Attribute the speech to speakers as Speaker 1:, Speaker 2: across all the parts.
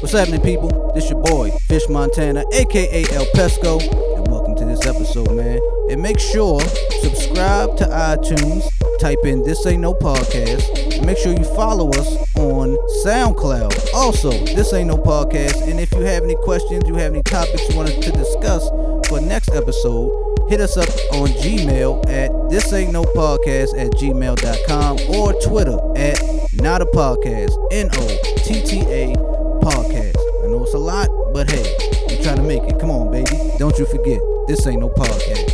Speaker 1: What's happening, people? This your boy, Fish Montana, aka El Pesco, and welcome to this episode, man. And make sure subscribe to iTunes, type in This Ain't No Podcast, and make sure you follow us on SoundCloud. Also, This Ain't No Podcast, and if you have any questions, you have any topics you want us to discuss for next episode, hit us up on Gmail at this ain't no podcast at gmail.com or Twitter at not a podcast, N O T T A podcast. I know it's a lot, but hey, we're trying to make it. Come on, baby. Don't you forget, this ain't no podcast.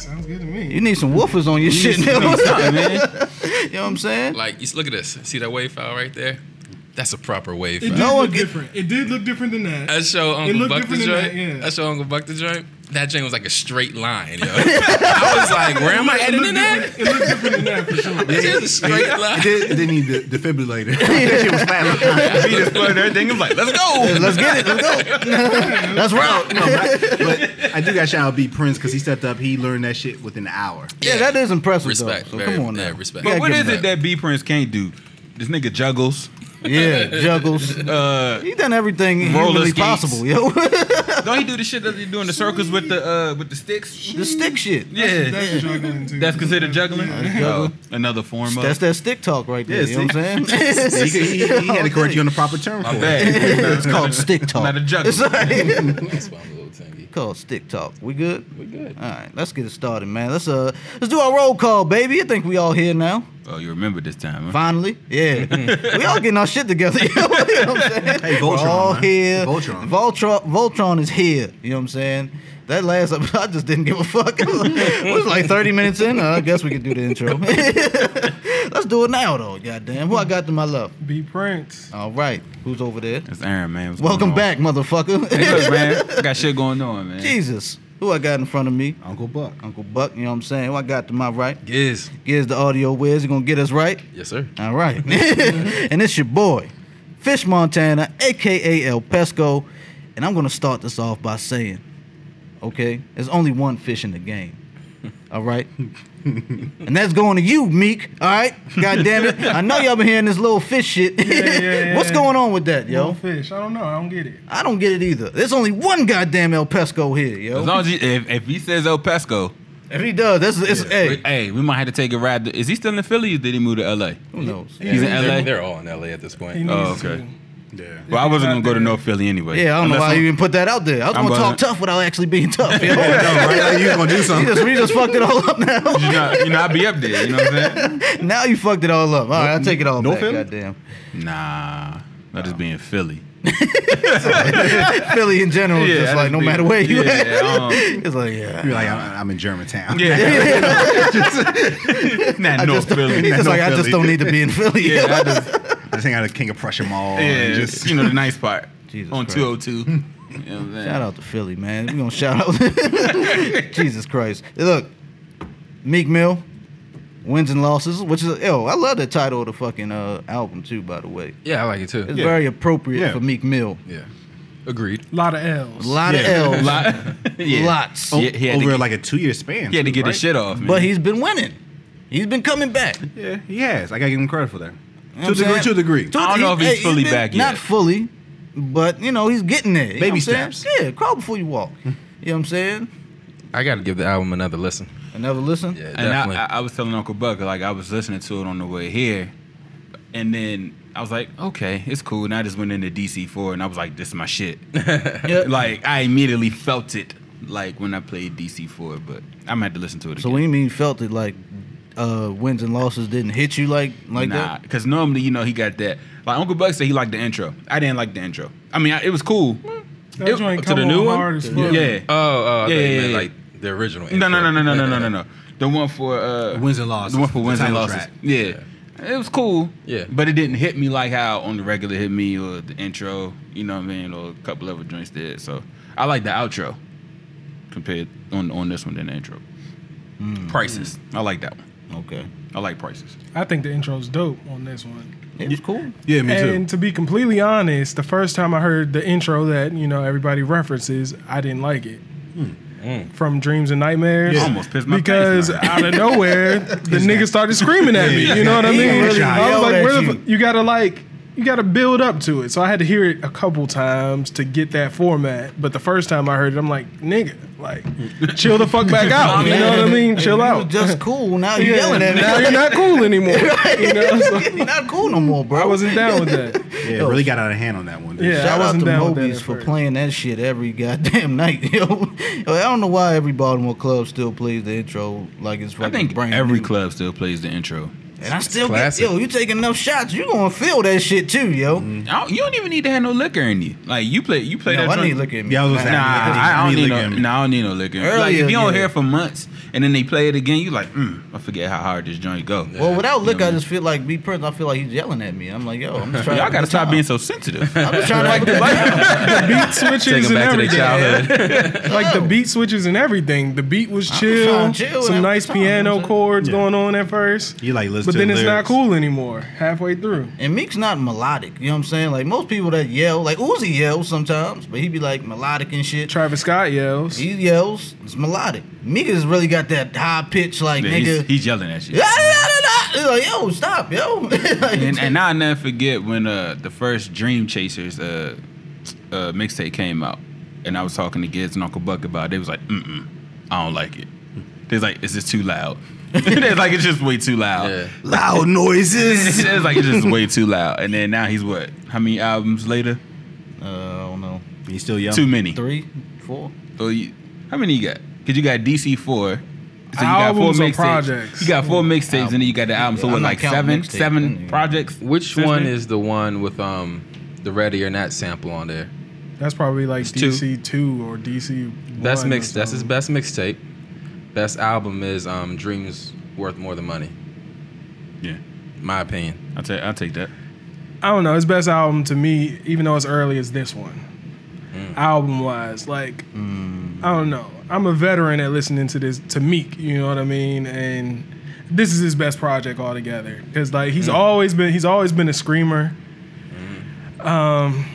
Speaker 2: Sounds good to me.
Speaker 1: You need some woofers on your shit now. you know what I'm saying?
Speaker 3: Like, you s- look at this. See that wave file right there? That's a proper wave
Speaker 2: It
Speaker 3: file.
Speaker 2: did
Speaker 1: No one
Speaker 2: look
Speaker 1: get-
Speaker 2: different. It did look different than that.
Speaker 3: I show
Speaker 2: It
Speaker 3: Uncle
Speaker 2: looked
Speaker 3: Buck the
Speaker 2: different than
Speaker 3: joint.
Speaker 2: that, yeah.
Speaker 3: I show Uncle Buck the joint. That joint was like a straight line. Yo. I was like, where am I
Speaker 2: it looked
Speaker 3: editing that?
Speaker 2: different- it looked different than that for sure.
Speaker 3: It's just a straight line.
Speaker 4: They, they need the defibrillator. that shit was flat. Beat his blood and everything. I'm like, let's go.
Speaker 1: Let's get it. Let's go. That's right.
Speaker 4: No, but, but I do got shout out B Prince because he stepped up. He learned that shit within an hour.
Speaker 1: Yeah, that is impressive,
Speaker 3: Respect.
Speaker 1: though. So
Speaker 3: very,
Speaker 1: come on now.
Speaker 3: yeah, respect.
Speaker 1: Yeah,
Speaker 5: But what
Speaker 1: give
Speaker 5: is
Speaker 1: him
Speaker 5: it that B Prince can't do? This nigga juggles.
Speaker 1: Yeah, juggles.
Speaker 5: Uh,
Speaker 1: he done everything
Speaker 5: Roller
Speaker 1: humanly
Speaker 5: skates.
Speaker 1: possible, yo.
Speaker 5: don't he do the shit that he do in the circles with the uh, with the sticks?
Speaker 1: the stick shit.
Speaker 5: Yeah,
Speaker 2: That's juggling too.
Speaker 5: that's considered juggling. Oh, another form of.
Speaker 1: That's that stick talk right there.
Speaker 4: Yeah,
Speaker 1: you know what I'm
Speaker 4: He,
Speaker 1: saying?
Speaker 4: he, he had to correct you on the proper term for it.
Speaker 5: bad.
Speaker 1: it's called stick talk.
Speaker 5: Not a juggler.
Speaker 1: It's like-
Speaker 3: That's why I'm a little tangy.
Speaker 1: called stick talk. We good?
Speaker 3: We're good.
Speaker 1: All right, let's get it started, man. Let's uh, let's do our roll call, baby. I think we all here now.
Speaker 5: oh, you remember this time? Huh?
Speaker 1: Finally, yeah. we all getting our shit together. You know what I'm saying?
Speaker 4: Hey, Voltron,
Speaker 1: We're all
Speaker 4: man.
Speaker 1: here.
Speaker 4: Voltron.
Speaker 1: Voltron. Voltron is here. You know what I'm saying? That last, episode, I just didn't give a fuck. it was like 30 minutes in. I guess we could do the intro. let's do it now, though. Goddamn. Who I got to my left?
Speaker 2: B Prince.
Speaker 1: All right. Who's over there?
Speaker 5: That's Aaron, man. What's
Speaker 1: Welcome
Speaker 5: going
Speaker 1: back, motherfucker.
Speaker 5: on? Hey, look, man. I got shit going on, man.
Speaker 1: Jesus. Who I got in front of me?
Speaker 4: Uncle Buck.
Speaker 1: Uncle Buck, you know what I'm saying? Who I got to my right?
Speaker 3: Yes.
Speaker 1: Here's the audio whiz. You gonna get us right?
Speaker 3: Yes, sir.
Speaker 1: All right. and it's your boy, Fish Montana, aka El Pesco. And I'm gonna start this off by saying, okay, there's only one fish in the game. All right. and that's going to you, Meek. All right. God damn it. I know y'all been hearing this little fish shit.
Speaker 2: yeah,
Speaker 1: What's
Speaker 2: yeah.
Speaker 1: going on with that,
Speaker 2: Yo,
Speaker 1: yo?
Speaker 2: fish. I don't know. I don't get it.
Speaker 1: I don't get it either. There's only one goddamn El Pesco here, yo.
Speaker 5: As long as he, if, if he says El Pesco,
Speaker 1: if he does, that's it's
Speaker 5: we-
Speaker 1: hey.
Speaker 5: hey, we might have to take a ride. To, is he still in Philly? Or did he move to LA?
Speaker 1: Who knows?
Speaker 5: He's in
Speaker 3: They're-
Speaker 5: LA?
Speaker 3: They're all in LA at this
Speaker 2: He
Speaker 3: point.
Speaker 2: needs
Speaker 5: Oh,
Speaker 2: to.
Speaker 5: okay. Well, I wasn't gonna go to North Philly anyway.
Speaker 1: Yeah, I don't know
Speaker 5: Unless
Speaker 1: why
Speaker 5: I'm-
Speaker 1: you even put that out there. I was
Speaker 5: I'm
Speaker 1: gonna talk
Speaker 5: gonna-
Speaker 1: tough without actually being tough. You
Speaker 4: No,
Speaker 1: know?
Speaker 4: right? Like, you was gonna do
Speaker 1: you
Speaker 4: something.
Speaker 1: just, we just fucked it all up now.
Speaker 5: You know, you know, I be up there. You know what I'm saying?
Speaker 1: now you fucked it all up. All right, I'll take it all
Speaker 4: no
Speaker 1: back.
Speaker 4: feeling?
Speaker 1: Goddamn,
Speaker 5: Nah, not just being Philly.
Speaker 1: Philly in general is just
Speaker 5: I
Speaker 1: like no
Speaker 5: be-
Speaker 1: matter where you
Speaker 5: yeah,
Speaker 1: at.
Speaker 5: um,
Speaker 1: It's like yeah.
Speaker 4: You're like, I'm, I'm in Germantown.
Speaker 5: yeah, not
Speaker 1: I
Speaker 5: North
Speaker 1: just, he's
Speaker 5: Philly.
Speaker 1: just
Speaker 4: No
Speaker 1: like I just
Speaker 4: Philly.
Speaker 1: don't need to be in Philly.
Speaker 5: Yeah, I just,
Speaker 4: I just hang out at King of Prussia Mall.
Speaker 5: yeah,
Speaker 4: And just,
Speaker 5: you know the nice part
Speaker 1: Jesus
Speaker 5: on
Speaker 1: Christ.
Speaker 5: 202. You know what I'm saying?
Speaker 1: Shout out to Philly, man. We're gonna shout out. Jesus Christ. Look, Meek Mill, wins and losses, which is yo, I love the title of the fucking uh, album too, by the way.
Speaker 3: Yeah, I like it
Speaker 1: It's
Speaker 3: too.
Speaker 5: Yeah.
Speaker 1: very appropriate
Speaker 4: Yeah.
Speaker 1: for Meek Mill.
Speaker 3: Yeah. Agreed.
Speaker 2: A lot of
Speaker 1: A
Speaker 2: L's.
Speaker 1: lot of L's.
Speaker 5: Lot- yeah. Oh.
Speaker 1: Lots.
Speaker 5: Yeah, he had
Speaker 4: over
Speaker 5: to,
Speaker 4: like a two year span.
Speaker 5: he had to
Speaker 4: too,
Speaker 5: get
Speaker 4: right?
Speaker 5: his shit off. Man.
Speaker 1: But he's been winning. He's been coming back. You
Speaker 4: Yeah, he has. I gotta give him credit for
Speaker 1: know
Speaker 4: that. To a
Speaker 1: what I'm
Speaker 4: degree,
Speaker 1: saying?
Speaker 4: to a degree.
Speaker 1: To-
Speaker 5: I don't know if he's
Speaker 1: hey,
Speaker 5: fully
Speaker 1: been-
Speaker 5: back yet.
Speaker 1: Not fully, but you know, he's getting there. You know
Speaker 4: Baby
Speaker 1: what I'm saying?
Speaker 4: steps.
Speaker 1: Yeah, crawl before you walk. you know what I'm saying?
Speaker 3: I got to give the album another listen.
Speaker 1: Another listen.
Speaker 3: Yeah,
Speaker 5: and
Speaker 3: definitely.
Speaker 5: I, I, I was telling Uncle Buck like I was listening to it on the way here, and then I was like, okay, it's cool. And I just went into DC4 and I was like, this is my shit.
Speaker 1: Yep.
Speaker 5: like I immediately felt it like when I played DC4, but I'm gonna have to listen to it again.
Speaker 1: So when you mean felt it like uh, wins and losses didn't hit you like like
Speaker 5: nah,
Speaker 1: that?
Speaker 5: because normally you know he got that. Like Uncle Buck said, he liked the intro. I didn't like the intro. I mean, I, it was cool.
Speaker 2: That
Speaker 5: It-
Speaker 2: joint
Speaker 5: to
Speaker 2: come
Speaker 5: the
Speaker 2: on
Speaker 5: new one?
Speaker 2: hard as
Speaker 5: Yeah.
Speaker 2: fuck.
Speaker 3: oh, oh, I
Speaker 5: Yeah,
Speaker 3: thought you
Speaker 5: yeah,
Speaker 3: meant
Speaker 5: yeah.
Speaker 3: like the original.
Speaker 5: No, no, no, no,
Speaker 3: intro.
Speaker 5: no, no, no, no, no. The one for uh,
Speaker 4: Wins and losses.
Speaker 5: The one for
Speaker 4: The
Speaker 5: wins and
Speaker 4: title
Speaker 5: losses.
Speaker 4: track.
Speaker 5: Yeah. it was cool.
Speaker 3: Yeah.
Speaker 5: but it didn't hit me like how on the regular hit me or the intro. You know what I mean? Or a couple other joints did. So I like the outro compared on on this one than the intro. Prices. I like that one.
Speaker 1: Okay.
Speaker 5: I like prices.
Speaker 2: I think the intro's dope on this one.
Speaker 1: It was cool.
Speaker 4: yeah, me too.
Speaker 2: And to be completely honest, the first time I heard the intro that you know everybody references, I didn't like it. from Dreams and Nightmares.
Speaker 5: Yeah. Almost pissed my pants
Speaker 2: Because
Speaker 5: off.
Speaker 2: out of nowhere, the nigga started screaming at me. You know what I
Speaker 4: He
Speaker 2: mean?
Speaker 4: really
Speaker 2: I was
Speaker 4: yelled
Speaker 2: like,
Speaker 4: at
Speaker 2: where the
Speaker 4: you.
Speaker 2: fu- you gotta like you gotta build up to it. So I had to hear it a couple times to get that format. But the first time I heard it, I'm like, nigga, like chill the fuck back out. You know what I mean? Chill
Speaker 6: You
Speaker 2: out.
Speaker 6: just cool. Now you
Speaker 2: Yeah,
Speaker 6: yelling at me.
Speaker 2: now you're not cool anymore. You know? So
Speaker 6: You're not cool no more, bro.
Speaker 2: I wasn't down with that.
Speaker 4: Yeah, it really got out of hand on that one. dude.
Speaker 2: Yeah. I
Speaker 6: Shout out
Speaker 2: wasn't
Speaker 6: to
Speaker 2: down with that
Speaker 6: Mobius
Speaker 2: at
Speaker 6: for
Speaker 2: first.
Speaker 6: playing that shit every goddamn night. Yo, I don't know why every Baltimore club still plays the intro like it's
Speaker 5: I
Speaker 6: fucking
Speaker 5: think
Speaker 6: brand
Speaker 5: every
Speaker 6: new.
Speaker 5: club still plays the intro.
Speaker 6: And I still get,
Speaker 3: classic.
Speaker 6: yo, you taking enough shots, you gonna feel that shit too, yo.
Speaker 5: I don't, you don't even need to have no liquor in you. Like you play, you play
Speaker 6: No,
Speaker 5: that.
Speaker 6: I need
Speaker 5: joint-
Speaker 6: look at me.
Speaker 4: Yeah, I was gonna say,
Speaker 5: Nah, I,
Speaker 4: I
Speaker 5: don't
Speaker 4: need
Speaker 5: need
Speaker 4: liquor
Speaker 5: no.
Speaker 4: in me.
Speaker 5: Nah, I don't need no liquor. in me.
Speaker 6: Earlier,
Speaker 5: like if you don't
Speaker 6: yeah.
Speaker 5: hear it for months and then they play it again, you like, mm, I forget how hard this joint go.
Speaker 6: Well, without look,
Speaker 5: You know
Speaker 6: I
Speaker 5: what
Speaker 6: just feel like me personally. I feel like he's yelling at me. I'm like, yo, I'm just
Speaker 5: I mean? y'all
Speaker 6: trying. to have a
Speaker 5: gotta
Speaker 6: good
Speaker 5: stop
Speaker 6: time.
Speaker 5: being so sensitive.
Speaker 6: I'm just trying to have a good
Speaker 2: beat switches
Speaker 5: Take them
Speaker 2: and
Speaker 5: back to their
Speaker 2: everything.
Speaker 5: childhood.
Speaker 2: Like the beat switches and everything. The beat was chill,
Speaker 6: trying to chill
Speaker 2: some
Speaker 6: and
Speaker 2: nice
Speaker 6: have a good time, you know
Speaker 2: piano
Speaker 6: what I'm
Speaker 2: chords
Speaker 4: saying?
Speaker 2: going on at first.
Speaker 4: You like listen
Speaker 2: but
Speaker 4: to
Speaker 2: then
Speaker 4: the
Speaker 2: it's not
Speaker 4: lyrics.
Speaker 2: cool anymore. Halfway through,
Speaker 6: And Meek's not melodic, you know what I'm saying? Like most people that yell, like Uzi yells sometimes, but he be like melodic and shit.
Speaker 2: Travis Scott yells.
Speaker 6: He yells, it's melodic. Meek has really got that high pitch, like
Speaker 5: Yeah,
Speaker 6: nigga.
Speaker 5: he's, he's yelling at you.
Speaker 6: "Yeah, yeah, yeah, yeah." It's like, yo, stop, yo. Like,
Speaker 5: and, and I'll never forget when uh, the first Dream Chasers uh, uh, mixtape came out, and I was talking to Giz and Uncle Buck about it. They was like, mm-mm, I don't like it. They was like, is this too loud? They're like, it's just way too loud.
Speaker 3: Yeah.
Speaker 4: Loud noises.
Speaker 5: it's like, it's just way too loud. And then now he's what? How many albums later?
Speaker 6: uh, I don't know,
Speaker 4: He still young.
Speaker 5: Too many.
Speaker 6: three, four.
Speaker 5: Oh, you, how many you got? Because you got DC4. So you
Speaker 2: Albums or
Speaker 5: got four mixtapes.
Speaker 2: projects?
Speaker 5: You got four mixtapes, and then you got the album. So
Speaker 6: Yeah,
Speaker 5: what,
Speaker 6: I'm not
Speaker 5: like seven,
Speaker 6: counting mixtapes,
Speaker 5: seven
Speaker 6: then.
Speaker 5: projects.
Speaker 3: Which
Speaker 5: since
Speaker 3: one
Speaker 5: then?
Speaker 3: is the one with um the Ready or Not sample on there?
Speaker 2: That's probably like
Speaker 3: two.
Speaker 2: DC two or DC.
Speaker 3: Best
Speaker 2: one or
Speaker 3: mix. That's his
Speaker 2: something.
Speaker 3: best mixtape. Best album is um Dreams Worth More Than Money.
Speaker 5: Yeah,
Speaker 3: My opinion.
Speaker 5: I'll take. I'll take that.
Speaker 2: I don't know. His best album to me, even though it's early, is this one. Album wise, like I don't know. I'm a veteran at listening to this to Meek. You know what I mean? And this is his best project altogether because like he's always been he's always been a screamer.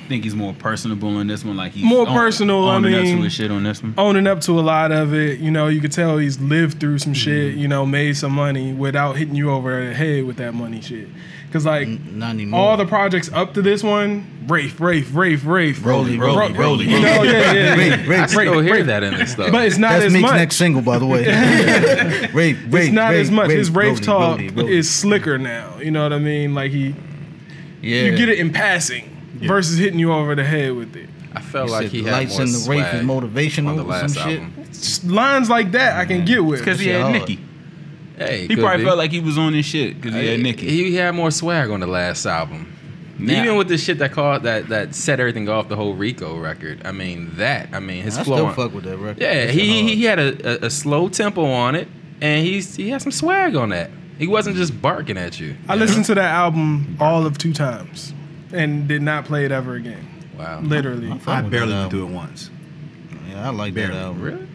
Speaker 5: think he's more personable on this one. Like he's
Speaker 2: More
Speaker 5: own-
Speaker 2: personal, I
Speaker 5: Owning up
Speaker 2: mean- oh,
Speaker 5: to his shit on this one.
Speaker 2: owning up to a lot of it. You know, you could tell he's lived through some shit. You know, made some money without hitting you over the head with that money shit. Cause like
Speaker 6: Not anymore.
Speaker 2: all the projects up to this one, Rafe, Rafe, Rafe, Rafe,
Speaker 6: Rolly,
Speaker 2: Ro-
Speaker 6: Rolly,
Speaker 2: Ro-
Speaker 6: Rolly,
Speaker 2: You know, yeah, yeah, yeah.
Speaker 3: I
Speaker 6: Rape,
Speaker 3: still
Speaker 2: Right,
Speaker 3: hear
Speaker 2: right.
Speaker 3: that in this though.
Speaker 2: But it's not
Speaker 6: That's
Speaker 2: as
Speaker 6: Meek's
Speaker 2: much.
Speaker 6: next single, by the way. rape, rape,
Speaker 2: it's not as much. His Rafe talk
Speaker 6: Rolly,
Speaker 2: is slicker now. You know what I mean? Like he,
Speaker 6: yeah.
Speaker 2: you get it in passing versus hitting you over the head with it.
Speaker 3: I felt
Speaker 6: You
Speaker 3: like
Speaker 6: said
Speaker 3: he
Speaker 6: the
Speaker 3: had
Speaker 6: lights
Speaker 3: more
Speaker 6: in the Rafe is
Speaker 3: swag
Speaker 6: motivational
Speaker 3: on the
Speaker 6: or
Speaker 3: last
Speaker 6: some shit.
Speaker 3: album.
Speaker 2: Just lines like that, I can get with.
Speaker 5: Because he
Speaker 6: Shit
Speaker 5: had
Speaker 6: hard.
Speaker 5: Nicki.
Speaker 3: Hey,
Speaker 5: He
Speaker 3: could
Speaker 5: probably
Speaker 3: be.
Speaker 5: felt like he was on his shit because he
Speaker 3: Hey,
Speaker 5: had Nicki.
Speaker 3: He had more swag on the last album.
Speaker 5: Nah.
Speaker 3: Even with the shit that called that that set everything off the whole Rico record. I mean that. I mean his
Speaker 6: I
Speaker 3: flow.
Speaker 6: still
Speaker 3: on-
Speaker 6: fuck with that record.
Speaker 3: yeah,
Speaker 6: That shit
Speaker 3: he,
Speaker 6: hard.
Speaker 3: he he had a, a, a slow tempo on it, and he's he had some swag on that. He wasn't just barking at you.
Speaker 2: I listened to that album all of two times and did not play it ever again.
Speaker 3: Wow.
Speaker 2: Literally.
Speaker 6: fuck
Speaker 4: I
Speaker 6: with
Speaker 4: barely
Speaker 6: that
Speaker 4: went
Speaker 6: album.
Speaker 4: through it once.
Speaker 6: Yeah, I like
Speaker 4: Barely.
Speaker 6: that album.
Speaker 3: Really?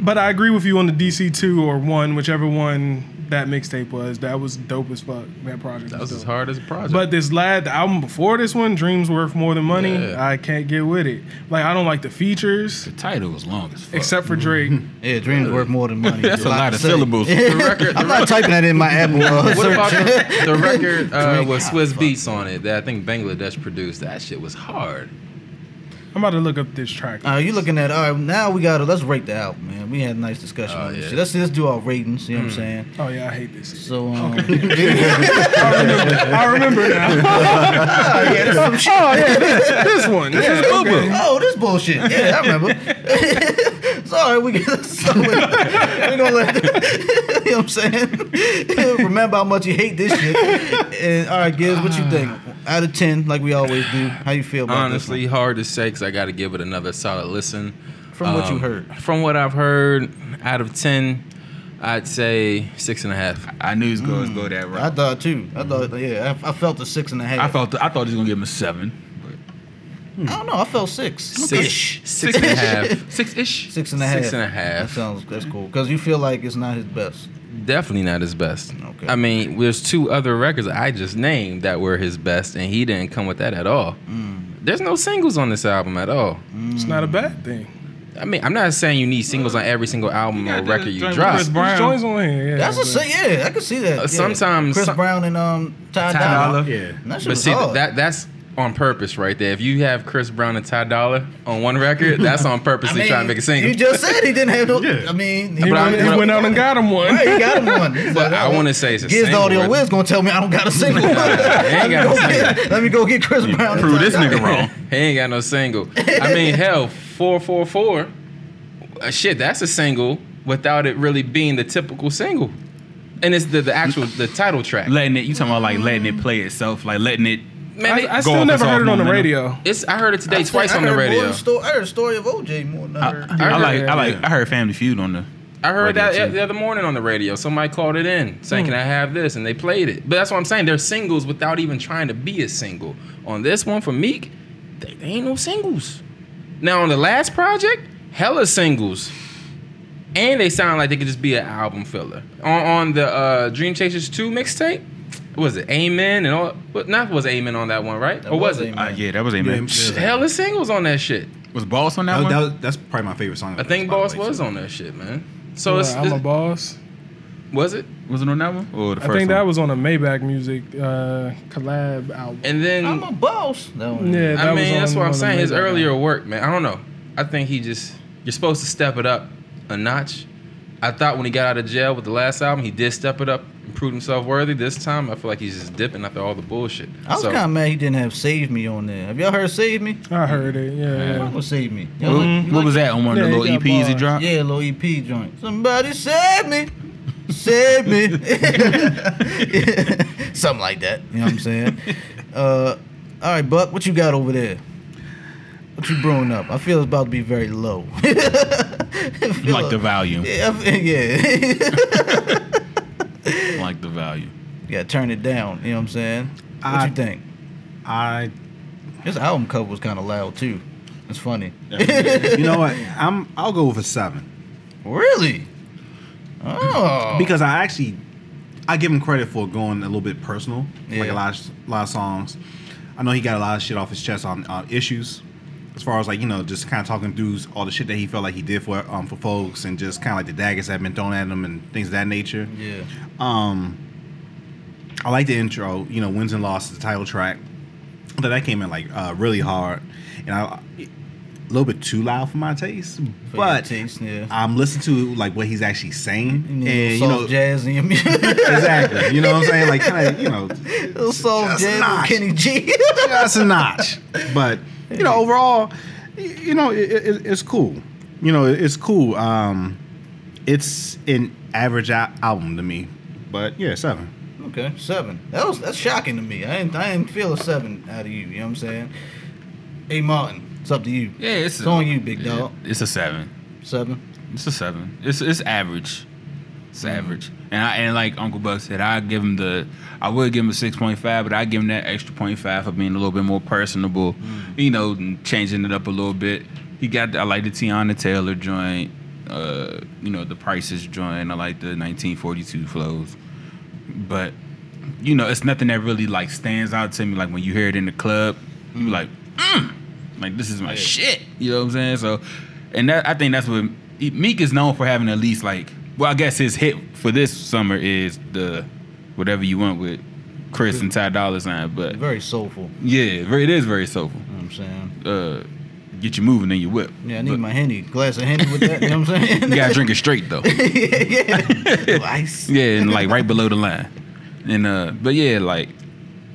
Speaker 2: But I agree with you on the DC two or one, whichever one that mixtape was. That was dope as fuck. That project.
Speaker 3: That was as
Speaker 2: dope.
Speaker 3: hard as a project.
Speaker 2: But this lad, the album before this one, Dreams Worth More Than Money,
Speaker 3: Yeah.
Speaker 2: I can't get with it. Like I don't like the features,
Speaker 5: the title was long as fuck.
Speaker 2: except for Drake.
Speaker 3: Mm-hmm.
Speaker 6: Yeah, dreams worth more than money.
Speaker 5: That's a lot
Speaker 6: to
Speaker 5: of
Speaker 6: say.
Speaker 5: syllables.
Speaker 3: the record,
Speaker 6: I'm not typing that in my Apple. Uh,
Speaker 3: what
Speaker 6: search.
Speaker 3: about the, the record uh,
Speaker 6: Drink.
Speaker 3: with
Speaker 6: Ah,
Speaker 3: Swiss
Speaker 6: fuck.
Speaker 3: Beats on it that I think Bangladesh produced? That shit was hard.
Speaker 2: I'm about to look up this track.
Speaker 6: Uh, you looking at all right? Now we gotta let's rate the album, man. We had a nice discussion.
Speaker 3: Oh,
Speaker 6: on this
Speaker 3: yeah.
Speaker 6: shit. Let's let's do our ratings. You
Speaker 5: Hmm.
Speaker 6: know what I'm saying?
Speaker 2: oh yeah, I hate this.
Speaker 6: So
Speaker 5: Oh.
Speaker 6: um,
Speaker 2: I remember now. oh yeah, this, this one. Yeah, okay.
Speaker 6: oh, this bullshit. Yeah, I remember. Sorry, we got so we, are gonna let. you know what I'm saying? remember how much you hate this shit. And all right, Giz, what
Speaker 5: Ah.
Speaker 6: you think? Out of ten, like we always do. How you feel about
Speaker 3: Honestly,
Speaker 6: this
Speaker 3: hard to say because I got to give it another solid listen.
Speaker 6: one? from what you
Speaker 3: Um,
Speaker 6: heard?
Speaker 3: From what I've heard, out of 10, I'd say six and a half.
Speaker 5: I knew he was going to go that
Speaker 6: I
Speaker 5: route.
Speaker 6: thought too. I
Speaker 3: Mm-hmm.
Speaker 6: thought yeah. I, I felt a six and a half.
Speaker 5: I, felt I thought he was going to give him a seven.
Speaker 6: I don't know. I felt six. Six.
Speaker 3: Six, six and a half.
Speaker 5: Six ish.
Speaker 6: Six and a half.
Speaker 3: Six and a half.
Speaker 6: That sounds that's cool because you feel like it's not his best.
Speaker 3: Definitely not his best.
Speaker 6: Okay.
Speaker 3: I mean, there's two other records I just named that were his best, and he didn't come with that at all. There's no singles on this album at all.
Speaker 2: It's not a bad thing.
Speaker 3: I mean, I'm not saying you need singles on every single album or
Speaker 5: gotta
Speaker 3: record
Speaker 5: do the
Speaker 3: you
Speaker 5: joint
Speaker 3: drop.
Speaker 5: with Chris
Speaker 2: Brown. Joints on here. Yeah,
Speaker 6: That's a
Speaker 2: but-
Speaker 6: say, yeah, I can see that.
Speaker 3: Uh,
Speaker 6: yeah.
Speaker 3: sometimes-
Speaker 6: Chris
Speaker 3: some-
Speaker 6: Brown and um Ty,
Speaker 3: Ty
Speaker 6: Dolla.
Speaker 3: Dolla.
Speaker 4: Yeah.
Speaker 6: And That shit
Speaker 3: But
Speaker 6: was
Speaker 3: see,
Speaker 6: hard.
Speaker 3: that that's on purpose right there. If you have Chris Brown and Ty Dolla on one record, that's on purpose.
Speaker 6: I
Speaker 3: They
Speaker 6: mean,
Speaker 3: trying to make a single.
Speaker 6: You just said he didn't have no.
Speaker 4: Yeah.
Speaker 6: I mean,
Speaker 2: He,
Speaker 6: he,
Speaker 3: But I-
Speaker 2: went, he
Speaker 3: but I-
Speaker 2: went out and got him one.
Speaker 6: right, he got him one. He's
Speaker 3: But
Speaker 6: like,
Speaker 3: I
Speaker 6: oh,
Speaker 3: want to say it's a
Speaker 6: Giz the
Speaker 3: single.
Speaker 6: audio
Speaker 3: brother.
Speaker 6: Wiz gonna tell me I don't got a single.
Speaker 3: He
Speaker 6: let,
Speaker 3: ain't
Speaker 6: me
Speaker 3: got
Speaker 6: go
Speaker 3: a single.
Speaker 6: get, let me go get Chris Brown. and
Speaker 5: Prove
Speaker 6: Ty
Speaker 5: this
Speaker 6: Dolla.
Speaker 5: nigga wrong.
Speaker 3: He ain't got no single. I mean, hell, four four four. Uh, shit, that's a single without it really being the typical single, and it's the, the actual the title track.
Speaker 5: Letting it, you talking about like letting it play itself, like letting it.
Speaker 3: Man,
Speaker 2: I,
Speaker 3: it-
Speaker 2: I
Speaker 5: off
Speaker 2: still
Speaker 5: its
Speaker 2: never
Speaker 5: own
Speaker 2: heard it on the
Speaker 5: momentum.
Speaker 2: radio.
Speaker 3: it's I heard it today
Speaker 6: I
Speaker 3: twice
Speaker 6: think
Speaker 3: on
Speaker 6: I
Speaker 3: the
Speaker 6: heard more
Speaker 3: radio.
Speaker 6: than Sto- I heard a story of OJ more than I
Speaker 5: I,
Speaker 6: heard.
Speaker 5: I like, I like,
Speaker 2: Yeah.
Speaker 5: I heard Family Feud on the. uh,
Speaker 3: I heard
Speaker 5: Radio
Speaker 3: that
Speaker 5: too.
Speaker 3: the other morning on the radio. Somebody called it in saying, "Can I have this?" And they played it. But that's what I'm saying. They're singles without even trying to be a single. On this one for Meek, they, they ain't no singles. Now on the last project, hella singles, and they sound like they could just be an album filler. On on the uh, Dream Chasers two mixtape, what was it Amen and all? But not was Amen on that one, right?
Speaker 6: That
Speaker 3: or was,
Speaker 6: was
Speaker 3: it?
Speaker 5: Uh,
Speaker 6: Amen.
Speaker 5: yeah, that was a man.
Speaker 4: Yeah.
Speaker 3: Hella singles on that shit.
Speaker 5: Was Boss on that,
Speaker 4: That,
Speaker 5: one?
Speaker 4: that was, that's probably my favorite song.
Speaker 3: I think Boss was on that shit, man. So
Speaker 2: Uh,
Speaker 3: it's,
Speaker 2: I'm a
Speaker 3: it's
Speaker 2: boss.
Speaker 3: was it?
Speaker 5: was it on that one? Or the
Speaker 2: I
Speaker 5: first
Speaker 2: think that
Speaker 5: one?
Speaker 2: was on a Maybach Music uh, collab album.
Speaker 3: And then
Speaker 6: I'm a boss. That one.
Speaker 2: Yeah, that
Speaker 3: I
Speaker 2: was
Speaker 3: mean,
Speaker 2: on-
Speaker 3: that's what
Speaker 2: on
Speaker 3: I'm
Speaker 2: the
Speaker 3: saying. His
Speaker 2: Maybach
Speaker 3: earlier work, man. I don't know. I think he just you're supposed to step it up a notch. I thought when he got out of jail with the last album, he did step it up and proved himself worthy. This time, I feel like he's just dipping after all the bullshit.
Speaker 6: I was
Speaker 3: So,
Speaker 6: kind of mad he didn't have Save Me on there. Have y'all heard Save Me?
Speaker 2: I heard it. Yeah.
Speaker 6: I'm gonna Save Me.
Speaker 5: What,
Speaker 6: Y'all like- you
Speaker 2: Mm-hmm.
Speaker 5: what
Speaker 6: like
Speaker 5: was that on one
Speaker 2: Yeah,
Speaker 5: of the
Speaker 2: he
Speaker 5: little
Speaker 2: got
Speaker 5: EPs he
Speaker 2: bars.
Speaker 5: dropped?
Speaker 6: Yeah, little EP joint. Somebody save me. Save me. Something like that. You know what I'm saying? Uh, all right, Buck, what you got over there? What you brewing up? I feel it's about to be very low.
Speaker 5: Like the volume.
Speaker 6: Yeah, I feel- yeah.
Speaker 5: Like the value.
Speaker 6: yeah, turn it down. You know what I'm saying? What
Speaker 4: I-
Speaker 6: you think?
Speaker 4: I,
Speaker 6: This album cover was kind of loud too. It's funny.
Speaker 4: you know what? I'm. I'll go with a seven
Speaker 6: Really? Oh.
Speaker 4: because I actually, I give him credit for going a little bit personal, like a
Speaker 6: Yeah.
Speaker 4: lot, of, lot of songs. I know he got a lot of shit off his chest on uh, issues, as far as like you know, just kind of talking through all the shit that he felt like he did for um for folks, and just kind of like the daggers that have been thrown at him and things of that nature.
Speaker 6: yeah.
Speaker 4: Um, I like the intro. You know, wins and losses, the title track. That that came in like uh, really hard, and I a little bit too loud for my taste.
Speaker 6: For your
Speaker 4: but
Speaker 6: taste, yeah.
Speaker 4: I'm listening to like what he's actually saying,
Speaker 6: You need a
Speaker 4: and
Speaker 6: little
Speaker 4: you know
Speaker 6: soft jazz in your music.
Speaker 4: exactly. You know what I'm saying? Like kind of you know
Speaker 6: little soft
Speaker 4: Just
Speaker 6: jazz with
Speaker 4: not.
Speaker 6: Kenny G.
Speaker 4: that's a notch. But you know, overall, y- you know, it, it, it's cool. You know, it's cool. Um, it's an average al- album to me, but yeah, seven.
Speaker 6: okay, seven. That was that's shocking to me. I didn't I didn't feel a seven out of you. You know what I'm saying? Hey Martin, it's up to you.
Speaker 5: Yeah, it's,
Speaker 6: It's on you, big dog.
Speaker 5: It's a seven.
Speaker 6: Seven.
Speaker 5: It's a seven. It's it's average. It's average. And I and like Uncle Buck said, I give him the I would give him a six point five, but I give him that extra point five for being a little bit more personable, you know, and changing it up a little bit. He got I like the Tiana Taylor joint, uh, you know, the Prices joint. I like the 1942 flows, but you know, it's nothing that really like stands out to me. Like when you hear it in the club, you be like, mm, like this is my shit. You know what I'm saying? So, and that I think that's what Meek is known for having at least like. Well, I guess his hit for this summer is the whatever you want with Chris and Ty Dolla Sign. But
Speaker 6: Very soulful. You
Speaker 5: yeah, very- it is very soulful.
Speaker 6: know what I'm saying?
Speaker 5: Uh, get you moving in your whip.
Speaker 6: Yeah, I need
Speaker 5: But
Speaker 6: my henny. Glass of henny with that. You know what I'm saying?
Speaker 5: You gotta drink it straight though.
Speaker 6: yeah, yeah. Ice.
Speaker 5: yeah, and like right below the line. And uh, but yeah, like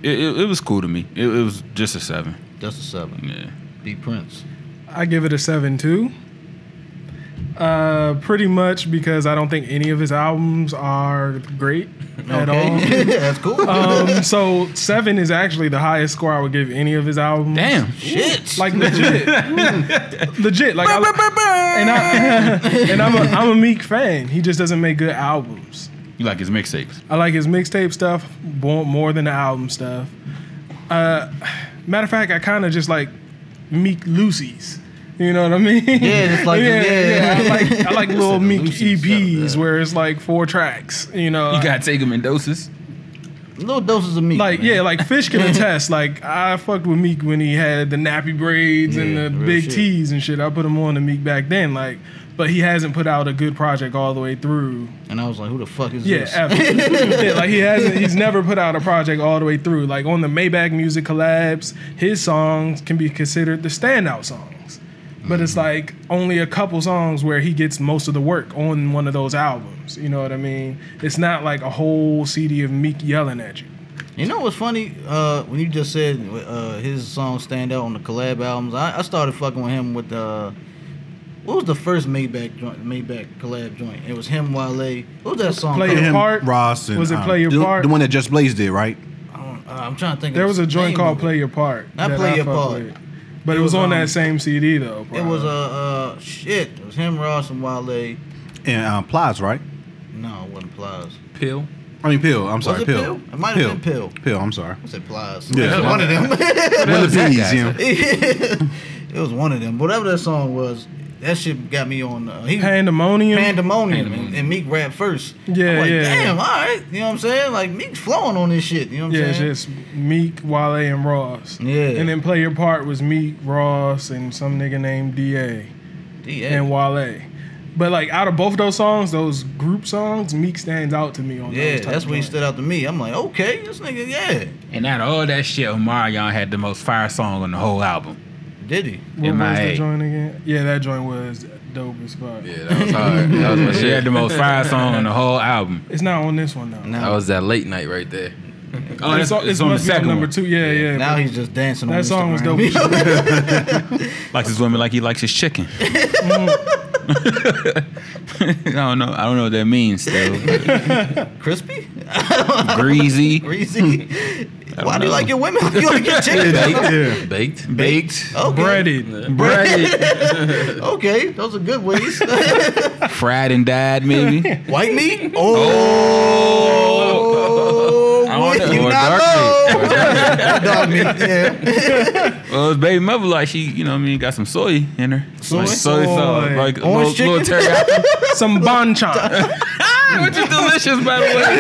Speaker 5: it, it, it was cool to me. It, it was just a seven.
Speaker 6: That's a seven.
Speaker 5: Yeah.
Speaker 6: B Prince.
Speaker 2: I give it a seven two. Uh, pretty much because I don't think any of his albums are great at all.
Speaker 6: Okay. that's cool.
Speaker 2: Um, so seven is actually the highest score I would give any of his albums.
Speaker 5: Damn.
Speaker 6: Shit.
Speaker 2: Like legit, legit. Like, I, and I and I'm a, I'm a Meek fan. He just doesn't make good albums.
Speaker 5: You like his mixtapes?
Speaker 2: I like his mixtape stuff more, more than the album stuff. Uh, matter of fact, I kind of just like Meek Lucy's. You know what I mean?
Speaker 6: Yeah, just like- yeah.
Speaker 2: I like I like little
Speaker 6: Said
Speaker 2: Meek E
Speaker 6: Lucy's,
Speaker 2: EPs
Speaker 6: yeah.
Speaker 2: where it's like four tracks. You know,
Speaker 5: You gotta take him in doses.
Speaker 6: Little doses of meat.
Speaker 2: Like
Speaker 6: man.
Speaker 2: yeah, like Fish can attest. Like I fucked with Meek when he had the nappy braids and
Speaker 6: Yeah,
Speaker 2: the
Speaker 6: real
Speaker 2: big
Speaker 6: shit.
Speaker 2: tees and shit. I put him on to Meek back then. Like, but he hasn't put out a good project all the way through.
Speaker 6: And I was like, who the fuck is
Speaker 2: Yeah,
Speaker 6: this?
Speaker 2: ever. yeah, like he hasn't. He's never put out a project all the way through. Like on the Maybach Music collabs, his songs can be considered the standout songs. But it's like only a couple songs where he gets most of the work on one of those albums. You know what I mean? It's not like a whole CD of Meek yelling at you.
Speaker 6: You know what's funny? Uh, when you just said uh, his song stand out on the collab albums, I, I started fucking with him with uh, what was the first Maybach joint, Maybach collab joint? It was him, Wale. What was that song?
Speaker 2: Play
Speaker 6: called?
Speaker 2: Your
Speaker 4: Him,
Speaker 2: Part?
Speaker 4: Ross, and
Speaker 2: Was it
Speaker 4: um,
Speaker 2: Play Your
Speaker 4: the,
Speaker 2: Part?
Speaker 4: The one that Just Blaze did, right?
Speaker 6: I don't- uh, I'm trying to think.
Speaker 2: There
Speaker 6: of
Speaker 2: was a
Speaker 6: the
Speaker 2: joint
Speaker 6: name
Speaker 2: called
Speaker 6: of
Speaker 2: "Play
Speaker 6: it.
Speaker 2: Your Part."
Speaker 6: Not
Speaker 2: that
Speaker 6: Play
Speaker 2: I
Speaker 6: Your
Speaker 2: fucked
Speaker 6: Part.
Speaker 2: with. But it,
Speaker 6: It
Speaker 2: was, on
Speaker 6: was, um,
Speaker 2: that same CD though.
Speaker 6: It was
Speaker 2: probably.
Speaker 6: uh, uh shit. It was him, Ross, and Wale.
Speaker 4: And um, Plies, right?
Speaker 6: No, it wasn't Plies.
Speaker 3: Pill.
Speaker 4: I mean, Pill. I'm sorry,
Speaker 6: it
Speaker 4: Pill.
Speaker 6: Pill? It might have been Pill.
Speaker 4: Pill. I'm sorry.
Speaker 6: I said Plies.
Speaker 4: Yeah.
Speaker 6: one of them.
Speaker 4: One of the P's, you know.
Speaker 6: it was one of them. Whatever that song was, that shit got me on. Uh, he
Speaker 2: Pandemonium.
Speaker 6: pandemonium, And, and Meek rap first. I'm
Speaker 2: Yeah,
Speaker 6: like,
Speaker 2: yeah.
Speaker 6: Damn, all right. You know what I'm saying? Like Meek's flowing on this shit. You know what I'm
Speaker 2: Yeah, it's
Speaker 6: saying?
Speaker 2: just Meek, Wale, and Ross.
Speaker 6: Yeah.
Speaker 2: And then play your part was Meek, Ross, and some nigga named DA
Speaker 6: DA.
Speaker 2: and Wale. But like out of both those songs, those group songs, Meek stands out to me on
Speaker 6: yeah,
Speaker 2: those. type
Speaker 6: that's
Speaker 2: of
Speaker 6: what he
Speaker 2: joints.
Speaker 6: stood out to me. I'm like, okay, this nigga, yeah,
Speaker 5: And out of all that shit, Omarion had the most fire song on the whole album.
Speaker 6: did he?
Speaker 2: What was
Speaker 5: MIA.
Speaker 2: the joint again? Yeah, that joint was dope as fuck.
Speaker 3: Yeah, that was hard. That was my
Speaker 5: She had
Speaker 3: shit.
Speaker 5: the most fire song on the whole album.
Speaker 2: It's not on this one though.
Speaker 6: No.
Speaker 3: That was that late night right there.
Speaker 5: Oh,
Speaker 2: it's, on- it's must be on number two. Yeah, yeah.
Speaker 6: Now
Speaker 2: but
Speaker 6: he's just dancing. on
Speaker 2: that song was dope.
Speaker 6: Instagram.
Speaker 2: as shit.
Speaker 5: Likes his women like he likes his chicken. I don't know. I don't know what that means. Though.
Speaker 6: Crispy,
Speaker 5: Greasy,
Speaker 6: greasy. Why do
Speaker 5: know.
Speaker 6: you like your women? like You like your chicken?
Speaker 3: Baked. Baked.
Speaker 5: baked,
Speaker 6: okay.
Speaker 2: Breaded.
Speaker 5: breaded,
Speaker 6: Okay, those are good ways.
Speaker 5: fried and dyed, maybe.
Speaker 6: White meat. Oh.
Speaker 5: I don't
Speaker 6: boy,
Speaker 5: know.
Speaker 6: you
Speaker 5: Or
Speaker 6: not
Speaker 5: dark
Speaker 6: know. Dog meat, yeah.
Speaker 5: Well, his baby mother like she, you know, what I mean, got some soy in her. Soy, like, soy, sauce,
Speaker 2: Soy.
Speaker 5: like a little,
Speaker 6: Orange
Speaker 5: little
Speaker 6: chicken?
Speaker 5: teriyaki.
Speaker 2: Some banchan.
Speaker 5: Which is delicious, by the way.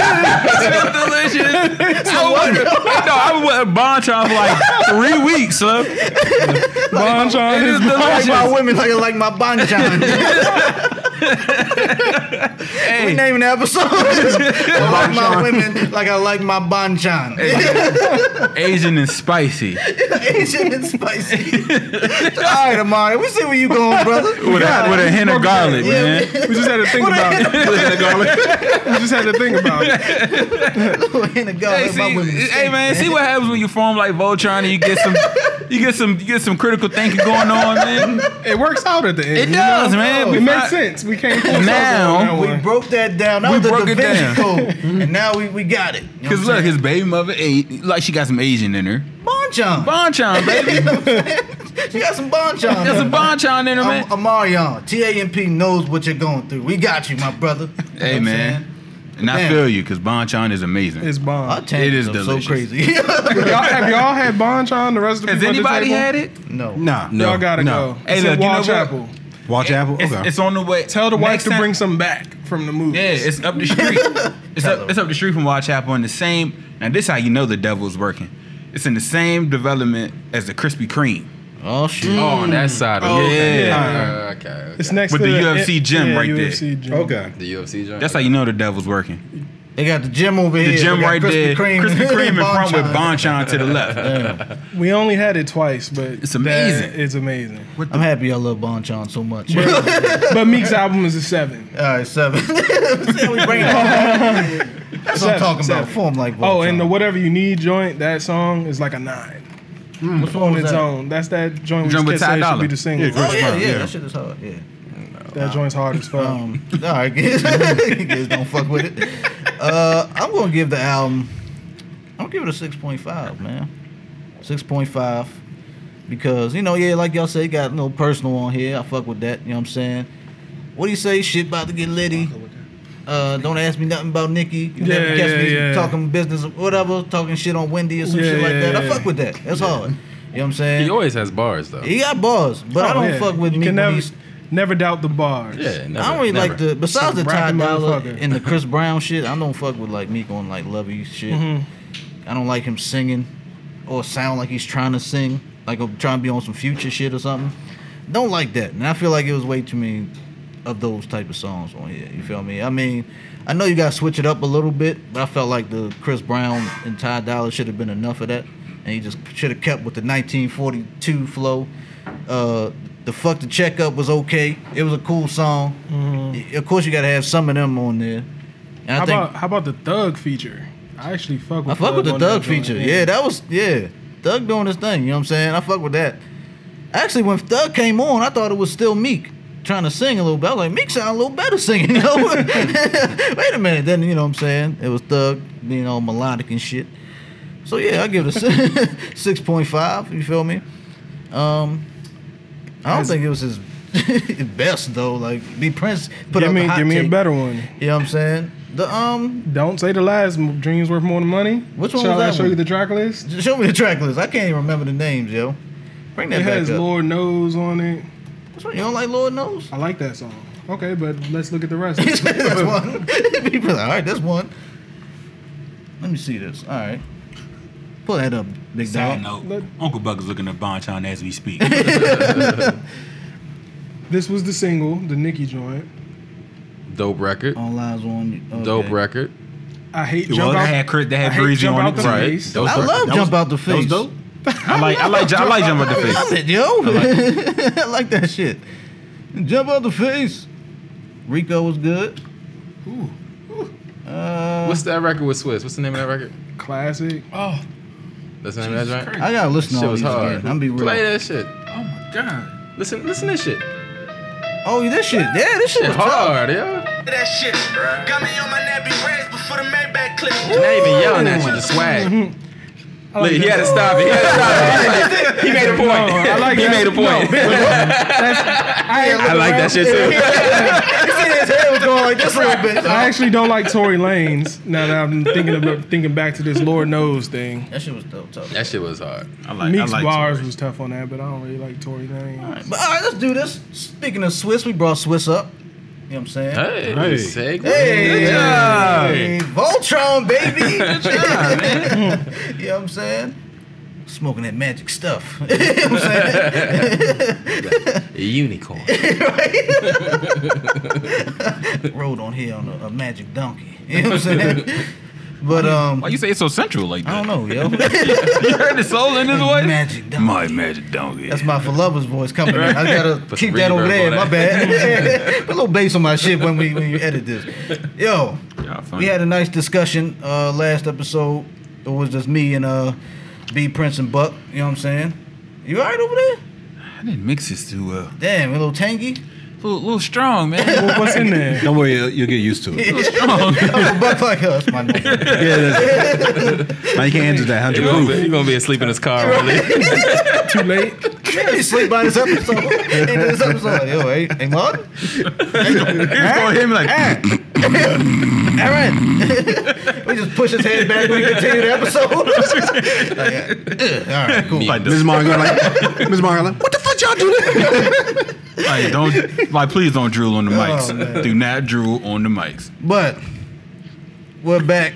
Speaker 5: It's delicious. I wonder. No, I was with Bonchon for like three weeks, son.
Speaker 2: banchan
Speaker 5: It is
Speaker 2: is
Speaker 6: Like my
Speaker 5: delicious.
Speaker 6: women like I like my banchan. We
Speaker 5: Hey,
Speaker 6: naming the episode. I like my women like I like my banchan.
Speaker 5: Asian and spicy.
Speaker 6: Asian and spicy. All right, Amari, we see where you going, brother.
Speaker 5: With a, with a hint of garlic,
Speaker 6: Yeah,
Speaker 5: man.
Speaker 2: We just had to think
Speaker 6: What
Speaker 2: about
Speaker 6: a-
Speaker 2: it. We just had to think about it.
Speaker 6: Hint of garlic,
Speaker 5: Hey,
Speaker 6: my women.
Speaker 5: see, hey man, see what happens when you form like Voltron and you get some, you get some, you get some critical thinking going on, man.
Speaker 2: It works out at the end.
Speaker 5: It
Speaker 2: you
Speaker 5: does,
Speaker 2: know?
Speaker 5: man. We
Speaker 2: It
Speaker 5: fi-
Speaker 2: makes sense. We can't force
Speaker 5: Now,
Speaker 2: ourselves on that
Speaker 6: We
Speaker 2: one.
Speaker 6: broke that down. That
Speaker 5: We
Speaker 6: was the
Speaker 5: broke
Speaker 6: Da
Speaker 5: it
Speaker 6: Vinci
Speaker 5: down. Mm-hmm.
Speaker 6: Code, and now we, we got it. You know
Speaker 5: Cause
Speaker 6: what
Speaker 5: look, his baby mother ate like she got some Asian in her.
Speaker 6: I'm saying? banchan.
Speaker 5: Bonchon, baby,
Speaker 6: You got some banchan.
Speaker 5: there's a bonchon in her,
Speaker 6: Am-
Speaker 5: man.
Speaker 6: Amarion, TAMP knows what you're going through. We got you, my brother. You know what
Speaker 5: Hey
Speaker 6: I'm
Speaker 5: man,
Speaker 6: saying?
Speaker 5: and I
Speaker 6: Damn.
Speaker 5: feel you, cause bonchon is amazing.
Speaker 2: It's
Speaker 6: Our
Speaker 2: bomb.
Speaker 5: It is
Speaker 6: tangents are
Speaker 5: delicious.
Speaker 6: so crazy.
Speaker 2: y'all, have y'all had banchan? The rest of the
Speaker 5: Has
Speaker 2: people
Speaker 5: anybody had
Speaker 2: at
Speaker 5: it?
Speaker 6: no.
Speaker 2: the
Speaker 4: Nah.
Speaker 2: table?
Speaker 3: No,
Speaker 2: y'all gotta
Speaker 4: no.
Speaker 2: go.
Speaker 5: Hey,
Speaker 2: it's
Speaker 5: look,
Speaker 2: at
Speaker 5: you
Speaker 2: Wall
Speaker 5: know what?
Speaker 2: Chapel.
Speaker 4: Watch Apple.
Speaker 5: It's,
Speaker 4: Okay.
Speaker 5: it's on the way.
Speaker 2: Tell the wife
Speaker 5: Next
Speaker 2: to
Speaker 5: time-
Speaker 2: bring some back from the movies.
Speaker 5: Yeah, it's up the street. it's up. It's up the street from Watch Chapel. And the same. Now this how you know the devil's working. It's in the same development as the Krispy Kreme.
Speaker 6: Oh shit.
Speaker 3: Oh, on that side of
Speaker 5: Oh,
Speaker 3: it.
Speaker 5: okay.
Speaker 2: Yeah.
Speaker 3: Okay, okay.
Speaker 2: It's next
Speaker 5: With
Speaker 2: to
Speaker 5: the
Speaker 2: the
Speaker 5: UFC gym
Speaker 2: yeah,
Speaker 5: right there.
Speaker 2: UFC Gym.
Speaker 4: Okay.
Speaker 3: The UFC joint.
Speaker 5: That's how you know the devil's working.
Speaker 6: They got the gym over here.
Speaker 5: the gym
Speaker 6: They got
Speaker 5: right there.
Speaker 6: Krispy Kreme,
Speaker 5: Krispy Kreme in front with
Speaker 6: banchan.
Speaker 5: Bonchon to the left.
Speaker 2: We only had it twice, but
Speaker 5: It's amazing.
Speaker 2: that is amazing.
Speaker 6: I'm happy I love Bonchon so much. All
Speaker 2: but Meek's album is a seven.
Speaker 6: right, seven. See how we bring it back. That's what I'm
Speaker 2: Seven,
Speaker 6: talking about.
Speaker 2: seven.
Speaker 6: Form like Bonchon.
Speaker 2: Oh, and the whatever you need joint, that song is like a nine
Speaker 6: what's wrong
Speaker 2: on
Speaker 6: with
Speaker 2: its
Speaker 6: that?
Speaker 2: own. That's that joint we
Speaker 5: Joint
Speaker 2: just kept
Speaker 5: with Ty
Speaker 2: saying should
Speaker 5: Dolla.
Speaker 2: be the single.
Speaker 4: Yeah,
Speaker 6: Oh yeah, yeah,
Speaker 4: Yeah.
Speaker 6: That shit is hard. Yeah.
Speaker 2: that joint's hard as fuck.
Speaker 6: Um, all right, kids. kids don't fuck with it. Uh, I'm gonna give the album. I'm gonna give it a six point five, man. Six point five, because you know, yeah, like y'all say, it got a little personal on here. I fuck with that. You know what I'm saying? What do you say? Shit about to get litty. Uh, don't ask me nothing about Nikki. You never
Speaker 2: Yeah,
Speaker 6: catch
Speaker 2: yeah,
Speaker 6: me
Speaker 2: yeah.
Speaker 6: talking business or whatever, talking shit on Wendy or some
Speaker 2: Yeah,
Speaker 6: shit like
Speaker 2: yeah,
Speaker 6: that. I
Speaker 2: yeah.
Speaker 6: fuck with that. That's hard. You know what I'm saying?
Speaker 3: He always has bars though.
Speaker 6: He got bars, but I
Speaker 2: Oh,
Speaker 6: don't
Speaker 2: yeah.
Speaker 6: fuck with
Speaker 2: you
Speaker 6: me.
Speaker 2: Can
Speaker 6: when
Speaker 2: never,
Speaker 6: he's-
Speaker 2: never doubt the bars.
Speaker 3: yeah, never,
Speaker 6: I don't really
Speaker 3: never.
Speaker 6: like the besides the
Speaker 2: Some
Speaker 6: Ty
Speaker 2: rapping
Speaker 6: Dolla
Speaker 2: motherfucker.
Speaker 3: Mm-hmm.
Speaker 6: and the Chris Brown shit. I don't fuck with like Meek on like Lovey shit. I don't like him singing or sound like he's trying to sing, like I'm trying to be on some future shit or something. Don't like that. And I feel like it was way too many of those type of songs on here. You feel me? I mean, I know you gotta switch it up a little bit, but I felt like the Chris Brown and Ty Dolla should have been enough of that. And he just should have kept with the 1942 flow. Uh, the fuck the checkup was okay. It was a cool song. Of course, you gotta have some of them on there. And
Speaker 2: Mm-hmm.
Speaker 6: I
Speaker 2: How
Speaker 6: think
Speaker 2: about how about the thug feature? I actually fuck with
Speaker 6: I fuck with the
Speaker 2: on that
Speaker 6: Doug
Speaker 2: joint.
Speaker 6: feature. Yeah, that was yeah. Doug doing his thing, you know what I'm saying? I fuck with that. Actually, when Doug came on, I thought it was still Meek trying to sing a little bit. I was like, Meek sound a little better singing. You know? Wait a minute. Then, you know what I'm saying? It was Doug being all melodic and shit. So, yeah, I give it a 6.5. You feel me? Um, I don't think it was his best, though. Like, be Prince put
Speaker 2: give
Speaker 6: up
Speaker 2: me
Speaker 6: a hot
Speaker 2: give me a
Speaker 6: take.
Speaker 2: better one.
Speaker 6: You know what I'm saying? The um,
Speaker 2: Don't say the lies. m- Dreams worth more than money.
Speaker 6: Which one
Speaker 2: Shall
Speaker 6: was
Speaker 2: I
Speaker 6: that
Speaker 2: show
Speaker 6: one?
Speaker 2: you the track list?
Speaker 6: Show me the track list. I can't even remember the names, yo. Bring that
Speaker 2: It
Speaker 6: back
Speaker 2: has
Speaker 6: up.
Speaker 2: Lord knows on it.
Speaker 6: That's right, You don't like Lord knows?
Speaker 2: I like that song. Okay, but let's look at the rest. of it.
Speaker 6: that's one. People are like, all right, that's one. Let me see this. All right. Pull that up, big
Speaker 7: Side
Speaker 6: dog.
Speaker 7: note,
Speaker 2: Look.
Speaker 7: Uncle Buck is looking at Bonchon as we speak.
Speaker 2: This was the single, the Nicki joint.
Speaker 3: Dope record.
Speaker 6: All eyes on you. Oh, Okay.
Speaker 3: Dope record.
Speaker 2: I hate
Speaker 7: It
Speaker 2: jump
Speaker 7: was-
Speaker 2: out.
Speaker 7: that had Chris- that had
Speaker 2: I hate
Speaker 7: Breezy
Speaker 2: Jump
Speaker 7: on
Speaker 2: Out
Speaker 7: it.
Speaker 2: the
Speaker 3: Right.
Speaker 2: Face.
Speaker 3: Dope
Speaker 6: I
Speaker 3: record.
Speaker 6: love
Speaker 7: That
Speaker 6: Jump
Speaker 7: was-
Speaker 6: Out the
Speaker 7: that
Speaker 6: Face.
Speaker 7: was dope. I like I like I like jump out the
Speaker 6: I
Speaker 7: face.
Speaker 6: love it, yo. I like that shit. Jump Out the Face. Rico was good. Ooh. Uh,
Speaker 3: What's that record with Swiss? What's the name of that record?
Speaker 2: Classic.
Speaker 7: Oh,
Speaker 3: That's the name of that joint.
Speaker 6: I gotta listen to
Speaker 3: Shit
Speaker 6: all
Speaker 3: was
Speaker 6: these
Speaker 3: hard.
Speaker 6: again. I'm gonna be real.
Speaker 3: Play that shit.
Speaker 7: oh my god.
Speaker 3: Listen, listen to this shit.
Speaker 6: Oh, this shit. Yeah, this shit
Speaker 3: It's
Speaker 6: was hard.
Speaker 3: hard, yeah.
Speaker 8: That shit got me on my nappy rags before the Maybach clip.
Speaker 3: Not even yelling at you, the swag.
Speaker 2: I like
Speaker 3: Look, he
Speaker 2: that.
Speaker 3: had to stop it. He had to stop it. He made a point.
Speaker 2: I like
Speaker 3: he
Speaker 2: that.
Speaker 3: made a point. I like that shit too.
Speaker 6: his head was going like this little bit.
Speaker 2: I actually don't like Tory Lanez. Now that I'm thinking about thinking back to this Lord knows thing.
Speaker 6: That shit was dope, tough.
Speaker 3: That shit was hard.
Speaker 4: I like, I
Speaker 2: Meek's
Speaker 4: like
Speaker 2: bars
Speaker 4: Tory.
Speaker 2: was tough on that, but I don't really like Tory Lanez.
Speaker 6: But all right, let's do this. Speaking of Swiss, we brought Swiss up. You know what I'm saying?
Speaker 3: Hey, segue.
Speaker 6: Hey,
Speaker 3: Good job.
Speaker 6: hey, Voltron, baby. you know what I'm saying? Smoking that magic stuff. you know what I'm saying?
Speaker 3: Unicorn.
Speaker 6: Rode on here on a, a magic donkey. You know what I'm saying? But um,
Speaker 5: Why you say it's so central like
Speaker 6: I
Speaker 5: that?
Speaker 6: don't know, yo.
Speaker 5: You heard the soul in this way?
Speaker 6: magic donkey.
Speaker 5: My magic donkey.
Speaker 6: That's my for lovers voice coming in. I gotta
Speaker 3: Put some
Speaker 6: keep that over
Speaker 3: reverb
Speaker 6: there.
Speaker 3: on
Speaker 6: My
Speaker 3: that.
Speaker 6: bad. Put a little bass on my shit when we when you edit this. Yo,
Speaker 5: Y'all funny.
Speaker 6: we had a nice discussion uh, last episode. It was just me and uh, B Prince and Buck. You know what I'm saying? You alright over there?
Speaker 5: I didn't mix this too well.
Speaker 6: Damn, a little tangy.
Speaker 5: A little, little strong, man.
Speaker 2: Well, what's in there?
Speaker 4: Don't worry, you'll, you'll get used to it.
Speaker 6: Oh, Buck like us, my nigga.
Speaker 4: yeah, that's, man, you can't answer that
Speaker 3: He
Speaker 4: hundred
Speaker 3: gonna, be,
Speaker 4: proof.
Speaker 3: he gonna be asleep in his car. Really.
Speaker 2: Too late.
Speaker 6: He sleep by this episode. End of this episode. Yo, hey, hey, Martin.
Speaker 5: Gonna hit me like,
Speaker 6: Aaron. we just push his head back and we continue the episode. Like, uh, all right, cool.
Speaker 5: like,
Speaker 4: Ms. Margo, like, Ms. Margo, like, what the fuck y'all do? That?
Speaker 5: like, don't, like, please don't drool on the mics.
Speaker 6: Oh, man.
Speaker 5: Do not drool on the mics.
Speaker 6: But we're back.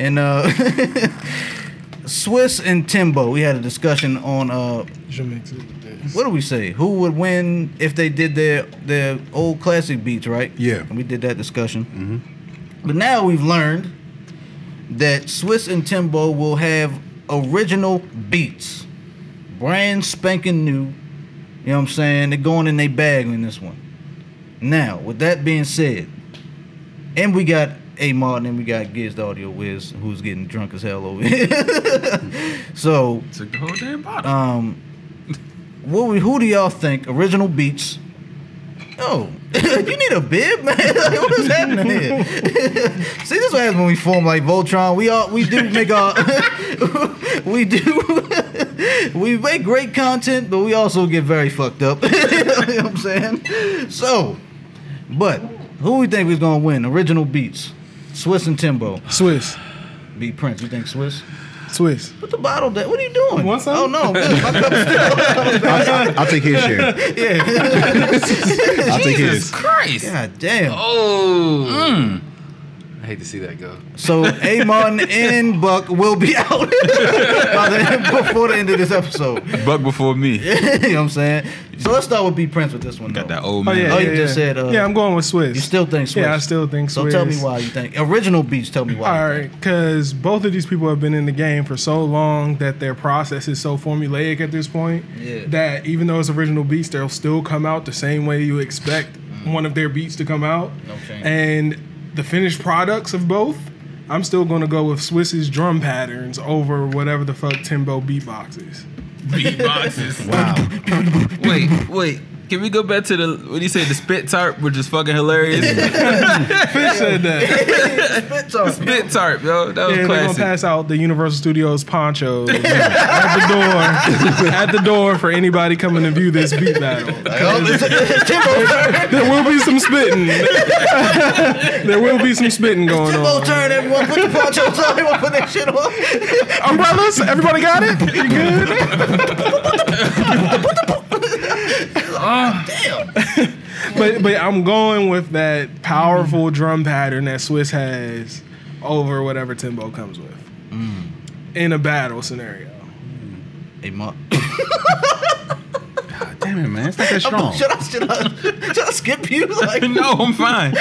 Speaker 6: And uh Swiss and Timbo, we had a discussion on uh what do we say? Who would win if they did their their old classic beats, right?
Speaker 4: Yeah.
Speaker 6: And we did that discussion. But now we've learned that Swiss and Timbo will have original beats. Brand spanking new. You know what I'm saying? They're going in their bag in this one. Now, with that being said, and we got A Martin and we got Giz the Audio Wiz, who's getting drunk as hell over here. so
Speaker 5: Took the whole damn bottle.
Speaker 6: um, what we, who do y'all think? Original beats. Oh, you need a bib, man. Like, what is happening here? See, this is what happens when we form like Voltron. We all we do make our we do we make great content, but we also get very fucked up. you know what I'm saying? So, but who we think is gonna win? Original beats. Swiss and Timbo.
Speaker 2: Swiss.
Speaker 6: Beat Prince. You think Swiss?
Speaker 2: Swiss.
Speaker 6: Put the bottle down. What are you doing?
Speaker 2: Want some?
Speaker 6: Oh no, my cup's
Speaker 4: I'll, I'll take his share. I'll take his.
Speaker 5: Jesus Christ.
Speaker 2: Mm.
Speaker 6: God damn.
Speaker 3: Oh. hate to see that go.
Speaker 6: So Amon and Buck will be out by the, before the end of this episode.
Speaker 5: Buck before me.
Speaker 6: you know what I'm saying? So let's start with B Prince with this one.
Speaker 5: Got
Speaker 6: though.
Speaker 5: that old
Speaker 2: Oh
Speaker 5: man.
Speaker 2: yeah,
Speaker 6: Oh,
Speaker 2: yeah,
Speaker 6: you just
Speaker 2: yeah.
Speaker 6: said, uh,
Speaker 2: yeah, I'm going with Swiss.
Speaker 6: You still think Swiss?
Speaker 2: Yeah, I still think
Speaker 6: So tell me
Speaker 2: Swiss.
Speaker 6: why you think original beats. Tell me why.
Speaker 2: All right, because both of these people have been in the game for so long that their process is so formulaic at this point
Speaker 6: Yeah.
Speaker 2: that even though it's original beats, they'll still come out the same way you expect one of their beats to come out.
Speaker 6: Mm. No change.
Speaker 2: and the finished products of both, I'm still gonna go with Swiss's drum patterns over whatever the fuck Timbo beatbox is.
Speaker 5: Beatboxes.
Speaker 4: Wow.
Speaker 5: wait, wait. Can we go back to the what do you say? The spit tarp, which is fucking hilarious.
Speaker 2: Fish said that.
Speaker 6: Spit talk.
Speaker 5: spit tarp, yo. That was
Speaker 2: Yeah, they're gonna
Speaker 5: classic.
Speaker 2: pass out the Universal Studios ponchos at the door, at the door for anybody coming to view this beat battle.
Speaker 6: Oh, it's, it's Timbo's turn.
Speaker 2: There will be some spitting. there will be some spitting going
Speaker 6: Timbo's
Speaker 2: on.
Speaker 6: turn. Everyone put the ponchos on. Everyone put that shit on.
Speaker 2: Umbrellas, everybody got it. You good?
Speaker 6: Damn.
Speaker 2: But but I'm going with that powerful drum pattern that Swiss has over whatever Timbo comes with in a battle scenario.
Speaker 6: Amon.
Speaker 4: Damn it, man. It's not that strong.
Speaker 6: Should I, should I, should I skip you? Like,
Speaker 5: no, I'm fine.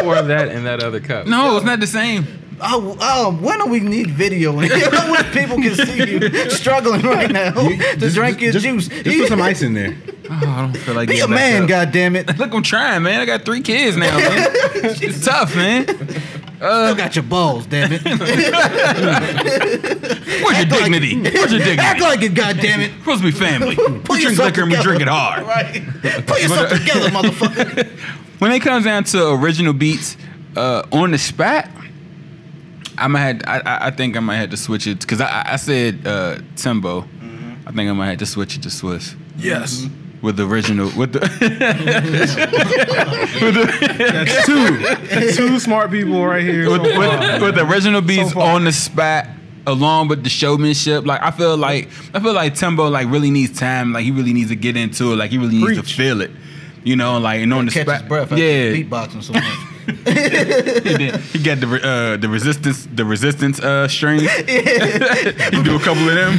Speaker 3: Pour that in that other cup.
Speaker 5: No, it's not the same.
Speaker 6: Oh, oh, when do we need video in here? when people can see you struggling right now to drink your
Speaker 4: just,
Speaker 6: juice?
Speaker 4: Just put some ice in there.
Speaker 5: Oh, I don't feel like
Speaker 6: Be a
Speaker 5: getting back
Speaker 6: man,
Speaker 5: up.
Speaker 6: goddammit.
Speaker 5: Look, I'm trying, man. I got three kids now, man. it's tough, man.
Speaker 6: Still got your balls, damn it.
Speaker 5: Where's your dignity? Where's your
Speaker 6: Act
Speaker 5: dignity?
Speaker 6: like it, goddammit.
Speaker 5: supposed to be family.
Speaker 6: Pull
Speaker 5: we drink
Speaker 6: yourself
Speaker 5: liquor and we
Speaker 6: together.
Speaker 5: drink it hard.
Speaker 6: Right. Put yourself together, motherfucker.
Speaker 5: When it comes down to original beats uh, on the spot, I might had I- I, I think I might have to switch it because I, I- I said uh, Timbo.
Speaker 6: Mm-hmm.
Speaker 5: I think I might have to switch it to Swiss
Speaker 2: Yes,
Speaker 5: with the original with the
Speaker 2: that's two. That's two smart people right here.
Speaker 5: with,
Speaker 2: so far.
Speaker 5: with, with the original beats
Speaker 2: far.
Speaker 5: on the spot along with the showmanship like i feel like i feel like timbo like really needs time like he really needs to get into it like he really needs
Speaker 2: Preach.
Speaker 5: to feel it you know like and on the
Speaker 6: Catch his
Speaker 5: spot
Speaker 6: breath.
Speaker 5: yeah
Speaker 6: Yeah. Beatboxing so much.
Speaker 5: he got the re- uh the resistance the resistance uh strings you do a couple of them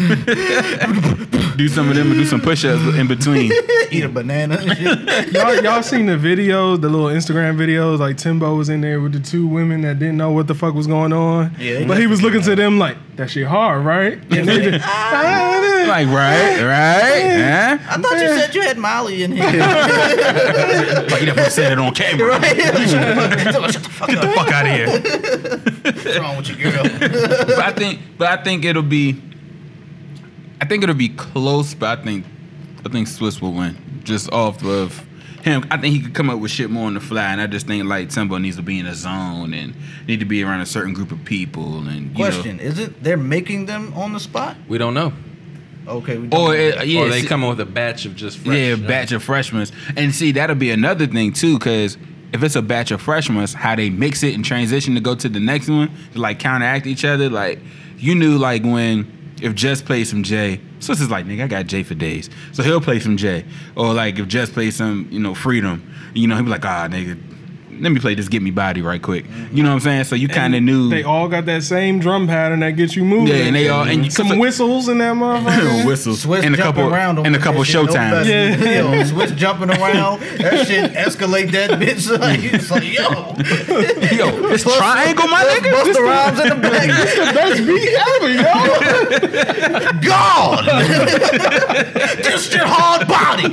Speaker 5: do some of them and do some push-ups in between
Speaker 6: Eat a banana and shit.
Speaker 2: y'all, y'all seen the video, the little Instagram videos? Like Timbo was in there with the two women that didn't know what the fuck was going on.
Speaker 6: Yeah, they
Speaker 2: but he was looking to them like that shit hard, right? And they just,
Speaker 5: like right right huh?
Speaker 6: I thought you said you had Molly in here.
Speaker 5: like you never said it on camera
Speaker 6: right? Shut the fuck up.
Speaker 5: fuck out of here
Speaker 6: What's wrong with your girl?
Speaker 5: but I think, but I think it'll be, I think it'll be close. But I think, I think Swiss will win just off of him. I think he could come up with shit more on the fly, and I just think like Timbo needs to be in a zone and need to be around a certain group of people. And you
Speaker 6: Question:
Speaker 5: know,
Speaker 6: Is it they're making them on the spot?
Speaker 3: We don't know.
Speaker 6: Okay. We
Speaker 5: or
Speaker 6: don't-
Speaker 5: Oh, it, yeah,
Speaker 3: or they
Speaker 5: see-
Speaker 3: come up with a batch of just fresh. uh,
Speaker 5: yeah,
Speaker 3: huh?
Speaker 5: batch of freshmen. And see, that'll be another thing too, because if it's a batch of freshmen, how they mix it and transition to go to the next one to like counteract each other. Like you knew, like when if Jess played some J, Swiss is like, nigga, I got J for days, so he'll play some J. Or like if Jess plays some, you know, Freedom, you know, he'll be like, ah, nigga. Let me play this "Get Me Body" right quick. You know what I'm saying? So you kind of knew.
Speaker 2: they all got that same drum pattern that gets you moving.
Speaker 5: Yeah, and they all- and you-
Speaker 2: some whistles in that motherfucker.
Speaker 5: whistles
Speaker 6: Swiss
Speaker 5: and a
Speaker 6: jumping
Speaker 5: couple
Speaker 6: around on
Speaker 5: and a
Speaker 6: that
Speaker 5: couple
Speaker 6: shit, no
Speaker 5: showtimes.
Speaker 6: better.
Speaker 2: Yeah.
Speaker 6: Yo, Swiss jumping around. That shit escalate that bitch. Like, it's like, yo.
Speaker 5: Yo, it's triangle, my nigga.
Speaker 6: Busta Rhymes in the back.
Speaker 2: That's beat ever, yo.
Speaker 6: God. this your hard body.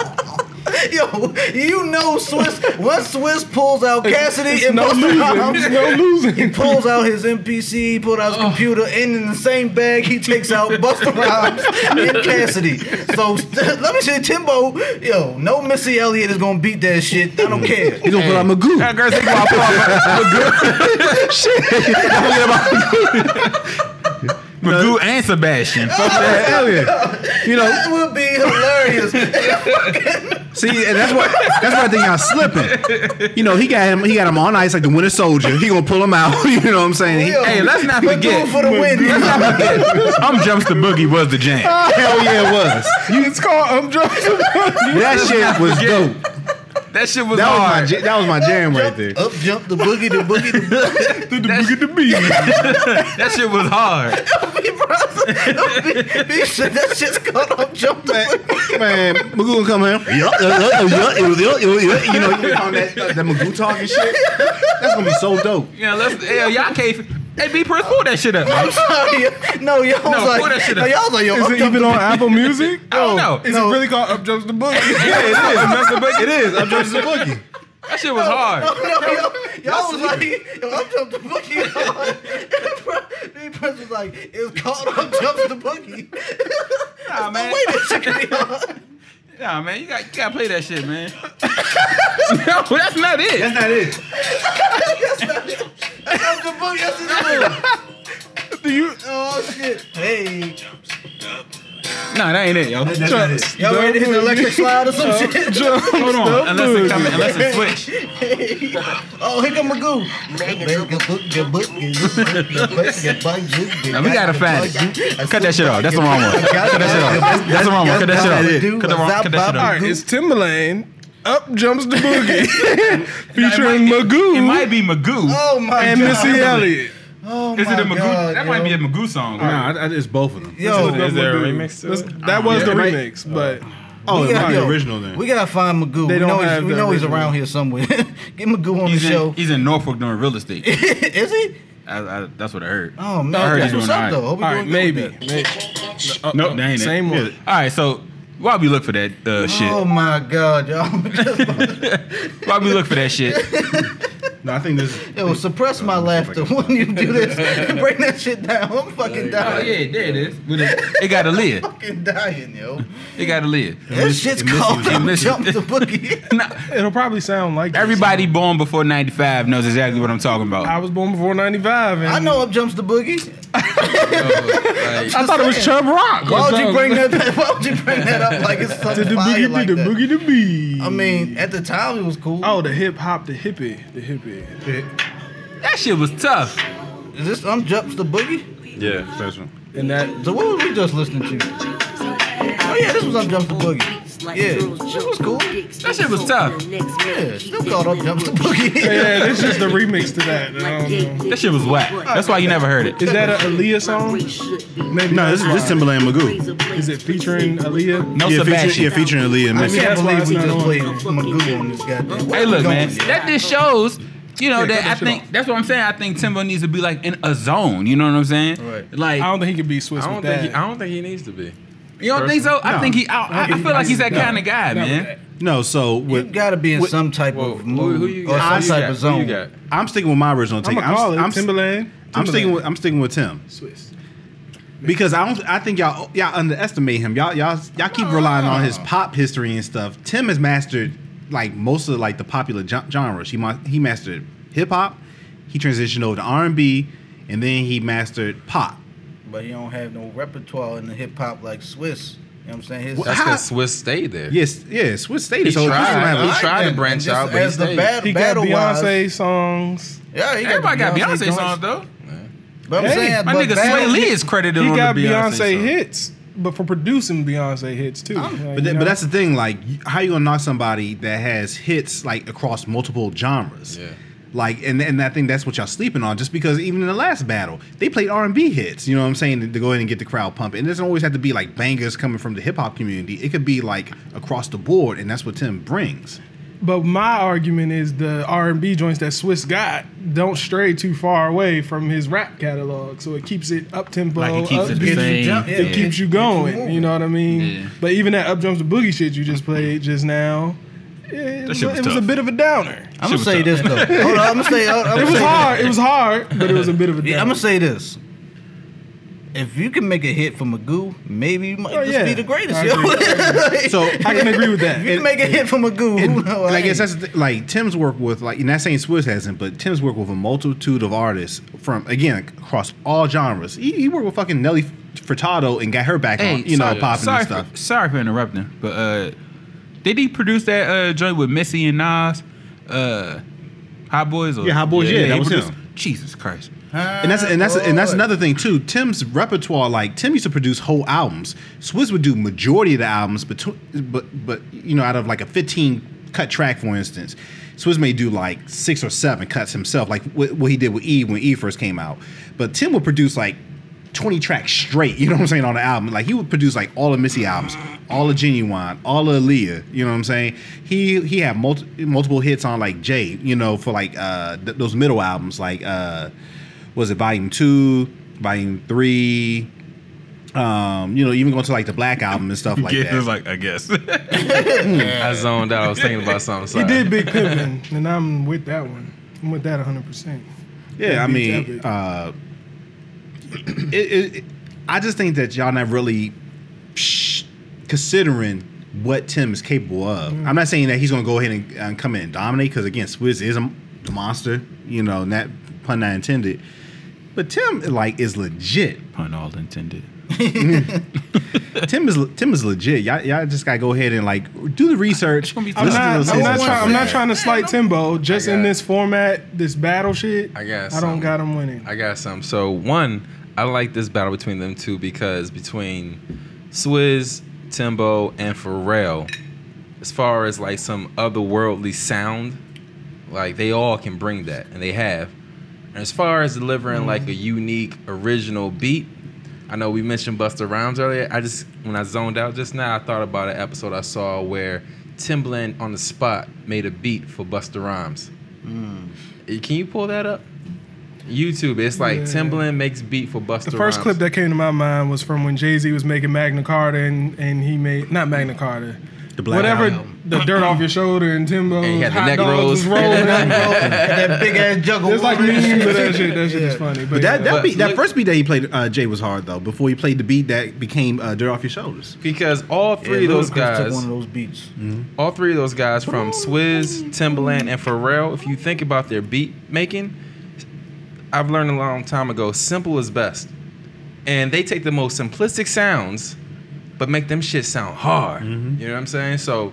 Speaker 6: Yo, you know Swiss. Once Swiss pulls out Cassidy and
Speaker 2: No
Speaker 6: Busta Rhymes,
Speaker 2: losing, no
Speaker 6: He
Speaker 2: losing.
Speaker 6: pulls out his MPC, he pulled out his computer, and in the same bag he takes out Buster Rhymes and Cassidy. So let me say, Timbo, yo, no Missy Elliott is gonna beat that shit. I don't care.
Speaker 4: He's gonna put out Magoo.
Speaker 5: That girl think about Paul Magoo. Shit. Magoo and Sebastian. Fuck that.
Speaker 4: You know,
Speaker 6: That would be hilarious.
Speaker 4: see, and that's why that's why I think y'all slipping. You know, he got him he got him on ice like the winter soldier. He gonna pull him out. You know what I'm saying? He-
Speaker 6: Yo,
Speaker 5: Hey, let's not
Speaker 6: you
Speaker 5: forget.
Speaker 6: Do it for the win.
Speaker 5: Let's not forget. I'm Jumps the Boogie was the jam.
Speaker 4: hell yeah, it was. um,
Speaker 2: it's called I'm drunk.
Speaker 4: That shit was dope.
Speaker 5: That shit was
Speaker 4: That was my
Speaker 5: hard.
Speaker 4: ja- that was my jam right there.
Speaker 6: Up jump the boogie, the boogie, the boogie.
Speaker 5: that shit was hard.
Speaker 6: He said that shit's called up jump the boogie.
Speaker 4: Man, Magoo gonna come here. Yup,
Speaker 6: Oh,
Speaker 4: yup, yup, yup, yup, yup, yup. You know, you be on that, that Magoo talking shit. That's gonna be so dope.
Speaker 5: Yeah, let's. Yeah, y'all can't. Hey, B, Prince, pull that shit up.
Speaker 6: I'm sorry. No,
Speaker 5: No,
Speaker 6: y'all was
Speaker 5: pull that
Speaker 6: like,
Speaker 5: shit
Speaker 6: no,
Speaker 5: up.
Speaker 6: y'all was like, yo,
Speaker 2: Is
Speaker 6: up
Speaker 2: it
Speaker 6: jump
Speaker 2: even
Speaker 6: the
Speaker 2: on Apple Music?
Speaker 5: I don't know.
Speaker 2: Is it really called Up Jumps the Book?
Speaker 4: It is. I'm just a boogie.
Speaker 5: That shit was hard.
Speaker 6: No, yo, y'all was like, yo, up jump the boogie. The press was like, it's called up jump the boogie.
Speaker 5: Nah, man.
Speaker 6: Wait a second, y'all.
Speaker 5: Nah, man. You got you gotta play that shit, man. no, that's not it.
Speaker 4: That's not it.
Speaker 6: Jump the boogie, that's his move.
Speaker 2: Do you?
Speaker 6: Oh shit. Hey,
Speaker 5: Nah, that ain't it, yo.
Speaker 4: That's not it.
Speaker 6: y'all ready to hit an electric slide or some shit?
Speaker 5: Hold on. Unless it come, unless it switch.
Speaker 6: Oh, here come Magoo.
Speaker 5: Now, we gotta find it. Cut that shit off. That's the wrong one. Cut that shit off. That's the wrong one. Cut that shit off. Cut, the wrong, cut that shit
Speaker 2: All
Speaker 5: off.
Speaker 2: right, it's Timberland. Up jumps the boogie, featuring
Speaker 5: It might be- It might
Speaker 2: Magoo
Speaker 5: be Magoo.
Speaker 6: Oh my
Speaker 2: and
Speaker 6: god.
Speaker 2: Missy Elliott.
Speaker 6: Oh
Speaker 5: Is it
Speaker 6: my
Speaker 5: a Magoo?
Speaker 6: God,
Speaker 5: that
Speaker 6: yo.
Speaker 5: might be a Magoo song.
Speaker 4: Nah, I- I- it's both of them.
Speaker 6: Yo,
Speaker 2: Is
Speaker 7: there a remix to
Speaker 2: This-
Speaker 7: it?
Speaker 2: That was
Speaker 4: Yeah,
Speaker 2: the
Speaker 4: it might-
Speaker 2: remix, but
Speaker 4: Oh, it's
Speaker 6: Yeah,
Speaker 4: not
Speaker 6: yo,
Speaker 4: the original then.
Speaker 6: We gotta find Magoo.
Speaker 2: They
Speaker 6: we
Speaker 2: don't
Speaker 6: know, he's,
Speaker 2: have
Speaker 6: we
Speaker 2: the
Speaker 6: know he's
Speaker 2: original.
Speaker 6: around here somewhere. Get Magoo on
Speaker 5: He's
Speaker 6: the
Speaker 5: in,
Speaker 6: show.
Speaker 5: he's in Norfolk doing real estate.
Speaker 6: Is he?
Speaker 5: I, I, that's what I heard. All
Speaker 6: Oh man,
Speaker 5: heard
Speaker 6: that's
Speaker 5: he's
Speaker 6: what's
Speaker 5: doing
Speaker 6: up
Speaker 5: all
Speaker 6: though. Hope
Speaker 2: all
Speaker 6: he
Speaker 2: right,
Speaker 6: doing good
Speaker 2: maybe.
Speaker 6: with that.
Speaker 2: maybe. Uh,
Speaker 5: Nope,
Speaker 2: uh,
Speaker 5: Oh, that ain't it.
Speaker 2: Same one.
Speaker 5: right, so why we look for that uh, shit?
Speaker 6: Oh my god, y'all.
Speaker 5: Why we look for that shit?
Speaker 4: No, I think this.
Speaker 6: Yo, suppress my laughter when you do this. Bring that shit down. I'm fucking dying.
Speaker 5: Oh, there it is. With a- It got to live.
Speaker 6: Fucking dying, yo.
Speaker 5: It got to live.
Speaker 6: That shit's called
Speaker 5: it
Speaker 6: Don't
Speaker 5: misses.
Speaker 6: Jump the Boogie.
Speaker 2: It'll probably sound like this.
Speaker 5: Everybody born before '95 knows exactly what I'm talking about.
Speaker 2: I was born before '95, and
Speaker 6: I know up jumps the boogie.
Speaker 5: Oh,
Speaker 2: I thought it was Chub Rock.
Speaker 6: Why would you bring that? Why would you bring that up like it's
Speaker 2: to
Speaker 6: something
Speaker 2: the
Speaker 6: fire
Speaker 2: boogie
Speaker 6: like
Speaker 2: to the
Speaker 6: that?
Speaker 2: boogie to be?
Speaker 6: I mean, at the time it was cool.
Speaker 2: oh, the hip hop, the hippie, the hippie.
Speaker 5: that shit was tough.
Speaker 6: is this um jumps the boogie?
Speaker 4: Yeah, first one.
Speaker 2: And that
Speaker 6: So what were we just listening to? Oh yeah, this was up jumps the boogie. Yeah, this was cool.
Speaker 5: That shit was tough.
Speaker 6: Yeah, still called up jumps the boogie.
Speaker 2: yeah, this is the remix to that. I don't know.
Speaker 5: That shit was whack. That's why you never heard it.
Speaker 2: Is that a Aaliyah song? Maybe
Speaker 4: No, this is this Timberland Magoo.
Speaker 2: Is it featuring Aaliyah?
Speaker 5: No
Speaker 4: yeah, featuring, yeah,
Speaker 5: Sebastian.
Speaker 4: featuring Aaliyah and
Speaker 2: I
Speaker 4: Missy.
Speaker 2: mean,
Speaker 6: I
Speaker 2: that's
Speaker 6: can't
Speaker 2: why
Speaker 6: believe
Speaker 2: it's
Speaker 6: we
Speaker 2: not
Speaker 6: just
Speaker 2: on.
Speaker 6: played Magoo on this goddamn.
Speaker 5: Hey, look, man. That just shows, you know,
Speaker 2: Yeah, cut
Speaker 5: that I
Speaker 2: that shit
Speaker 5: think that's what I'm saying. I think Timbo needs to be like in a zone. You know what I'm saying?
Speaker 6: Right.
Speaker 5: Like,
Speaker 2: I don't think he could be Swiss
Speaker 3: I don't
Speaker 2: with
Speaker 3: think
Speaker 2: that.
Speaker 3: he, I don't think he needs to be.
Speaker 5: you don't think so? I think he. I, I, I feel like he's that
Speaker 2: No.
Speaker 5: kind of guy,
Speaker 2: Not with
Speaker 5: man.
Speaker 2: that.
Speaker 4: No, so
Speaker 6: You
Speaker 4: with,
Speaker 6: gotta be in some type
Speaker 3: Whoa,
Speaker 6: of
Speaker 3: who,
Speaker 6: mood
Speaker 3: who you
Speaker 6: or
Speaker 3: got?
Speaker 6: some
Speaker 3: Who you
Speaker 6: type
Speaker 3: got?
Speaker 6: of zone.
Speaker 3: Who you got?
Speaker 4: I'm sticking with my original
Speaker 2: I'm
Speaker 4: take.
Speaker 2: gonna call
Speaker 4: I'm,
Speaker 2: it
Speaker 4: I'm,
Speaker 2: Timberland.
Speaker 4: I'm sticking
Speaker 2: Timberland.
Speaker 4: with I'm sticking with Tim
Speaker 2: Swiss.
Speaker 4: because I don't I think y'all y'all underestimate him. Y'all y'all y'all keep relying on his pop history and stuff. Tim has mastered like most of like the popular gen- genres. He ma- he mastered hip hop. He transitioned over to R and B, and then he mastered pop.
Speaker 6: But he don't have no repertoire in the hip hop like Swiss. You know what I'm saying? His,
Speaker 4: Well,
Speaker 3: That's
Speaker 4: How-
Speaker 3: because Swiss stayed there.
Speaker 4: Yes, yes. What state
Speaker 3: He
Speaker 4: is so
Speaker 3: tried.
Speaker 4: I
Speaker 3: He tried to branch
Speaker 6: Just
Speaker 3: out, but he
Speaker 6: as the
Speaker 3: stayed.
Speaker 6: bad-
Speaker 2: He got
Speaker 6: battle wise-
Speaker 2: Beyonce songs.
Speaker 6: Yeah, he
Speaker 5: Everybody got
Speaker 6: the
Speaker 5: Beyonce
Speaker 6: joints.
Speaker 5: songs though.
Speaker 6: But I'm
Speaker 2: Hey,
Speaker 6: saying,
Speaker 5: My
Speaker 6: but
Speaker 5: nigga
Speaker 6: battle-
Speaker 5: Sway Lee is credited
Speaker 2: He
Speaker 5: on
Speaker 2: got
Speaker 5: the
Speaker 2: Beyonce,
Speaker 5: Beyonce, song.
Speaker 2: hits, but for producing Beyonce hits too. Like,
Speaker 4: But,
Speaker 2: you
Speaker 4: th-
Speaker 2: know?
Speaker 4: but that's the thing. Like, y- how you gonna knock somebody that has hits like across multiple genres?
Speaker 3: Yeah.
Speaker 4: Like, and and I think that's what y'all sleeping on. Just because even in the last battle, they played R and B hits. You know what I'm saying? To, to go ahead and get the crowd pumping. It doesn't always have to be like bangers coming from the hip hop community. It could be like across the board, and that's what Tim brings.
Speaker 2: But my argument is the R and B joints that Swiss got don't stray too far away from his rap catalog, so it keeps it up tempo.
Speaker 5: Like it keeps it the
Speaker 6: Gets you
Speaker 5: same.
Speaker 6: jump- yeah,
Speaker 2: It keeps you going. you know what I mean?
Speaker 5: Yeah.
Speaker 2: But even that up jumps the boogie shit you just played just now, it, was,
Speaker 5: shit was
Speaker 2: it was a
Speaker 5: tough.
Speaker 2: bit of a downer.
Speaker 6: I'm gonna
Speaker 5: Shit
Speaker 6: say
Speaker 5: was
Speaker 6: this though. Hold on, I'm gonna say. I'm
Speaker 2: It
Speaker 6: gonna
Speaker 2: was
Speaker 6: say
Speaker 2: hard. It was hard, but it was a bit of a downer.
Speaker 6: Yeah, I'm gonna say this. If you can make a hit for Magoo, maybe you might
Speaker 2: Oh,
Speaker 6: just
Speaker 2: yeah.
Speaker 6: be the greatest.
Speaker 2: I
Speaker 6: Yo.
Speaker 2: agree.
Speaker 4: So
Speaker 2: I can agree with
Speaker 6: if you
Speaker 2: that.
Speaker 6: can make a hit for Magoo,
Speaker 4: And,
Speaker 6: who know,
Speaker 4: and I
Speaker 6: hey.
Speaker 4: guess that's the, thi- like Tim's work with like, and not saying Swiss hasn't, but Tim's work with a multitude of artists from again across all genres. He, he worked with fucking Nelly Furtado and got her back
Speaker 5: Oh,
Speaker 4: on, you know, popping
Speaker 5: sorry
Speaker 4: and stuff.
Speaker 5: For, sorry for interrupting, but uh, did he produce that uh, joint with Missy and Nas? Uh, Hot Boys? Or,
Speaker 4: Yeah, Hot Boys, yeah, that
Speaker 5: he
Speaker 4: was
Speaker 5: produced-
Speaker 4: him.
Speaker 5: Jesus Christ.
Speaker 4: and that's and that's and that's
Speaker 6: Lord.
Speaker 4: another thing too. Tim's repertoire, like Tim used to produce whole albums. Swiss would do majority of the albums, between, but but you know, out of like a 15, cut track, for instance, Swizz may do like six or seven cuts himself, like wh- what he did with E when E first came out. But Tim would produce like 20 tracks straight, you know what I'm saying, on the album. Like he would produce like all of Missy albums, all of Genuine, all of Leah, you know what I'm saying? He he had multi- multiple hits on like Jay, you know, for like uh th- those middle albums like uh was it volume 2, volume 3, um, you know, even going to like the Black album and stuff like
Speaker 5: yeah,
Speaker 4: that.
Speaker 5: it's like I guess.
Speaker 3: I zoned out. I was thinking about something.
Speaker 2: He
Speaker 3: Sorry.
Speaker 2: did Big Pimpin', and I'm with that one. I'm with that 100%.
Speaker 4: Yeah, I
Speaker 2: Beats
Speaker 4: mean,
Speaker 2: Epic.
Speaker 4: uh, it, it, it- I just think that y'all not really psh, considering what Tim is capable of. I'm not saying that he's going to go ahead and, and come in and dominate because again, Swizz is a m- the monster, you know, not pun not intended. But Tim like is legit.
Speaker 5: Pun all intended.
Speaker 4: Tim is Tim is legit. Y'all, y'all just gotta go ahead and like do the research. I'm
Speaker 2: I'm not, I'm, not
Speaker 6: one
Speaker 2: try, I'm not
Speaker 6: for that.
Speaker 2: trying to slight Timbo. Just
Speaker 3: I got-
Speaker 2: in this format, this battle shit,
Speaker 3: I got
Speaker 2: I don't
Speaker 3: some.
Speaker 2: got him winning.
Speaker 3: I got some. So one, I like this battle between them two because between Swizz, Timbo, and Pharrell, as far as like some otherworldly sound, like they all can bring that, and they have. And as far as delivering
Speaker 2: Mm-hmm.
Speaker 3: like a unique original beat, I know we mentioned Buster Rhymes earlier. I just when I zoned out just now, I thought about an episode I saw where Timbaland on the spot made a beat for Buster Rhymes.
Speaker 2: Mm.
Speaker 3: Eh, Can you pull that up? YouTube. It's like
Speaker 2: Yeah.
Speaker 3: Timbaland makes beat for Buster.
Speaker 2: The first
Speaker 3: Rhymes.
Speaker 2: clip that came to my mind was from when Jay Z was making Magna Carta, and, and he made not Magna Carta,
Speaker 4: The Black
Speaker 2: whatever
Speaker 4: Album.
Speaker 2: the dirt off your shoulder and Timbo
Speaker 3: And he had the
Speaker 2: hot
Speaker 3: neck
Speaker 2: dogs
Speaker 3: rolls.
Speaker 2: was rolling.
Speaker 6: that big ass juggle.
Speaker 2: There's like memes of that shit. That shit is funny. But,
Speaker 4: But that, that
Speaker 3: But
Speaker 4: beat, that
Speaker 3: look-
Speaker 4: first beat that he played, uh, Jay was hard though. Before he played the beat that became uh, "Dirt Off Your Shoulders,"
Speaker 3: because all three of those guys,
Speaker 6: took one of those beats.
Speaker 3: all three of those guys from Swizz, Timbaland, and Pharrell, if you think about their beat making, I've learned a long time ago, simple is best. And they take the most simplistic sounds, but make them shit sound hard. You know what I'm saying? So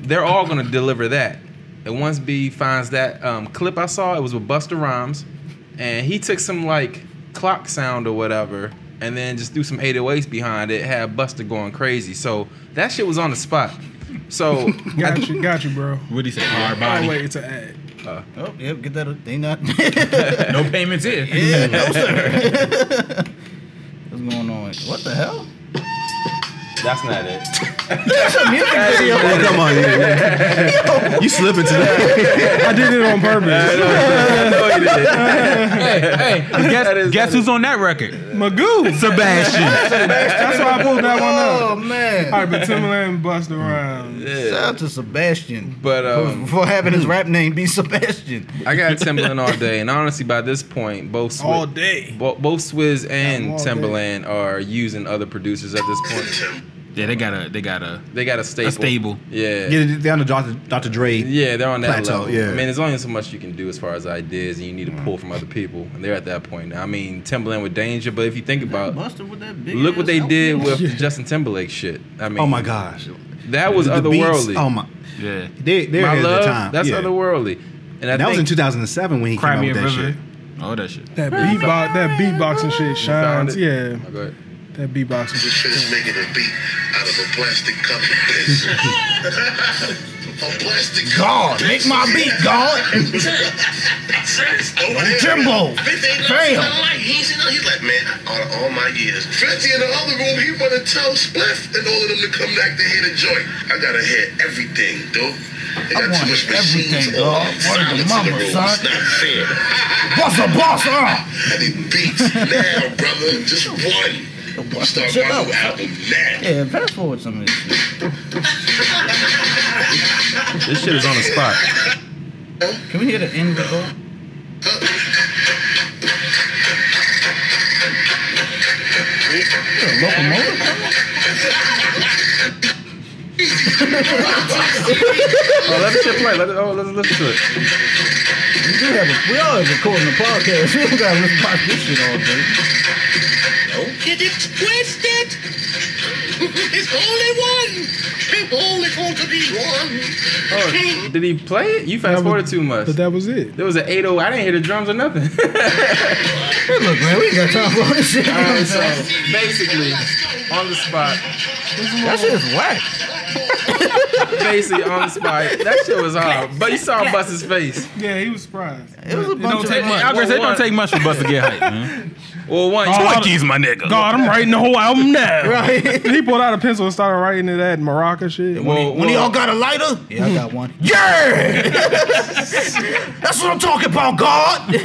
Speaker 3: they're all gonna deliver that. And once B finds that um, clip I saw, it was with Buster Rhymes, and he took some like clock sound or whatever, and then just threw some 808s behind it, had Buster going crazy. So that shit was on the spot. So I,
Speaker 2: got you, got you, bro.
Speaker 5: What do you say? Hard
Speaker 2: Oh
Speaker 5: body.
Speaker 2: wait, it's an ad.
Speaker 6: Oh, yep, get that. They not.
Speaker 5: no payments here.
Speaker 6: yeah, no sir. What's going on? What the hell?
Speaker 3: that's not it.
Speaker 6: That's a music video.
Speaker 4: Oh, come on, yeah, yeah. you slipping today.
Speaker 2: I did it on purpose.
Speaker 5: hey, hey, guess, guess who's on that record?
Speaker 2: Magoo.
Speaker 5: Sebastian.
Speaker 2: That's why I pulled that one
Speaker 6: Oh
Speaker 2: up.
Speaker 6: man!
Speaker 2: All right, but Timberland bust around.
Speaker 6: Shout out to Sebastian
Speaker 3: But um,
Speaker 6: for, for having his rap name be Sebastian.
Speaker 3: I got Timberland all day, and honestly, by this point, both Swi-
Speaker 2: All day.
Speaker 3: bo- both Swizz and
Speaker 2: all day.
Speaker 3: Timberland are using other producers at this point.
Speaker 5: yeah, they got a they got a
Speaker 3: They got a staple.
Speaker 5: stable.
Speaker 3: Yeah. yeah.
Speaker 4: Get it down to Dr. Dr. Dre.
Speaker 3: they're on that
Speaker 4: Plateau,
Speaker 3: level.
Speaker 4: yeah.
Speaker 3: I mean, there's only so much you can do as far as ideas, and you need to pull from other people, and they're at that point now. I mean, Timberland with Danger, but if you think about,
Speaker 6: Buster with that big.
Speaker 3: look
Speaker 6: ass
Speaker 3: what they
Speaker 6: outfit.
Speaker 3: did with Justin Timberlake shit. I mean,
Speaker 4: Oh my gosh,
Speaker 3: that was
Speaker 4: The beats,
Speaker 3: otherworldly.
Speaker 4: Oh my,
Speaker 5: yeah.
Speaker 4: they they
Speaker 3: my
Speaker 4: at
Speaker 3: love,
Speaker 4: the time.
Speaker 3: that's
Speaker 4: yeah.
Speaker 3: otherworldly. And I
Speaker 4: That
Speaker 3: think
Speaker 4: was in 2007 when he came out
Speaker 7: Crimea
Speaker 4: with that
Speaker 7: River.
Speaker 4: shit.
Speaker 5: All Oh, that shit.
Speaker 2: That beatbox, that beatboxing shit
Speaker 3: You found
Speaker 2: shines.
Speaker 3: it?
Speaker 2: Yeah,
Speaker 3: Oh, go ahead.
Speaker 2: that beatboxing shit.
Speaker 9: Just making a beat out of a plastic cup of piss. a plastic cup
Speaker 6: God, make my beat, God. Timbo, fam.
Speaker 9: He's like, man, out of all my years. Fenty in the other room, he wanna tell Spliff and all of them to come back to hit a joint. I gotta hear everything, dude. They
Speaker 6: I
Speaker 9: got
Speaker 6: want
Speaker 9: too much machines
Speaker 6: everything,
Speaker 9: on.
Speaker 6: dog. Word to
Speaker 9: Silence in
Speaker 6: mama,
Speaker 9: the room.
Speaker 6: son.
Speaker 9: It's not fair.
Speaker 6: Buster, Buster. uh.
Speaker 9: I need beats now, brother. Just one.
Speaker 6: Yo,
Speaker 9: Start
Speaker 6: shut
Speaker 9: my new
Speaker 6: up.
Speaker 9: album now.
Speaker 6: Yeah, fast forward some of this. shit.
Speaker 3: this shit is on the spot.
Speaker 6: Can we hear the end result? Is there a locomotive coming?
Speaker 3: Oh, let the shit play. Let it, oh, let's listen to it.
Speaker 6: We do have a, we always recording a podcast. We don't gotta listen to this shit all day.
Speaker 9: Get it twisted! it's only one! It's only going to be
Speaker 3: Oh,
Speaker 9: one!
Speaker 3: did he play it? You fast
Speaker 2: but-
Speaker 3: forwarded too much.
Speaker 2: But that was it.
Speaker 3: There was an 8 I didn't hear the drums or nothing.
Speaker 6: Hey, look, man, we ain't got time for all this shit.
Speaker 3: Alright, so basically, on the spot.
Speaker 6: that shit is whack.
Speaker 3: Basically, on the spot. That shit was hard. But you saw Buster's face.
Speaker 2: Yeah, he was surprised.
Speaker 6: It was a bunch
Speaker 3: take
Speaker 6: of
Speaker 3: much.
Speaker 5: I guess it
Speaker 3: Well, one-
Speaker 5: don't take much for Buster to get hype, man.
Speaker 3: Well, one, you
Speaker 2: God,
Speaker 5: Twinkies, my nigga.
Speaker 2: God, I'm writing the whole album now. he pulled out a pencil and started writing it at Morocco shit.
Speaker 3: well,
Speaker 6: When
Speaker 3: well,
Speaker 6: y'all got a lighter? Yeah, I got one. Yeah! That's what I'm talking about, God!
Speaker 3: you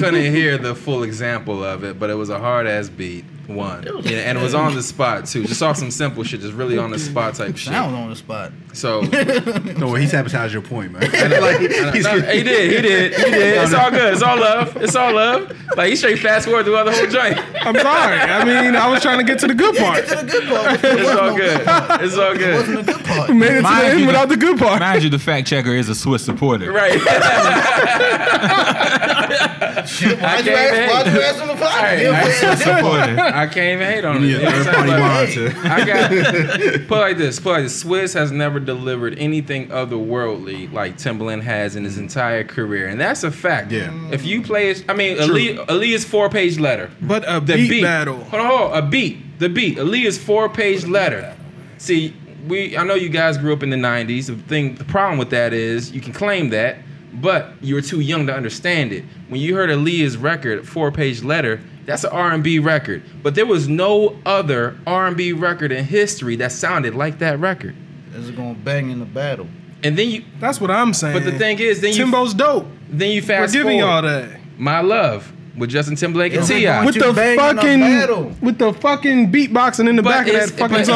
Speaker 3: couldn't hear the full example of it, but it was a hard ass beat. One, Yeah, and it was on the spot too. Just off some simple shit, just really on the spot type shit.
Speaker 6: Sound on the spot.
Speaker 3: So
Speaker 4: No, well, he sabotaged your point, man.
Speaker 3: And like, and I- no, he did, he did, he did. It's all good. It's all love. It's all love. Like he straight fast forward throughout the whole joint.
Speaker 2: I'm sorry. I mean, I was trying to get to the good part.
Speaker 6: Get to the good part. It
Speaker 3: It's all good. It's all good.
Speaker 6: wasn't the good part.
Speaker 2: Made it to
Speaker 5: Mind
Speaker 2: the
Speaker 5: you,
Speaker 2: end without the good part.
Speaker 5: Mind you, the fact checker is a Swiss supporter.
Speaker 3: Right.
Speaker 6: Why'd you
Speaker 3: can't
Speaker 6: ask,
Speaker 3: hate.
Speaker 6: why'd you ask him to
Speaker 3: right,
Speaker 6: fight?
Speaker 3: I-
Speaker 5: Supporter.
Speaker 3: I can't even hate on it. You know what I'm
Speaker 4: Third
Speaker 3: saying?
Speaker 4: party
Speaker 3: Like,
Speaker 4: monitor.
Speaker 3: I got put like this. Put like this. Swizz has never delivered anything otherworldly like Timbaland has in his entire career, and that's a fact.
Speaker 4: Yeah.
Speaker 3: If you play, his- I mean, Ali, Ali's four-page letter.
Speaker 2: But a
Speaker 3: The
Speaker 2: beat, battle.
Speaker 3: Hold on, hold on. A beat. The beat. Aaliyah's four-page letter. See, we. I know you guys grew up in the '90s. The thing, the problem with that is you can claim that, but you were too young to understand it. When you heard Aaliyah's record, four-page letter, that's an R&B record. But there was no other R&B record in history that sounded like that record.
Speaker 6: Is it gonna bang in the battle?
Speaker 3: And then you,
Speaker 2: That's what I'm saying.
Speaker 3: but the thing is, then you,
Speaker 2: Timbo's dope.
Speaker 3: then you
Speaker 2: We're
Speaker 3: fast
Speaker 2: giving y'all
Speaker 3: forward.
Speaker 2: that.
Speaker 3: My love with Justin Timberlake and
Speaker 6: It's
Speaker 3: Ti.
Speaker 6: But
Speaker 2: With
Speaker 6: you
Speaker 2: the
Speaker 6: bang in a battle.
Speaker 2: fucking with the fucking beatboxing in the
Speaker 3: But
Speaker 2: back of
Speaker 3: it's-
Speaker 2: that fucking
Speaker 3: but-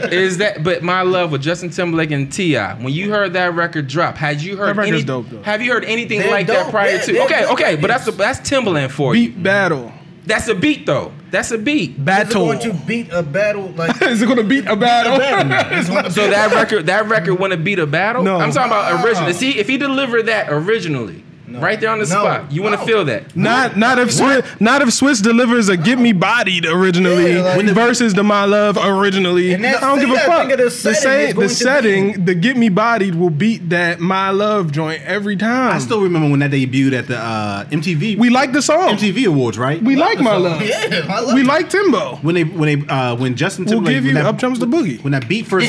Speaker 2: song.
Speaker 3: is that but my love with Justin Timberlake and Ti. When you heard that record drop, had you heard
Speaker 2: That record's
Speaker 3: any,
Speaker 2: dope, though.
Speaker 3: Have you heard anything
Speaker 6: They're
Speaker 3: like that
Speaker 6: dope.
Speaker 3: prior
Speaker 6: Yeah,
Speaker 3: to?
Speaker 6: they're
Speaker 3: Okay,
Speaker 6: dope.
Speaker 3: okay, but that's a, that's Timberland for you.
Speaker 2: Beat battle.
Speaker 3: That's a beat though. That's a beat.
Speaker 6: Is it
Speaker 2: Battle.
Speaker 6: going to beat a battle like
Speaker 2: Is it gonna beat a battle?
Speaker 6: battle? It's gonna-
Speaker 3: So that record that record wouldn't beat a battle.
Speaker 2: No.
Speaker 3: I'm talking about original. See, if he delivered that originally, right there on the
Speaker 6: No.
Speaker 3: spot, you wouldn't
Speaker 6: No.
Speaker 3: feel that.
Speaker 2: Not not if Swiss, not if Swiss delivers a "Get Me Bodied" originally
Speaker 6: Yeah, like-
Speaker 2: versus the "My Love" originally. I
Speaker 6: And that's-
Speaker 2: don't give
Speaker 6: you
Speaker 2: a
Speaker 6: gotta
Speaker 2: fuck.
Speaker 6: think of the setting it's
Speaker 2: same-
Speaker 6: going
Speaker 2: the
Speaker 6: to
Speaker 2: setting, the "Get Me Bodied" will beat that "My Love" joint every time.
Speaker 4: I still remember when that debuted at the uh, MTV.
Speaker 2: um, we like the song.
Speaker 4: MTV Awards, right?
Speaker 2: we like "My Love."
Speaker 6: Yeah, I love
Speaker 2: We
Speaker 6: it.
Speaker 2: like Timbo.
Speaker 4: when they when they uh, when Justin
Speaker 2: We'll
Speaker 4: Timberlake
Speaker 2: give
Speaker 4: when
Speaker 2: you
Speaker 4: that,
Speaker 2: up jumps the boogie.
Speaker 4: when that beat first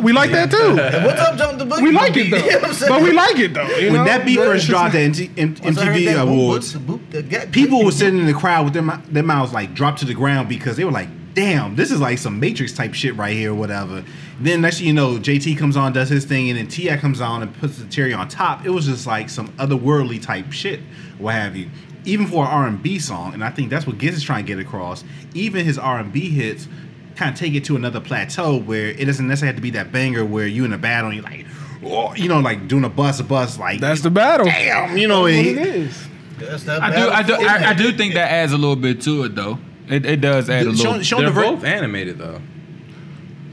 Speaker 2: We like that too.
Speaker 6: What's up, jump the boogie?
Speaker 2: We like it
Speaker 6: You know what I'm
Speaker 2: though,
Speaker 6: saying?
Speaker 2: but we like it though. You know?
Speaker 4: when that beat first dropped at MT, M-
Speaker 6: Once I heard
Speaker 4: MTV
Speaker 6: that boop,
Speaker 4: Awards,
Speaker 6: boop, boop, that got-
Speaker 4: people were sitting in the crowd with their mou- their mouths like dropped to the ground because they were like, "Damn, this is like some Matrix type shit right here, or whatever." Then next thing you know, JT comes on, does his thing, and then Ti comes on and puts the cherry on top. It was just like some otherworldly type shit, what have you. Even for an R and B song, and I think that's what Giz is trying to get across. Even his R and B hits kind of take it to another plateau where it doesn't necessarily have to be that banger where you in a battle and you're like, oh, you know, like doing a bus, a bus, like
Speaker 2: That's the battle.
Speaker 4: damn, you know.
Speaker 2: What
Speaker 4: and
Speaker 2: it
Speaker 4: he-
Speaker 2: is.
Speaker 6: That's that
Speaker 5: I do,
Speaker 6: battle
Speaker 5: I do,
Speaker 6: for it.
Speaker 5: I, I do think that adds a little bit to it, though. It, it does add a
Speaker 4: Show-
Speaker 5: little.
Speaker 4: show
Speaker 3: They're
Speaker 4: the ver-
Speaker 3: both animated though.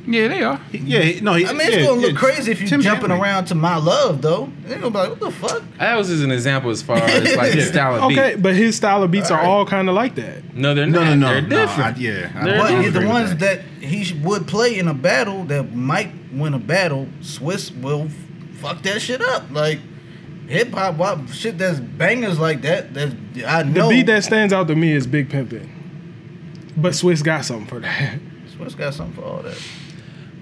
Speaker 5: Yeah, they are.
Speaker 4: Yeah, he- no. He,
Speaker 6: I mean, it's
Speaker 4: yeah,
Speaker 6: gonna look
Speaker 4: yeah.
Speaker 6: crazy if you
Speaker 4: Tim's
Speaker 6: jumping
Speaker 4: animated.
Speaker 6: around to my love though. They're gonna be like, what the fuck?
Speaker 3: That was just an example as far as like the style of
Speaker 2: Okay,
Speaker 3: beat.
Speaker 2: but his style of beats are all kind of like that.
Speaker 3: No, they're
Speaker 4: No,
Speaker 3: not.
Speaker 4: no, no.
Speaker 3: They're
Speaker 4: no, I-
Speaker 3: different.
Speaker 4: yeah, I
Speaker 3: They're
Speaker 4: don't
Speaker 3: different.
Speaker 6: But
Speaker 4: agree
Speaker 6: the
Speaker 4: with
Speaker 6: ones
Speaker 4: that.
Speaker 6: that. he sh- would play in a battle that might win a battle, Swiss will f- fuck that shit up. Like hip hop, wop, shit that's bangers like that. That's I
Speaker 2: The
Speaker 6: know.
Speaker 2: beat that stands out to me is Big Pimpin'. But Swiss got something for that.
Speaker 6: Swiss got something for all that.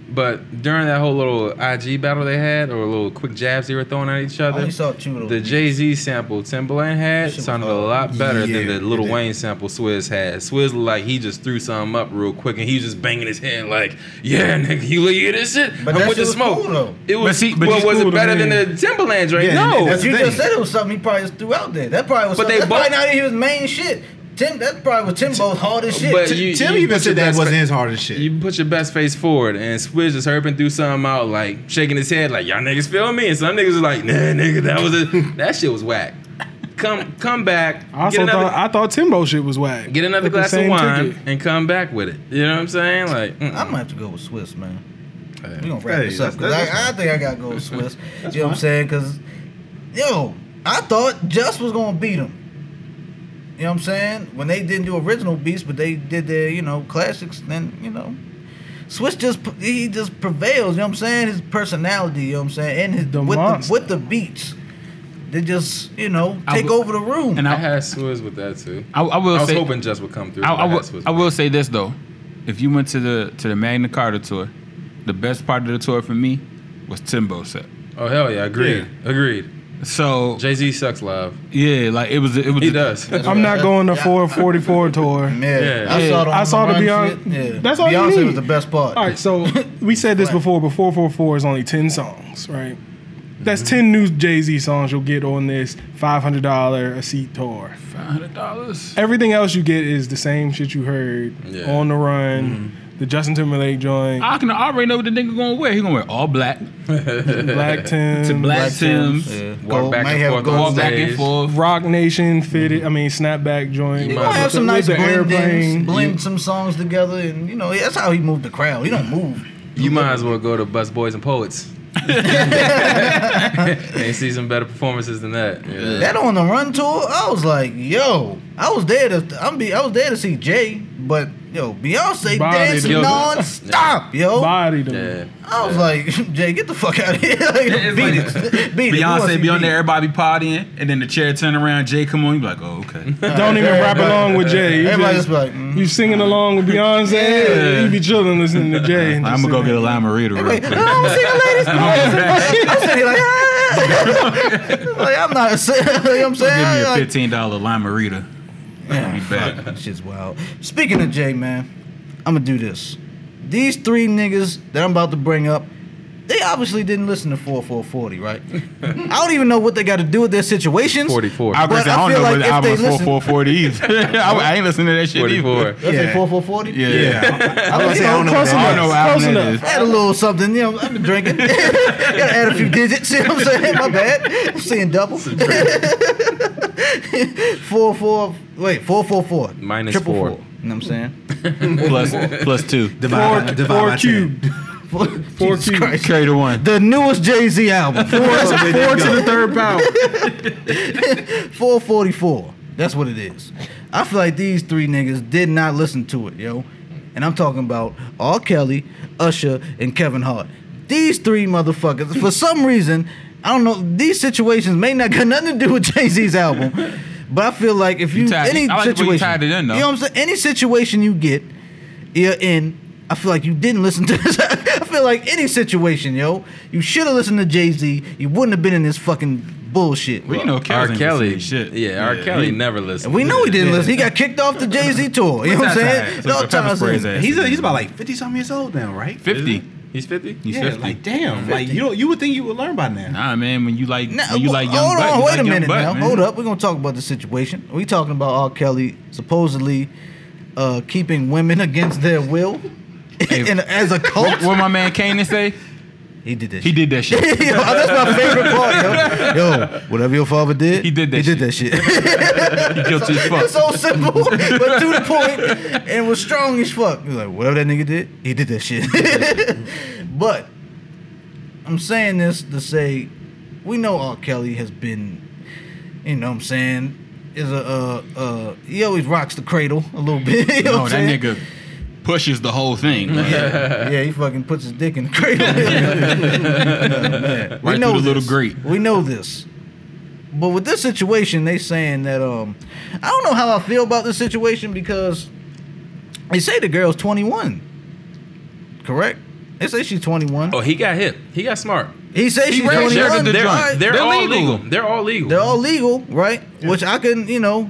Speaker 3: But during that whole little IG battle they had, or little quick jabs they were throwing at each
Speaker 6: I
Speaker 3: other,
Speaker 6: only Oh, saw two of
Speaker 3: The
Speaker 6: those.
Speaker 3: Jay Z sample Timberland had
Speaker 6: shit was
Speaker 3: sounded a
Speaker 6: hard.
Speaker 3: lot better than
Speaker 4: Yeah,
Speaker 3: the Little
Speaker 4: it did.
Speaker 3: Wayne sample Swizz had. Swizz looked like he just threw something up real quick and he was just banging his head like, "Yeah, nigga, you hear this shit?
Speaker 6: But
Speaker 3: I'm
Speaker 6: that
Speaker 3: with
Speaker 6: shit
Speaker 3: the
Speaker 6: was
Speaker 3: smoke."
Speaker 6: cool, though.
Speaker 3: it was,
Speaker 5: But see- but
Speaker 3: well,
Speaker 5: you
Speaker 3: was
Speaker 2: cool
Speaker 3: it
Speaker 2: to
Speaker 3: better
Speaker 2: me.
Speaker 3: than the Timberland drink?
Speaker 4: Yeah,
Speaker 3: no,
Speaker 4: that's
Speaker 6: As you
Speaker 4: the
Speaker 6: just
Speaker 4: thing.
Speaker 6: said, it was something he probably just threw out there. That probably was.
Speaker 3: But
Speaker 6: But
Speaker 3: they
Speaker 6: that's probably
Speaker 3: both-
Speaker 6: not even his main shit. Tim, that probably was Timbo's hardest shit.
Speaker 3: But
Speaker 6: Tim-
Speaker 3: you-
Speaker 4: Tim even
Speaker 3: put your
Speaker 4: said that
Speaker 3: best
Speaker 4: wasn't
Speaker 3: fa-
Speaker 4: his hardest shit.
Speaker 3: You put your best face forward, and Swizz just herping through something out, like shaking his head, like y'all niggas feel me, and some niggas was like, "Nah, nigga, that was a that shit was whack." Come, come back.
Speaker 2: I also
Speaker 3: get another-
Speaker 2: thought I thought Timbo shit was whack.
Speaker 3: Get another
Speaker 2: With the
Speaker 3: glass of
Speaker 2: same
Speaker 3: wine
Speaker 2: ticket.
Speaker 3: and come back with it. You know what I'm saying? Like, mm-mm.
Speaker 6: I'm gonna have to go with Swiss, man.
Speaker 3: Hey.
Speaker 6: We gonna wrap
Speaker 4: Hey,
Speaker 6: this up because
Speaker 4: that's- that's
Speaker 6: I, I think I gotta go with Swiss. you know what I'm saying? Because yo, I thought Just was gonna beat him. You know what I'm saying? When they didn't do original beats, but they did their you know classics, then you know. Swiss just he just prevails, you know what I'm saying? His personality, you know what I'm saying, and his
Speaker 2: The
Speaker 6: with the,
Speaker 2: monster.
Speaker 6: with the beats, they just you know
Speaker 5: I
Speaker 6: take
Speaker 5: w-
Speaker 6: over the room.
Speaker 5: And
Speaker 3: I
Speaker 5: I,
Speaker 3: had Swizz with that too.
Speaker 5: I, I will
Speaker 3: I was
Speaker 5: say,
Speaker 3: hoping Just would come through.
Speaker 5: I,
Speaker 3: but
Speaker 5: I,
Speaker 3: had
Speaker 5: will,
Speaker 3: Swizz
Speaker 5: I will say this though, if you went to the to the Magna Carta tour, the best part of the tour for me was Timbo set.
Speaker 3: Oh hell yeah, agreed, agreed.
Speaker 5: So
Speaker 3: Jay Z sucks live.
Speaker 5: yeah, like it was it was
Speaker 3: He does.
Speaker 2: I'm not going to 444 tour.
Speaker 6: Yeah,
Speaker 3: Yeah.
Speaker 6: I saw the
Speaker 2: I saw the
Speaker 6: Beyonce.
Speaker 2: Beyonce-
Speaker 6: Yeah.
Speaker 2: that's all you
Speaker 6: Beyonce
Speaker 2: need.
Speaker 6: was the best part.
Speaker 2: All right, so we said this before, but 444 is only 10 songs, right? That's 10 new Jay Z songs you'll get on this $500 a seat tour.
Speaker 5: five hundred dollars.
Speaker 2: Everything else you get is the same shit you heard
Speaker 3: Yeah.
Speaker 2: on the run, the Justin Timberlake joint,
Speaker 5: I can already know what the nigga gonna wear. He gonna wear all black,
Speaker 2: Black Tim,
Speaker 5: black Tims,
Speaker 6: Yeah. Gold,
Speaker 3: Walk back
Speaker 6: might
Speaker 3: and
Speaker 6: have
Speaker 3: forth
Speaker 6: gold
Speaker 3: on
Speaker 5: all back and
Speaker 3: Stage.
Speaker 5: forth.
Speaker 2: Rock Nation fitted, I mean, Snapback joint.
Speaker 3: You
Speaker 6: He gonna have some nice
Speaker 2: With
Speaker 6: blendings, blend some songs together, and you know that's how he moved the crowd. He don't move.
Speaker 3: You might as well go to Bus Boys and Poets. and see some better performances than that. Yeah.
Speaker 6: That on the run tour, I was like, yo, I was there to I'm be I was there to see Jay, but yo, Beyonce
Speaker 2: Body
Speaker 6: danced
Speaker 2: together.
Speaker 6: non-stop, yo.
Speaker 2: Body them.
Speaker 3: Yeah.
Speaker 6: I was like, Jay, get the fuck out of here. Like,
Speaker 5: it's
Speaker 6: beat
Speaker 5: like-
Speaker 6: it. Beat it. We wanna see
Speaker 5: Beyonce be on
Speaker 6: beat
Speaker 5: there,
Speaker 6: it.
Speaker 5: everybody partying, and then the chair turn around. Jay come on, you be like, oh okay.
Speaker 2: Don't even rap along with Jay. You
Speaker 6: Everybody
Speaker 2: just,
Speaker 6: just be like, mm.
Speaker 2: you singing along with Beyonce.
Speaker 6: Yeah.
Speaker 2: You be chilling listening to Jay. and
Speaker 5: I'm
Speaker 2: just
Speaker 5: gonna go
Speaker 2: singing.
Speaker 5: get a lime margarita. real
Speaker 6: Like, I
Speaker 5: quick.
Speaker 6: don't see the latest noise. I'm sitting here like, ah. like, I'm not, you know what I'm
Speaker 5: Give me
Speaker 6: saying?
Speaker 5: a
Speaker 6: Like,
Speaker 5: fifteen dollar lime margarita. That'd be bad.
Speaker 6: That Shit's wild. Speaking of Jay, man, I'm gonna do this. These three niggas that I'm about to bring up, they obviously didn't listen to 4440, right? I don't even know what they got to do with their situations.
Speaker 3: 44.
Speaker 5: I, was
Speaker 6: But
Speaker 5: gonna say,
Speaker 6: I
Speaker 5: I
Speaker 6: feel
Speaker 5: don't know
Speaker 6: like
Speaker 5: what the
Speaker 6: if
Speaker 5: album
Speaker 6: they
Speaker 5: was
Speaker 6: listen-
Speaker 5: 4440 either. I, I ain't listening to that shit
Speaker 3: 44.
Speaker 5: either.
Speaker 6: That's
Speaker 4: Yeah.
Speaker 6: a 4440.
Speaker 5: Yeah.
Speaker 4: Yeah, I was gonna say I don't know what
Speaker 2: Close
Speaker 5: I
Speaker 4: that
Speaker 5: don't know
Speaker 4: is.
Speaker 2: Close
Speaker 5: what album that
Speaker 2: enough.
Speaker 5: is.
Speaker 6: Add a little something, you know. I've been drinking. Gotta add a few digits. You know what I'm saying? My bad. I'm seeing double. four four. Wait, four four four.
Speaker 3: Minus
Speaker 6: Triple
Speaker 3: four.
Speaker 6: You know what I'm saying?
Speaker 5: Plus, plus two.
Speaker 4: Divide-
Speaker 2: Four,
Speaker 4: divide
Speaker 2: four
Speaker 4: by 10.
Speaker 2: cubed.
Speaker 6: Four,
Speaker 2: Four
Speaker 6: Jesus
Speaker 2: cubed.
Speaker 6: Christ.
Speaker 5: Carry the one.
Speaker 6: The newest Jay Z album,
Speaker 2: Four to the third power.
Speaker 6: 444. That's what it is. I feel like these three niggas did not listen to it, yo. And I'm talking about R. Kelly, Usher, and Kevin Hart. These three motherfuckers, for some reason, I don't know, these situations may not got nothing to do with Jay Z's album. But I feel like if you,
Speaker 5: tied-
Speaker 6: any
Speaker 5: I like the way you
Speaker 6: situation,
Speaker 5: tied it in, though.
Speaker 6: you know what I'm saying? Any situation you get, you're in. I feel like you didn't listen to this. I feel like any situation, yo, you should have listened to Jay Z. You wouldn't have been in this fucking bullshit.
Speaker 5: Well, you know,
Speaker 3: R.
Speaker 5: Kells ain't
Speaker 3: Kelly.
Speaker 5: listening to shit.
Speaker 3: Yeah, R. Kelly never listened.
Speaker 6: And we know he didn't listen. He got kicked off the Jay Z tour. You know what I'm saying?
Speaker 5: So
Speaker 6: No
Speaker 5: the pepper
Speaker 6: time
Speaker 5: spray his
Speaker 6: soon.
Speaker 5: ass.
Speaker 4: He's a, he's about like fifty something years old now, right?
Speaker 5: fifty.
Speaker 3: He's 50?
Speaker 5: He's
Speaker 4: Yeah,
Speaker 5: fifty.
Speaker 4: like damn, like you don't, you would think you would learn by now.
Speaker 5: nah, man. When you like,
Speaker 6: Now,
Speaker 5: when you like young.
Speaker 6: hold
Speaker 5: buck,
Speaker 6: on,
Speaker 5: you
Speaker 6: wait
Speaker 5: like
Speaker 6: a
Speaker 5: young
Speaker 6: minute
Speaker 5: buck,
Speaker 6: now.
Speaker 5: man.
Speaker 6: Hold up, we're gonna talk about the situation. We talking about R. Kelly supposedly uh, keeping women against their will, and as a cult,
Speaker 5: What, what my man Kanan say?
Speaker 6: he did that.
Speaker 5: He
Speaker 6: shit.
Speaker 5: did that shit.
Speaker 6: yo, that's my favorite part, yo. Yo, whatever your father did,
Speaker 5: He did that
Speaker 6: He did that shit.
Speaker 5: He guilty as
Speaker 6: it's
Speaker 5: fuck.
Speaker 6: so simple, but to the point, and was strong as fuck. He was like, whatever that nigga did, he did that shit. but I'm saying this to say, we know R. Kelly has been, you know what I'm saying, is a, uh, uh, he always rocks the cradle a little bit. You know
Speaker 5: No,
Speaker 6: what
Speaker 5: that
Speaker 6: I'm saying?
Speaker 5: nigga pushes the whole thing. Like,
Speaker 6: Yeah, he fucking puts his dick in the cradle. Man,
Speaker 5: Right through the little
Speaker 6: this.
Speaker 5: grate.
Speaker 6: We know this. But with this situation, they saying that um, I don't know how I feel about this situation because they say the girl's 21. Correct? They say she's 21.
Speaker 3: Oh, he got hip. He got smart.
Speaker 6: he say she's
Speaker 3: They're,
Speaker 6: 21.
Speaker 3: they're,
Speaker 5: the
Speaker 3: they're,
Speaker 5: joint.
Speaker 6: Right.
Speaker 3: they're
Speaker 5: They're
Speaker 3: all
Speaker 5: legal.
Speaker 3: legal. They're all legal.
Speaker 6: They're all legal, right? Which I can, you know,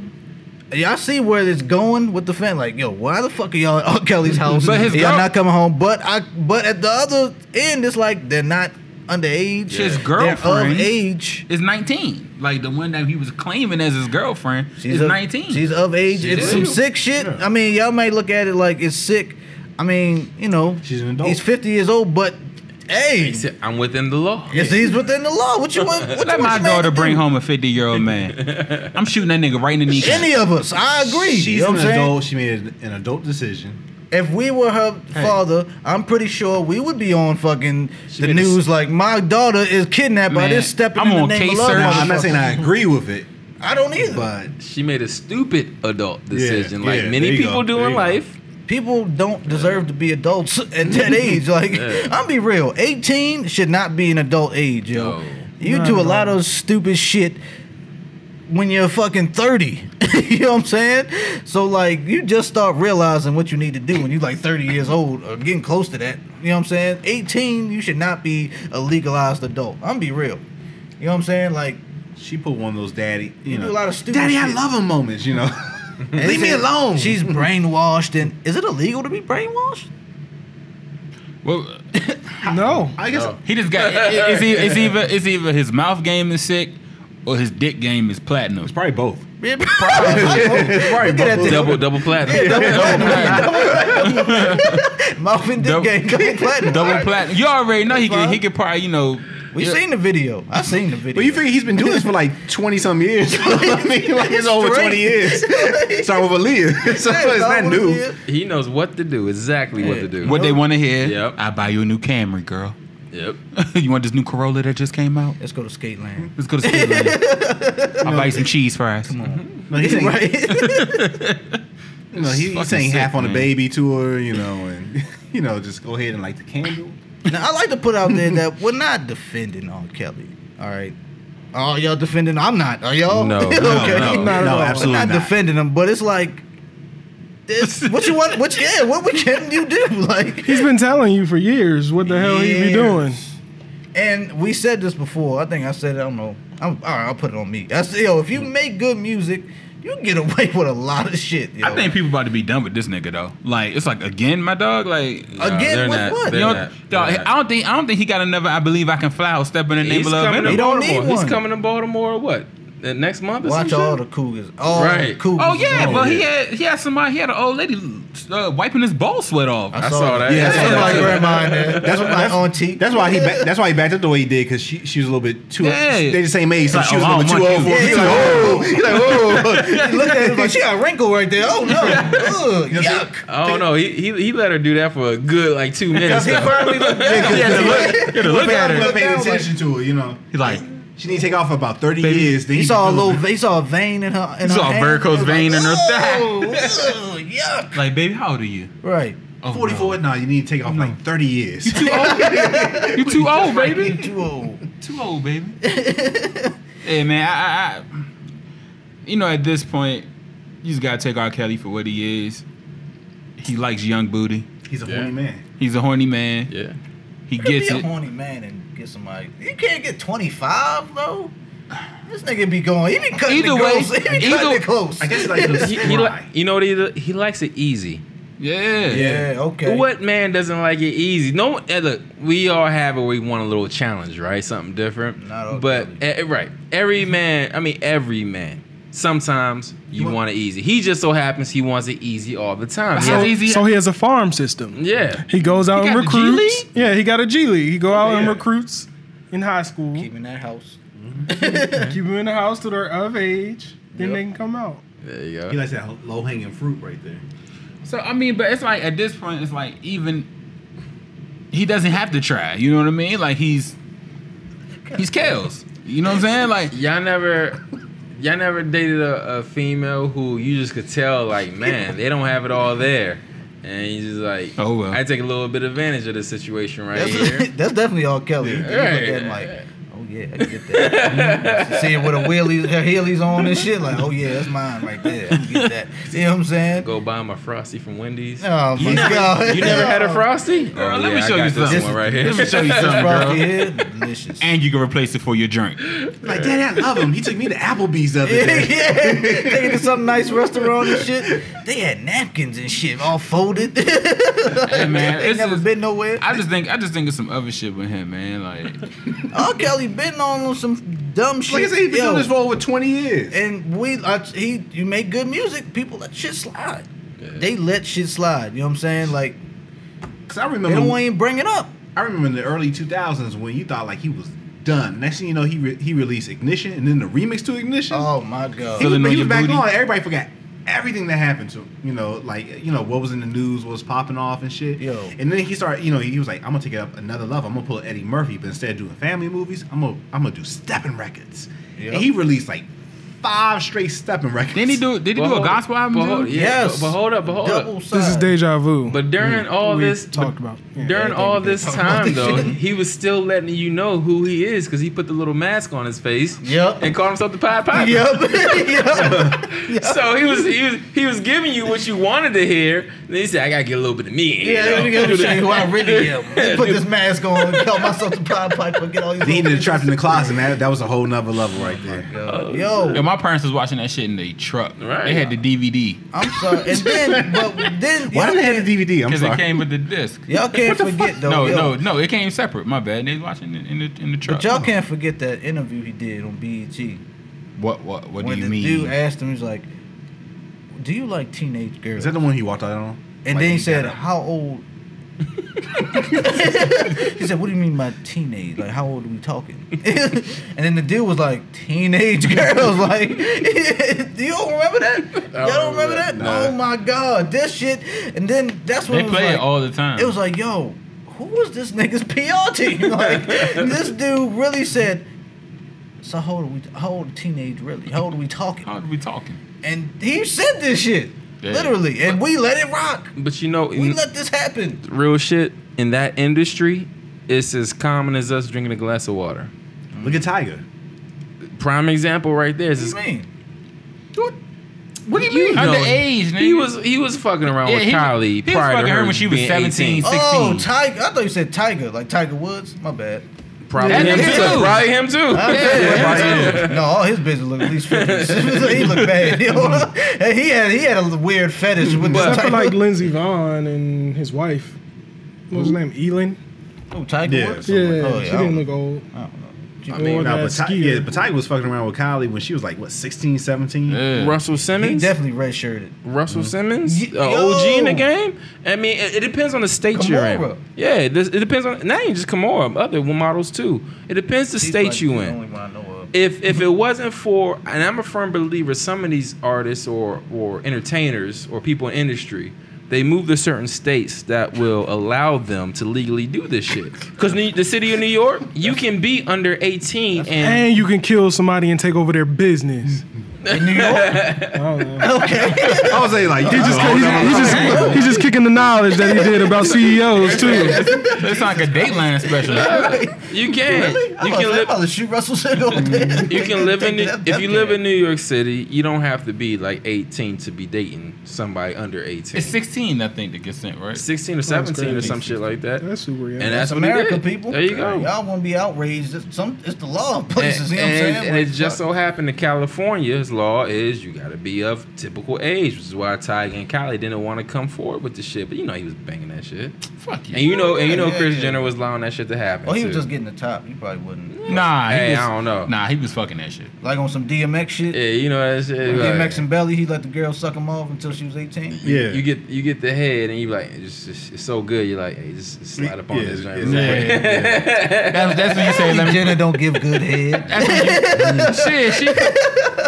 Speaker 6: y'all see where it's going with the fan. Like, yo, why the fuck are y'all at R. Kelly's house?
Speaker 5: But his
Speaker 6: y'all
Speaker 5: girl-
Speaker 6: not coming home. But I, but at the other end, it's like they're not underage.
Speaker 5: His
Speaker 6: they're of
Speaker 5: girlfriend.
Speaker 6: age.
Speaker 5: Is 19. Like the one that he was claiming as his girlfriend is
Speaker 6: of,
Speaker 5: 19.
Speaker 6: She's of age. it's
Speaker 5: is.
Speaker 6: some sick shit. I mean, y'all may look at it like it's sick. I mean, you know,
Speaker 4: She's an adult.
Speaker 6: He's fifty years old, but hey,
Speaker 3: He said, I'm within the law.
Speaker 6: yes, he's within the law. What you want? What you
Speaker 5: Let
Speaker 6: want
Speaker 5: my
Speaker 6: your man
Speaker 5: daughter
Speaker 6: to do?
Speaker 5: bring home a 50 year old man. I'm shooting that nigga right in the kneecap.
Speaker 6: Any of us, I agree.
Speaker 4: She's
Speaker 6: you know
Speaker 4: an
Speaker 6: what I'm saying?
Speaker 4: adult. She made an, an adult decision.
Speaker 6: If we were her father, I'm pretty sure we would be on fucking the
Speaker 4: made a
Speaker 6: news like my daughter is kidnapped by
Speaker 5: Man,
Speaker 6: this stepping
Speaker 5: I'm
Speaker 6: in the
Speaker 5: on
Speaker 6: name
Speaker 5: case
Speaker 6: of love.
Speaker 5: search.
Speaker 4: Now,
Speaker 5: Nah,
Speaker 4: I'm not
Speaker 6: motherfucker.
Speaker 4: saying I agree with it,
Speaker 6: I don't either.
Speaker 4: but
Speaker 3: She made a stupid adult decision,
Speaker 4: yeah,
Speaker 3: like
Speaker 4: there
Speaker 3: many
Speaker 4: you go,
Speaker 3: people do
Speaker 4: there
Speaker 3: in
Speaker 4: you go.
Speaker 3: life.
Speaker 6: people don't deserve to be adults at that age. Like, I'm be real, 18 should not be an adult age, yo.
Speaker 3: No.
Speaker 6: You do a lot of stupid shit. when you're fucking 30. you know what I'm saying? So like you just start realizing what you need to do when you're like 30 years old or getting close to that. You know what I'm saying? 18, you should not be a legalized adult. I'm be real. You know what I'm saying? Like
Speaker 4: She put one of those daddy, you
Speaker 6: do
Speaker 4: know,
Speaker 6: a lot of stupid
Speaker 4: daddy, I
Speaker 6: shit.
Speaker 4: love him moments, you know. Leave me
Speaker 6: She's-
Speaker 4: alone.
Speaker 6: She's brainwashed and is it illegal to be brainwashed?
Speaker 5: Well,
Speaker 2: No.
Speaker 4: I guess
Speaker 5: he just got. It's, e- it's either it's either his mouth game is sick or his dick game is platinum.
Speaker 4: probably both.
Speaker 6: Yeah,
Speaker 4: Probably
Speaker 6: probably.
Speaker 4: both.
Speaker 6: at that.
Speaker 3: Double double platinum.
Speaker 6: double platinum. Mouth and dick
Speaker 5: Double-
Speaker 6: game double platinum.
Speaker 5: Double platinum. You already know he could, he
Speaker 6: fine.
Speaker 5: could probably you know.
Speaker 6: We seen the video. I seen the video.
Speaker 4: But you figure he's been doing this for like twenty some years. I mean, like it's over twenty years. Starting with Aaliyah, so it's not new.
Speaker 3: He knows what to do, exactly what to do.
Speaker 5: What they want to hear?
Speaker 3: Yep.
Speaker 5: I buy you a new Camry, girl.
Speaker 3: Yep.
Speaker 5: you want this new Corolla that just came out?
Speaker 6: Let's go to skate land.
Speaker 5: Let's go to Skate Lane. I'll buy you some cheese fries.
Speaker 4: No, he's saying,
Speaker 6: Right?
Speaker 4: you know, he-
Speaker 5: fucking
Speaker 4: he's saying
Speaker 5: sick,
Speaker 4: half on the
Speaker 5: man.
Speaker 4: baby tour, you know, and you know, just go ahead and light the candle.
Speaker 6: now I like to put out there that we're not defending R. Kelly. All right. Oh, y'all defending? I'm not. Are y'all?
Speaker 3: No, no,
Speaker 4: no,
Speaker 6: We're
Speaker 4: no, absolutely
Speaker 6: not,
Speaker 4: not.
Speaker 6: defending him, but it's like, this, what you want? What? Yeah, what we can you do? Like,
Speaker 2: He's been telling you for years what the hell he be doing.
Speaker 6: Years. And we said this before. I think I said it, I don't know. I'm, all right, I'll put it on me. I said, yo, if you make good music, you get away with a lot of shit. Yo.
Speaker 5: I think people about to be done with this nigga though. Like it's like again, my dog. Like
Speaker 6: Again,
Speaker 3: they're
Speaker 6: with
Speaker 3: not-
Speaker 6: what?
Speaker 3: they're
Speaker 5: you know,
Speaker 3: not-
Speaker 5: dog,
Speaker 3: they're not.
Speaker 5: I don't think I don't think he got another. I believe I can fly or step in the name
Speaker 3: He's
Speaker 5: of love.
Speaker 3: coming
Speaker 5: in
Speaker 3: to
Speaker 5: him.
Speaker 6: don't need
Speaker 3: Baltimore. He's
Speaker 6: one.
Speaker 3: coming to Baltimore. What Uh, next month? Or
Speaker 6: Watch
Speaker 3: some
Speaker 6: all
Speaker 3: shit?
Speaker 6: the cougars. All
Speaker 3: Right.
Speaker 6: the cougars.
Speaker 5: Oh yeah,
Speaker 6: on
Speaker 5: but
Speaker 6: it.
Speaker 5: he had he had somebody. He had an old lady uh, wiping his ball sweat off.
Speaker 3: I saw that.
Speaker 4: Yeah, I saw
Speaker 6: That's
Speaker 4: that.
Speaker 6: my grandma. in there. That's my auntie.
Speaker 4: That's why he. Ba- that's why he backed up the way he did because she she was a little bit too.
Speaker 5: Yeah.
Speaker 4: They the same age, so
Speaker 5: Like,
Speaker 4: she was a
Speaker 5: oh,
Speaker 4: little bit too
Speaker 5: I want
Speaker 4: old for
Speaker 5: you.
Speaker 4: him. He's like, oh, he's like, oh.
Speaker 6: He looked at it like she got a wrinkle right there. Oh no! Ugh,
Speaker 4: "Oh."
Speaker 6: yuck.
Speaker 3: I don't know. He, he he let her do that for a good like two minutes. though.
Speaker 4: Look at her.
Speaker 6: Look
Speaker 4: Paying
Speaker 6: down, like-
Speaker 4: attention to her, you know.
Speaker 5: He's like
Speaker 4: She need to take off for about thirty years. then
Speaker 6: He
Speaker 4: he
Speaker 6: saw a
Speaker 4: can do it.
Speaker 6: little. He saw a vein in her. In
Speaker 5: He
Speaker 6: her
Speaker 5: saw a
Speaker 6: hand.
Speaker 5: varicose
Speaker 6: It was
Speaker 5: vein in her thigh.
Speaker 6: "Ugh, ugh, yuck.
Speaker 5: like baby, how old are you?
Speaker 6: Right.
Speaker 5: Oh,
Speaker 4: 44? No, you need to take off like 30 years.
Speaker 5: Too old. you too old,
Speaker 6: You
Speaker 5: baby.
Speaker 6: too old.
Speaker 5: Too old, baby. hey man, I, I, I, you know at this point, you just gotta take R. Kelly for what he is. He likes young booty.
Speaker 4: He's a
Speaker 3: Yeah.
Speaker 4: horny man.
Speaker 5: He's a horny man.
Speaker 3: yeah.
Speaker 5: He
Speaker 6: You
Speaker 5: gets
Speaker 6: be a
Speaker 5: it.
Speaker 6: horny man and get somebody. You can't get 25 though. This nigga be going. He be cutting
Speaker 5: Either
Speaker 6: it
Speaker 5: way,
Speaker 6: close. He be cutting
Speaker 5: either-
Speaker 6: it close.
Speaker 4: I guess like
Speaker 3: He, he li- you know what he li- he likes it easy.
Speaker 5: Yeah.
Speaker 6: Yeah. Okay.
Speaker 3: What man doesn't like it easy? No, eh, look, we all have it. where We want a little challenge, right? Something different.
Speaker 6: Not all
Speaker 3: but eh, right, every man. I mean, every man. Sometimes you want it easy. He just so happens he wants it easy all the time. He
Speaker 5: How
Speaker 3: has-
Speaker 5: easy-
Speaker 2: So he has a farm system.
Speaker 3: yeah.
Speaker 2: He goes out
Speaker 5: He
Speaker 2: and
Speaker 5: got the G
Speaker 2: recruits.
Speaker 5: League?
Speaker 2: Yeah, he got a G League. He go out and recruits in high school.
Speaker 6: Keep in that house.
Speaker 2: Keep them in the house till they're of age. Then they can come out.
Speaker 3: There you go.
Speaker 4: He likes that low hanging fruit right there.
Speaker 5: So I mean, but it's like at this point, it's like even he doesn't have to try. You know what I mean? Like he's he's Kales. You know what I'm saying? Like
Speaker 3: Y'all never, y'all never dated a, a female who you just could tell like, man, they don't have it all there, and you just like,
Speaker 5: Oh, well.
Speaker 3: I take a little bit advantage of this situation right
Speaker 6: That's,
Speaker 3: here.
Speaker 6: that's definitely all Kelly. You look at him like, oh yeah, I get that. Mm-hmm. See it with a wheelies, her heelys on and shit. Like, oh yeah, that's mine right there. I get that. You know what I'm saying?
Speaker 3: Go buy my frosty from Wendy's.
Speaker 6: Oh my god,
Speaker 3: You never had a frosty?
Speaker 5: Girl, let me show you
Speaker 3: this
Speaker 5: something.
Speaker 3: one right here.
Speaker 5: let me show you something,
Speaker 6: Frosty
Speaker 5: girl.
Speaker 6: here, delicious.
Speaker 5: And you can replace it for your drink.
Speaker 4: Like, Daddy, I love him. He took me to Applebee's the other
Speaker 6: yeah,
Speaker 4: day.
Speaker 6: yeah. They to some nice restaurant and shit. They had napkins and shit all folded.
Speaker 5: Hey man,
Speaker 6: they
Speaker 5: it's
Speaker 6: never
Speaker 5: just-
Speaker 6: been nowhere.
Speaker 5: I just think I just think of some other shit with him, man. Like
Speaker 6: R. Kelly been on some dumb shit.
Speaker 4: Like I said, he's been
Speaker 6: Yo,
Speaker 4: doing this for over 20 years.
Speaker 6: and we I, he you make good music people let shit slide they let shit slide you know what i'm saying like
Speaker 4: Because I
Speaker 6: they don't
Speaker 4: remember,
Speaker 6: want to even bring it up
Speaker 4: I remember in the early 2000s when you thought like he was done. Next thing you know, he re- he released Ignition and then the remix to Ignition.
Speaker 6: oh my god
Speaker 4: he was,
Speaker 5: Feeling on
Speaker 4: he
Speaker 5: your
Speaker 4: was back
Speaker 5: booty.
Speaker 4: on. Everybody forgot everything that happened to him. You know, like you know what was in the news, what was popping off and shit.
Speaker 6: Yo.
Speaker 4: And then he started. You know, he was like, I'm gonna take it up another level. I'm gonna pull Eddie Murphy, but instead of doing family movies, I'm gonna I'm gonna do stepping records.
Speaker 6: Yep.
Speaker 4: And he released like five straight stepping records.
Speaker 5: Didn't he do? Did he do a gospel album?
Speaker 3: But hold,
Speaker 5: too?
Speaker 3: yeah,
Speaker 6: Yes.
Speaker 3: But, but hold up, but hold
Speaker 6: Double
Speaker 3: up.
Speaker 6: side.
Speaker 2: This is deja vu.
Speaker 3: But during all
Speaker 2: we
Speaker 3: this,
Speaker 2: talked
Speaker 3: but
Speaker 2: about. Yeah.
Speaker 3: during all this time though, he was still letting you know who he is because he put the little mask on his face.
Speaker 6: Yep.
Speaker 3: And called himself the Pied Piper.
Speaker 6: Yep. yep.
Speaker 3: So he was he was he was giving you what you wanted to hear. Then he said, "I gotta get a little bit of me." in
Speaker 6: Yeah,
Speaker 3: here,
Speaker 6: let me
Speaker 3: though."
Speaker 6: go show you who I really am. Let me put this mask on, call myself the Pied Piper, get all these.
Speaker 4: He needed trapped in the closet, man. That was a whole nother level right
Speaker 5: Oh
Speaker 4: there.
Speaker 6: Yo,
Speaker 5: Yo, my parents was watching that shit in the truck.
Speaker 3: Right.
Speaker 5: They had the DVD
Speaker 6: I'm sorry. And then, but then,
Speaker 4: Why
Speaker 6: y'all,
Speaker 4: did they have the DVD? I'm
Speaker 5: because it
Speaker 4: sorry.
Speaker 5: came with the disc.
Speaker 6: y'all can't forget though.
Speaker 5: no,
Speaker 6: yo,
Speaker 5: no, no, it came separate. My bad. They was watching it in the in the truck.
Speaker 6: But y'all can't forget that interview he did on E BET.
Speaker 5: what what what do
Speaker 6: when
Speaker 5: you
Speaker 6: the
Speaker 5: mean?
Speaker 6: dude eh, asked him, he's like, "Do you like teenage girls?"
Speaker 4: Is that the one he walked out on?
Speaker 6: and
Speaker 4: Like,
Speaker 6: then he
Speaker 4: got
Speaker 6: said,
Speaker 4: up.
Speaker 6: "How old?" he said, "What do you mean by teenage? Like, how old are we talking?" and then the dude was like, "Teenage girls." Like, do you all remember that? Y'all don't remember that? Oh my god, this shit! And then that's when
Speaker 5: they
Speaker 6: it was
Speaker 5: play
Speaker 6: like,
Speaker 5: it all the time.
Speaker 6: it was like, yo, who was this nigga's PR team? Like, this dude really said, so how old are we? How old teenage really? How old are we talking?
Speaker 5: How are we talking?
Speaker 6: And he said this shit,
Speaker 5: Yeah.
Speaker 6: literally, and we let it rock.
Speaker 3: But you know,
Speaker 6: We
Speaker 3: in-
Speaker 6: let this happen.
Speaker 3: real shit in that industry, it's as common as us drinking a glass of water.
Speaker 5: Mm-hmm.
Speaker 4: "Look at Tiger."
Speaker 3: Prime example right there. Is
Speaker 6: What do you mean?
Speaker 5: What do you mean? Underage, nigga.
Speaker 3: He was he was fucking around
Speaker 5: Yeah,
Speaker 3: with
Speaker 5: he was-
Speaker 3: Kylie
Speaker 5: he was
Speaker 3: prior to
Speaker 5: fucking
Speaker 3: her
Speaker 5: her when she was
Speaker 3: being
Speaker 5: 17.
Speaker 3: 18.
Speaker 6: Oh,
Speaker 5: 16.
Speaker 6: Tiger! I thought you said Tiger, like Tiger Woods. My bad.
Speaker 3: Probably
Speaker 5: That
Speaker 3: him
Speaker 5: nigga
Speaker 3: too.
Speaker 5: too.
Speaker 3: Probably him too.
Speaker 6: no, all his bitches look at least fifty. he look bad. yo. And he had he had a weird fetish with this
Speaker 2: Except for
Speaker 6: Tiger.
Speaker 2: like Lindsey Vaughn and his wife. What was her name? Elin?
Speaker 6: oh, Tiger
Speaker 4: Yeah,
Speaker 6: Woods.
Speaker 2: Yeah,
Speaker 6: Oh,
Speaker 2: she
Speaker 6: I
Speaker 2: didn't
Speaker 6: don't know.
Speaker 2: look old.
Speaker 6: I don't know.
Speaker 2: I
Speaker 4: No,
Speaker 2: mean,
Speaker 4: but, Ti- yeah, but Tiger was fucking around with Kylie when she was like what 16, 17?
Speaker 5: Yeah.
Speaker 3: Russell
Speaker 6: He
Speaker 3: Simmons,
Speaker 6: definitely redshirted.
Speaker 3: Russell Simmons,
Speaker 6: Mm. Ye-
Speaker 3: uh, OG in the
Speaker 6: yo.
Speaker 3: game. I mean, it, it depends on the state you're
Speaker 6: Kimora.
Speaker 3: in. Yeah, this, it depends on. Not even just Kimora, other models too. It depends the state you in. if if it wasn't for and I'm a firm believer some of these artists or or entertainers or people in industry they move to certain states that will allow them to legally do this shit because the city of New York you can be under 18 and
Speaker 2: And you can kill somebody and take over their business.
Speaker 6: In New York?
Speaker 2: I don't know.
Speaker 4: I was saying like, you
Speaker 5: Oh,
Speaker 4: just,
Speaker 2: He's, he's just, he's just kicking the knowledge that he did about CEOs too.
Speaker 5: It's like a Dateline special.
Speaker 3: you can
Speaker 6: Really?
Speaker 3: you
Speaker 6: I'm about to-
Speaker 3: can
Speaker 6: I'm
Speaker 3: live
Speaker 6: about to shoot Russell Simmons over there.
Speaker 3: you can live in
Speaker 6: Take
Speaker 3: the,
Speaker 6: that
Speaker 3: if you live
Speaker 6: death
Speaker 3: in New York City you don't have to be like 18 to be dating somebody under
Speaker 5: It's
Speaker 3: 18
Speaker 5: 16, I think, that gets sent, right?
Speaker 3: 16 or 17 or some shit like that
Speaker 2: That's super young.
Speaker 3: and that's what he
Speaker 6: America,
Speaker 3: did.
Speaker 6: people.
Speaker 3: there you go
Speaker 6: Y'all won't be outraged. It's, some, it's the law of places.
Speaker 3: And,
Speaker 6: you know what I'm
Speaker 3: and-
Speaker 6: saying?
Speaker 3: and
Speaker 6: Like,
Speaker 3: it just so happened that California's law is you got to be of typical age, which is why Tiger and Kylie didn't want to come forward with the shit. But you know he was banging that shit,
Speaker 5: Fuck you.
Speaker 3: and you know, and you know,
Speaker 6: Yeah,
Speaker 3: Chris
Speaker 6: yeah.
Speaker 3: Jenner was allowing that shit to happen.
Speaker 6: well, he
Speaker 3: too.
Speaker 6: was just getting the top. He probably wouldn't.
Speaker 5: Nah, he
Speaker 3: Hey,
Speaker 5: was,
Speaker 3: I don't know.
Speaker 5: Nah, he was fucking that shit.
Speaker 6: Like on some DMX shit.
Speaker 3: yeah, you know that shit. like,
Speaker 6: DMX and Belly, he let the girl suck him off until she was 18.
Speaker 4: yeah.
Speaker 3: you get you get the head, and you like it's, just, it's so good. You're like, hey, just slide up on
Speaker 4: Yeah,
Speaker 3: this.
Speaker 4: yeah,
Speaker 3: Right
Speaker 4: yeah.
Speaker 5: That's, that's when you say, let
Speaker 6: Kylie
Speaker 5: me.
Speaker 6: Jenner don't give good head.
Speaker 5: Shit, she,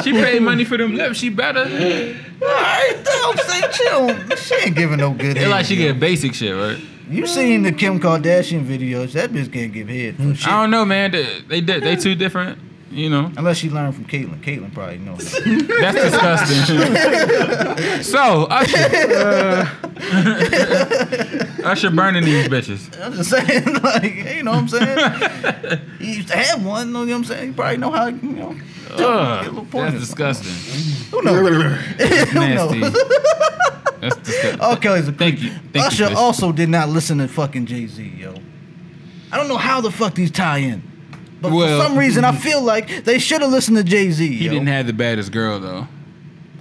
Speaker 5: she paid money for them lips. She better.
Speaker 6: All right, don't say chill. She ain't giving no good
Speaker 5: It's
Speaker 6: head.
Speaker 5: like she
Speaker 6: yo.
Speaker 5: get basic shit, right?
Speaker 6: You seen the Kim Kardashian videos? That bitch can't give head
Speaker 3: Mm,
Speaker 6: for shit.
Speaker 5: I don't know, man. They they, di- they too different. You know,
Speaker 6: Unless she learned from Caitlyn. Caitlyn probably knows.
Speaker 5: that's disgusting. so Usher, Uh, Usher burning these bitches.
Speaker 6: I'm just saying, like, you know what I'm saying? he used to have one, you know what I'm saying? He probably know how, you know. Get a little
Speaker 5: Ugh,
Speaker 6: point
Speaker 5: that's
Speaker 6: or something.
Speaker 5: disgusting.
Speaker 6: Who knows? Who
Speaker 5: Nasty.
Speaker 6: knows?
Speaker 5: That's disgusting.
Speaker 6: R. Kelly's a
Speaker 5: Thank
Speaker 6: creep.
Speaker 5: you. Thank you,
Speaker 6: Usher
Speaker 5: Chris.
Speaker 6: also did not listen to fucking Jay Z, yo. I don't know how the fuck these tie in. But
Speaker 5: Well-
Speaker 6: for some reason, I feel like they should have listened to Jay Z.
Speaker 5: He didn't have the baddest girl though.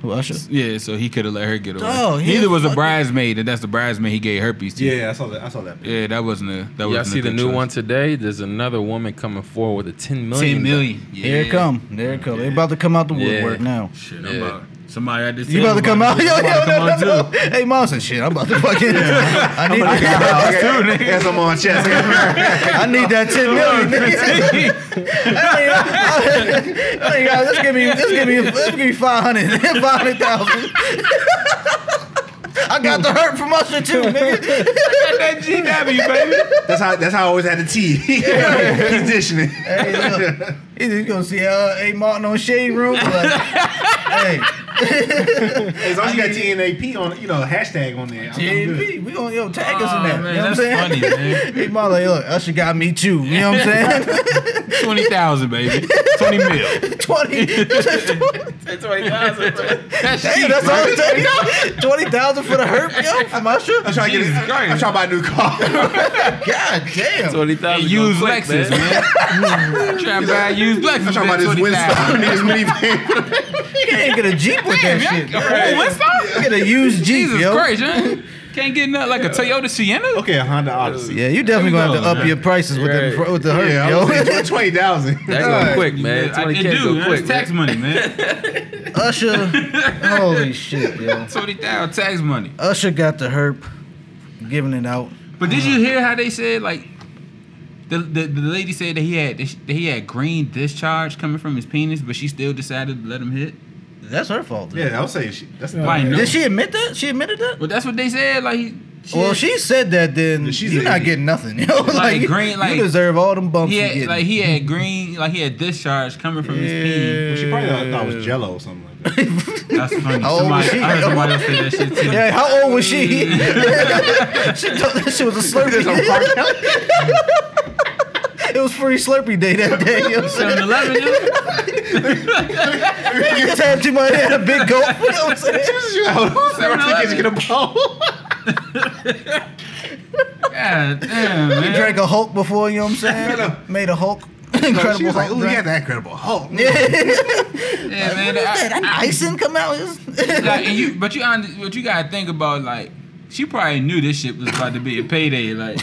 Speaker 6: Who, Usher?
Speaker 5: Yeah, so he could have let her get away.
Speaker 6: Dog, Oh, he
Speaker 5: Neither
Speaker 6: a
Speaker 5: was a
Speaker 6: fucking-
Speaker 5: bridesmaid, and that's the bridesmaid he gave herpes to.
Speaker 4: yeah, I saw that. I saw that.
Speaker 5: Yeah, that wasn't a that
Speaker 3: Y'all
Speaker 5: wasn't
Speaker 3: see
Speaker 5: a
Speaker 3: the
Speaker 5: good
Speaker 3: new
Speaker 5: choice.
Speaker 3: one today? There's another woman coming forward with a 10 million.
Speaker 5: Ten million. Yeah.
Speaker 6: There it come. There it come. They about to come out the woodwork
Speaker 3: Yeah.
Speaker 6: now.
Speaker 5: Shit,
Speaker 3: Yeah.
Speaker 5: I'm about somebody at this.
Speaker 6: You about to come out? Yo, yo, no, no, no. Hey, mom said, shit, I'm about to fucking. I, need,
Speaker 4: As I'm on chest.
Speaker 6: I need that 10 million. I ain't- I ain't got- Let's give me, let's give me, let's give me 500, 500,000. I got the hurt from Usher too, nigga.
Speaker 3: that GW, baby.
Speaker 4: That's how. That's how I always had the tea. Conditioning.
Speaker 6: Hey, look, you gonna see uh, A. Martin on Shade Room? Like, hey,
Speaker 4: As long as you got TNAP on, you know, hashtag on there. I'm- I'm good.
Speaker 6: JP, we gonna yo tag us in
Speaker 3: Aw,
Speaker 6: that.
Speaker 3: man,
Speaker 6: you know what I'm
Speaker 3: that's
Speaker 6: saying?
Speaker 3: funny, man.
Speaker 6: Hey, Martin, like, look, Usher got me too. You know what I'm saying?
Speaker 5: Twenty thousand, baby. Twenty mil.
Speaker 6: Twenty.
Speaker 3: That's
Speaker 6: Hey,
Speaker 3: cheap,
Speaker 6: that's
Speaker 3: bro.
Speaker 6: all it takes. Twenty thousand for the hurt, yo, from Usher.
Speaker 4: I'm trying to get.
Speaker 3: Jesus
Speaker 4: This,
Speaker 3: Christ.
Speaker 4: I'm trying to buy a new car.
Speaker 6: God damn.
Speaker 3: Twenty thousand.
Speaker 5: And use Lexus, man. Try to buy used Lexus.
Speaker 4: I'm trying to buy this Winston. This minivan.
Speaker 6: You can't get a Jeep with that shit.
Speaker 5: Yeah. Oh, Winston?
Speaker 6: You get a used Jeep,
Speaker 5: Jesus
Speaker 6: yo.
Speaker 5: Christ, huh? Can't get nothing like a Toyota Sienna.
Speaker 4: Okay, a Honda Odyssey.
Speaker 6: Yeah, you definitely
Speaker 5: There
Speaker 6: gonna
Speaker 5: you
Speaker 6: have to
Speaker 5: go,
Speaker 6: up
Speaker 5: man.
Speaker 6: your prices with,
Speaker 3: Right.
Speaker 6: the, with the hurt,
Speaker 4: Yeah,
Speaker 6: yo.
Speaker 4: I was twenty thousand. Uh,
Speaker 3: That go quick, man.
Speaker 5: I
Speaker 3: Twenty
Speaker 5: can
Speaker 3: k
Speaker 5: do.
Speaker 3: go
Speaker 5: That's
Speaker 3: quick.
Speaker 5: tax
Speaker 3: man.
Speaker 5: money, man.
Speaker 6: Usher, holy shit, yo.
Speaker 5: Twenty thousand tax money.
Speaker 6: Usher got the herp, giving it out.
Speaker 5: But
Speaker 6: Uh-huh.
Speaker 5: did you hear how they said like the the, the lady said that he had that he had green discharge coming from his penis, but she still decided to let him hit.
Speaker 6: That's her fault. Then.
Speaker 4: Yeah, I was saying she, that's
Speaker 5: Why no?
Speaker 6: Did she admit that? She admitted that.
Speaker 5: But that's what they said. Like, he- she
Speaker 6: well,
Speaker 5: had-
Speaker 6: she said that. Then
Speaker 4: She's
Speaker 6: you're
Speaker 4: an
Speaker 6: not
Speaker 4: idiot.
Speaker 6: getting nothing. Yo. Like, you-
Speaker 5: green, like-
Speaker 6: you deserve all them bumps.
Speaker 5: he
Speaker 6: you
Speaker 5: had
Speaker 6: getting.
Speaker 5: like he had green, like he had discharge coming from his penis.
Speaker 4: Well, she probably thought, thought it was Jello or something like that.
Speaker 5: That's funny.
Speaker 6: How old
Speaker 5: Somebody,
Speaker 6: was Oh, she?
Speaker 5: I heard somebody else say that shit too.
Speaker 6: yeah, how old was she? she thought that shit was a Slurpee. it was free Slurpee day that day. You know what I'm saying?
Speaker 5: 7-Eleven, yo.
Speaker 6: You tapped him on the head, a big gulp. You know what I'm saying?
Speaker 4: Everything get a ball.
Speaker 5: God damn,
Speaker 6: You
Speaker 5: man.
Speaker 6: drank a Hulk before, you know what I'm saying? Made a Hulk. Incredible
Speaker 4: She was like,
Speaker 6: Hulk.
Speaker 4: "Ooh, you
Speaker 6: drink."
Speaker 4: got that Incredible Hulk."
Speaker 5: Yeah, man.
Speaker 6: That
Speaker 5: I-
Speaker 6: icing come out. is-
Speaker 5: like, and you, but you, under- but you gotta think about like she probably knew this shit was about to be a payday. Like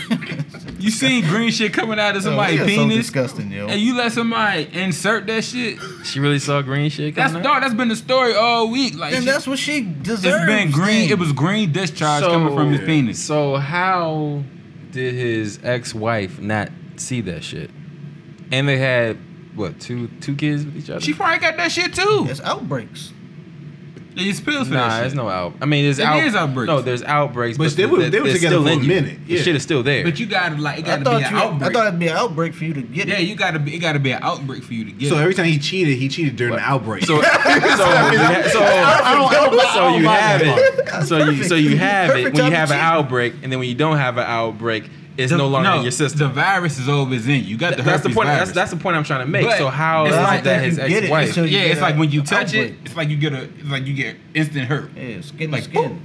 Speaker 5: you seen green shit coming out of
Speaker 6: We
Speaker 5: somebody's
Speaker 6: are so
Speaker 5: penis,
Speaker 6: disgusting, yo.
Speaker 5: and you let somebody insert that shit.
Speaker 3: She really saw green shit.
Speaker 5: That's
Speaker 3: coming out?
Speaker 5: dog. That's been the story all week. Like
Speaker 6: And
Speaker 5: she-
Speaker 6: that's what she deserves.
Speaker 5: it's been green.
Speaker 6: then.
Speaker 5: It was green discharge coming from his penis.
Speaker 3: So how did his ex-wife not see that shit? And they had what two two kids with each other?
Speaker 5: She probably got that shit too.
Speaker 6: It's outbreaks.
Speaker 5: And you spills for
Speaker 3: nah,
Speaker 5: that
Speaker 3: there's
Speaker 5: shit.
Speaker 3: no out. I mean, there's
Speaker 5: It
Speaker 3: out-
Speaker 5: is outbreaks.
Speaker 3: No, there's outbreaks.
Speaker 4: But they were-
Speaker 3: th-
Speaker 4: they were
Speaker 3: it's
Speaker 4: together
Speaker 3: still
Speaker 4: for a
Speaker 3: in you.
Speaker 4: minute,
Speaker 3: The
Speaker 4: yeah.
Speaker 3: shit is still there.
Speaker 5: But you gotta like it
Speaker 6: I
Speaker 5: gotta be
Speaker 6: thought,
Speaker 5: an
Speaker 6: you, I
Speaker 5: outbreak.
Speaker 6: thought it'd be an outbreak for you to get
Speaker 5: yeah,
Speaker 6: it.
Speaker 5: you gotta be. It gotta be an outbreak for you to get.
Speaker 4: So
Speaker 5: it.
Speaker 4: every time he cheated, he cheated during the outbreak.
Speaker 3: so so, you ha- so,
Speaker 4: I don't, I don't, buy-
Speaker 3: so
Speaker 4: I don't
Speaker 3: you
Speaker 4: buy
Speaker 3: have
Speaker 4: that part.
Speaker 3: it. So you so you have it
Speaker 6: Perfect
Speaker 3: when you
Speaker 6: time
Speaker 3: have
Speaker 6: to
Speaker 3: an
Speaker 6: cheat.
Speaker 3: outbreak, and then when you don't have an outbreak, it's
Speaker 5: The-
Speaker 3: no longer in your system.
Speaker 5: The virus is always in you. You got the
Speaker 3: that's the
Speaker 5: herpes
Speaker 3: point.
Speaker 5: Virus.
Speaker 3: That's, that's the point I'm trying to make.
Speaker 5: But
Speaker 3: so how
Speaker 5: it's
Speaker 3: is
Speaker 5: like
Speaker 3: it that his
Speaker 6: you get it
Speaker 3: ex-wife?
Speaker 6: until you-
Speaker 5: yeah,
Speaker 6: get
Speaker 5: it's
Speaker 6: a
Speaker 5: like when you touch
Speaker 6: outbreak.
Speaker 5: it, it's like you get a, it's like you get a instant hurt.
Speaker 6: yeah, skin
Speaker 5: Like,
Speaker 6: to skin.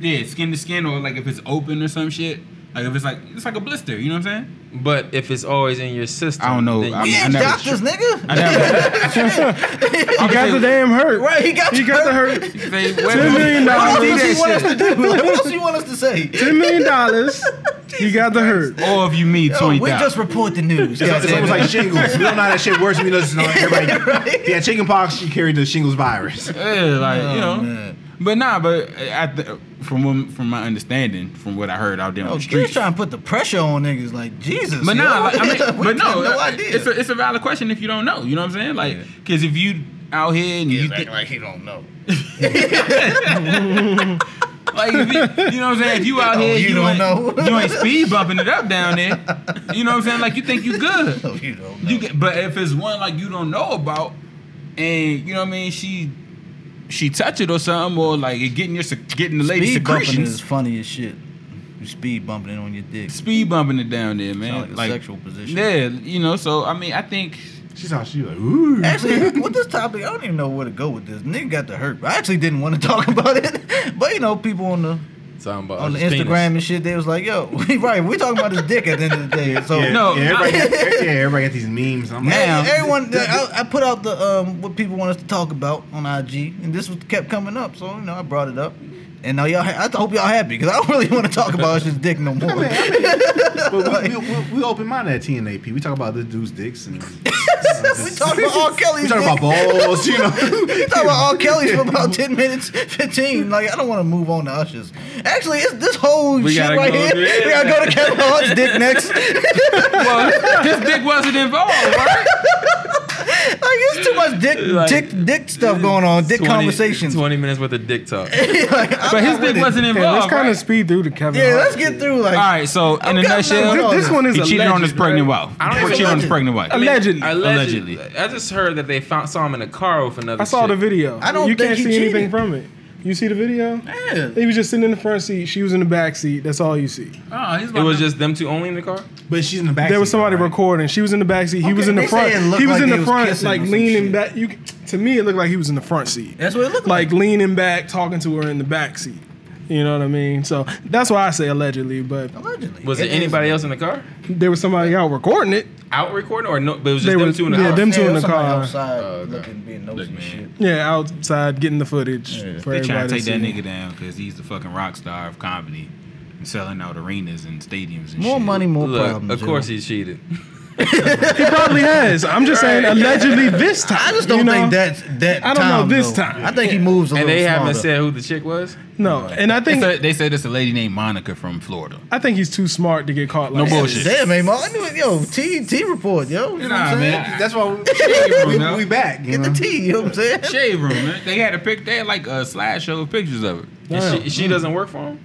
Speaker 5: Yeah, skin to skin, or like if it's open or some shit. Like if it's like it's like a blister. You know what I'm saying?
Speaker 3: But if it's always in your system,
Speaker 5: I don't know.
Speaker 3: then you-
Speaker 5: I mean,
Speaker 6: Yeah,
Speaker 5: I never-
Speaker 6: doctors, nigga.
Speaker 2: He got the damn hurt.
Speaker 6: Right, he got
Speaker 2: He
Speaker 6: the
Speaker 2: got the hurt.
Speaker 5: Say,
Speaker 2: Ten million
Speaker 6: What
Speaker 2: dollars.
Speaker 6: else do you want us to do? Like, what else do you want us to say?
Speaker 2: Ten million dollars. He got the hurt.
Speaker 5: or if you mean
Speaker 6: Yo,
Speaker 5: twenty
Speaker 6: we just
Speaker 5: thousand.
Speaker 6: report the news.
Speaker 4: It's, it's almost like shingles. We don't know how that shit works. We know this is on everybody. Yeah, chickenpox. She carried the shingles virus.
Speaker 5: Yeah, like you know.
Speaker 6: Oh, man.
Speaker 5: But nah, but I th- from what- from my understanding, from what I heard out there on
Speaker 4: oh,
Speaker 6: Yo,
Speaker 5: the streets,
Speaker 6: kids trying to put the pressure on niggas like Jesus.
Speaker 5: But
Speaker 6: yo.
Speaker 5: nah, like, I mean,
Speaker 6: We
Speaker 5: but no,
Speaker 6: have no
Speaker 5: uh,
Speaker 6: idea.
Speaker 5: it's a it's a valid question if you don't know. You know what I'm saying? Like, because if you out here and you think,
Speaker 6: like he don't know.
Speaker 5: like, if you, you know what I'm saying? If you out
Speaker 6: Oh,
Speaker 5: here,
Speaker 6: you
Speaker 5: you,
Speaker 6: don't
Speaker 5: ain't,
Speaker 6: know.
Speaker 5: you ain't speed bumping it up down there. You know what I'm saying? Like, you think you good.
Speaker 6: No, you don't know.
Speaker 5: You get, but if it's one like you don't know about, and you know what I mean, she she touch it or something, or like it getting your sec- getting the lady
Speaker 6: speed bumping
Speaker 5: secretions,
Speaker 6: is funny as shit. You speed bumping it on your dick.
Speaker 5: speed bumping it down there, man.
Speaker 6: like a sexual position.
Speaker 5: Yeah, you know. So I mean, I think
Speaker 4: She saw. She was like, ooh.
Speaker 6: Actually, with this topic, I don't even know where to go with this. Nigga got the hurt. I actually didn't want to talk about it, but you know, people on the
Speaker 3: Talking about
Speaker 6: on the
Speaker 3: his
Speaker 6: Instagram
Speaker 3: penis.
Speaker 6: and shit, they was like, "Yo, we right? We talking about his dick at the end of the day." So
Speaker 4: Yeah,
Speaker 5: No,
Speaker 4: yeah, everybody, got, yeah, everybody got these memes. I'm like,
Speaker 5: Now-
Speaker 6: Hey, everyone, I, I put out the um, what people want us to talk about on IG, and this was kept coming up, so you know I brought it up. And now y'all, ha- I hope y'all happy because I don't really want to talk about Usher's dick no more.
Speaker 4: but we, we, we, we open minded at TNAP. We talk about this dude's dicks and we
Speaker 6: we talked about R. Kelly's.
Speaker 4: talk
Speaker 6: dick.
Speaker 4: about balls. You know,
Speaker 6: We talked about R. Kelly's for about ten minutes, fifteen. Like I don't want to move on to Usher's. Actually, it's this whole
Speaker 3: We
Speaker 6: shit
Speaker 3: gotta
Speaker 6: right
Speaker 3: go
Speaker 6: here.
Speaker 3: through it.
Speaker 6: We gotta go to Kevin Hart's dick next.
Speaker 5: well, his dick wasn't involved, right?
Speaker 6: it's too much dick,
Speaker 3: Like,
Speaker 6: dick, dick stuff going on. Dick
Speaker 3: 20
Speaker 6: conversations.
Speaker 3: Twenty minutes worth of dick talk.
Speaker 6: Like, I'm
Speaker 10: But his
Speaker 6: not with
Speaker 10: dick
Speaker 6: it.
Speaker 10: wasn't
Speaker 2: Yeah, let's
Speaker 10: involved.
Speaker 2: kind of
Speaker 10: right?
Speaker 2: speed through the Kevin.
Speaker 6: Yeah,
Speaker 2: Hart
Speaker 6: let's
Speaker 2: shit.
Speaker 6: get through. Like,
Speaker 10: All right, so in a
Speaker 6: got nothing
Speaker 10: nutshell,
Speaker 6: on
Speaker 2: This, this one is
Speaker 10: he cheated on his
Speaker 2: alleged,
Speaker 10: pregnant
Speaker 2: right?
Speaker 10: wife.
Speaker 3: I don't
Speaker 10: He
Speaker 3: even
Speaker 10: cheated on his
Speaker 6: know.
Speaker 10: pregnant wife.
Speaker 2: Alleged. Allegedly.
Speaker 3: Allegedly. I just heard that they found saw him in a car with another.
Speaker 2: I saw
Speaker 3: chick.
Speaker 2: the video.
Speaker 6: I don't
Speaker 2: You
Speaker 6: think
Speaker 2: can't
Speaker 6: he
Speaker 2: see anything
Speaker 6: cheated.
Speaker 2: from it. You see the video?
Speaker 6: Yeah.
Speaker 2: He was just sitting in the front seat. She was in the back seat. That's all you see.
Speaker 5: Oh, he's
Speaker 3: It was just them two only in the car.
Speaker 4: But she's in the back.
Speaker 2: There was somebody recording. She was in the back seat. He
Speaker 6: Okay,
Speaker 2: was in the
Speaker 6: they say
Speaker 2: front.
Speaker 6: it looked
Speaker 2: He was
Speaker 6: like
Speaker 2: in
Speaker 6: they
Speaker 2: the
Speaker 6: was
Speaker 2: front,
Speaker 6: kissing
Speaker 2: like
Speaker 6: or some
Speaker 2: leaning
Speaker 6: shit.
Speaker 2: back. You to me, it looked like he was in the front seat,
Speaker 6: That's what it looked like.
Speaker 2: like leaning back, talking to her in the back seat. You know what I mean? So that's why I say allegedly, but
Speaker 6: Allegedly.
Speaker 3: Was there
Speaker 6: is-
Speaker 3: anybody else in the car
Speaker 2: there was somebody out recording it.
Speaker 3: out recording or no? But it was just
Speaker 2: They
Speaker 3: them
Speaker 2: was-
Speaker 3: two in the
Speaker 2: yeah,
Speaker 3: car.
Speaker 2: them
Speaker 6: Yeah,
Speaker 2: two in
Speaker 6: there's
Speaker 2: the
Speaker 6: somebody
Speaker 2: car.
Speaker 3: Oh,
Speaker 6: Outside looking, being nosy and shit.
Speaker 2: Yeah, outside getting the footage for
Speaker 5: They trying
Speaker 2: everybody
Speaker 5: to take
Speaker 2: to
Speaker 5: that
Speaker 2: see.
Speaker 5: nigga down because he's the fucking rock star of comedy and selling out arenas and stadiums and
Speaker 6: More
Speaker 5: shit.
Speaker 6: money, more
Speaker 3: Look,
Speaker 6: problems.
Speaker 3: of
Speaker 6: yo.
Speaker 3: course he cheated.
Speaker 2: He probably has. I'm just saying allegedly this time.
Speaker 6: I just don't
Speaker 2: you know?
Speaker 6: think that that.
Speaker 2: I don't know
Speaker 6: time,
Speaker 2: this
Speaker 6: though.
Speaker 2: time.
Speaker 6: I think he moves a
Speaker 3: and
Speaker 6: little.
Speaker 3: they haven't
Speaker 6: smarter.
Speaker 3: said who the chick was.
Speaker 2: No, and I
Speaker 5: They
Speaker 2: think
Speaker 5: said, they said it's a lady naid Monica from Florida.
Speaker 2: I think he's too smart to get caught. Like that.
Speaker 5: No bullshit.
Speaker 6: Damn, man, I knew it. Yo, T T report, yo. You know what I'm saying?
Speaker 4: That's why we,
Speaker 5: room,
Speaker 4: we,
Speaker 5: huh?
Speaker 4: we back. You
Speaker 6: Get
Speaker 4: know?
Speaker 6: the T. You know what I'm saying?
Speaker 5: Shade room, man. They had a pic. They had like a slideshow of pictures of it.
Speaker 3: And she, she doesn't work for him,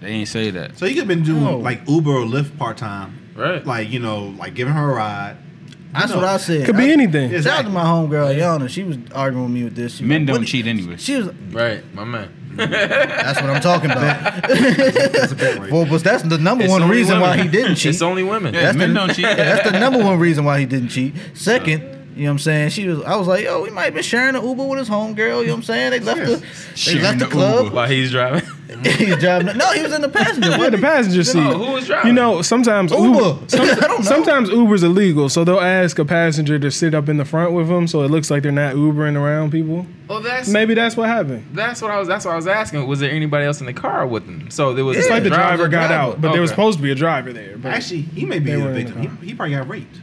Speaker 5: They ain't say that.
Speaker 4: So you could have been doing
Speaker 6: No.
Speaker 4: like Uber or Lyft part time,
Speaker 3: right?
Speaker 4: like you know, like giving her a ride.
Speaker 6: That's
Speaker 4: No.
Speaker 6: what I said.
Speaker 2: Could be
Speaker 6: I-
Speaker 2: anything.
Speaker 4: Yes.
Speaker 6: Shout out to my homegirl Yana. She was arguing with me with this. She was
Speaker 5: Men
Speaker 6: like,
Speaker 5: don't
Speaker 6: what-
Speaker 5: cheat anyway.
Speaker 6: She was.
Speaker 3: right, my man.
Speaker 6: That's what I'm talking about. well, but that's the number
Speaker 3: It's
Speaker 6: one
Speaker 3: only
Speaker 6: reason why
Speaker 3: women.
Speaker 6: he didn't cheat.
Speaker 3: It's only women.
Speaker 5: Yeah, men don't cheat.
Speaker 6: That's the number one reason why he didn't cheat. Second, you know what I'm saying? She was I was like, yo, we might have been sharing an Uber with his homegirl, you know what I'm saying? They left the they
Speaker 5: Sharing
Speaker 6: left the
Speaker 5: the
Speaker 6: club.
Speaker 5: Uber.
Speaker 3: While he's driving.
Speaker 6: He's driving. No, he was in the passenger.
Speaker 2: Yeah,
Speaker 6: wasn't
Speaker 2: the
Speaker 6: he?
Speaker 2: passenger seat.
Speaker 3: Oh, who was driving?
Speaker 2: You know, sometimes
Speaker 6: Uber.
Speaker 2: Uber. some-
Speaker 6: I don't know.
Speaker 2: Sometimes Uber's illegal, so they'll ask a passenger to sit up in the front with them, so it looks like they're not Ubering around people.
Speaker 3: Well, that's
Speaker 2: Maybe that's what happened.
Speaker 3: that's what I was that's what I was asking. Was there anybody else in the car with them? So there was
Speaker 2: It's like the driver got
Speaker 3: driver.
Speaker 2: out, but there was
Speaker 3: Okay.
Speaker 2: supposed to be a driver there. But
Speaker 4: Actually, he may be
Speaker 2: They
Speaker 4: the
Speaker 2: were in the
Speaker 4: victim. He, he probably got raped.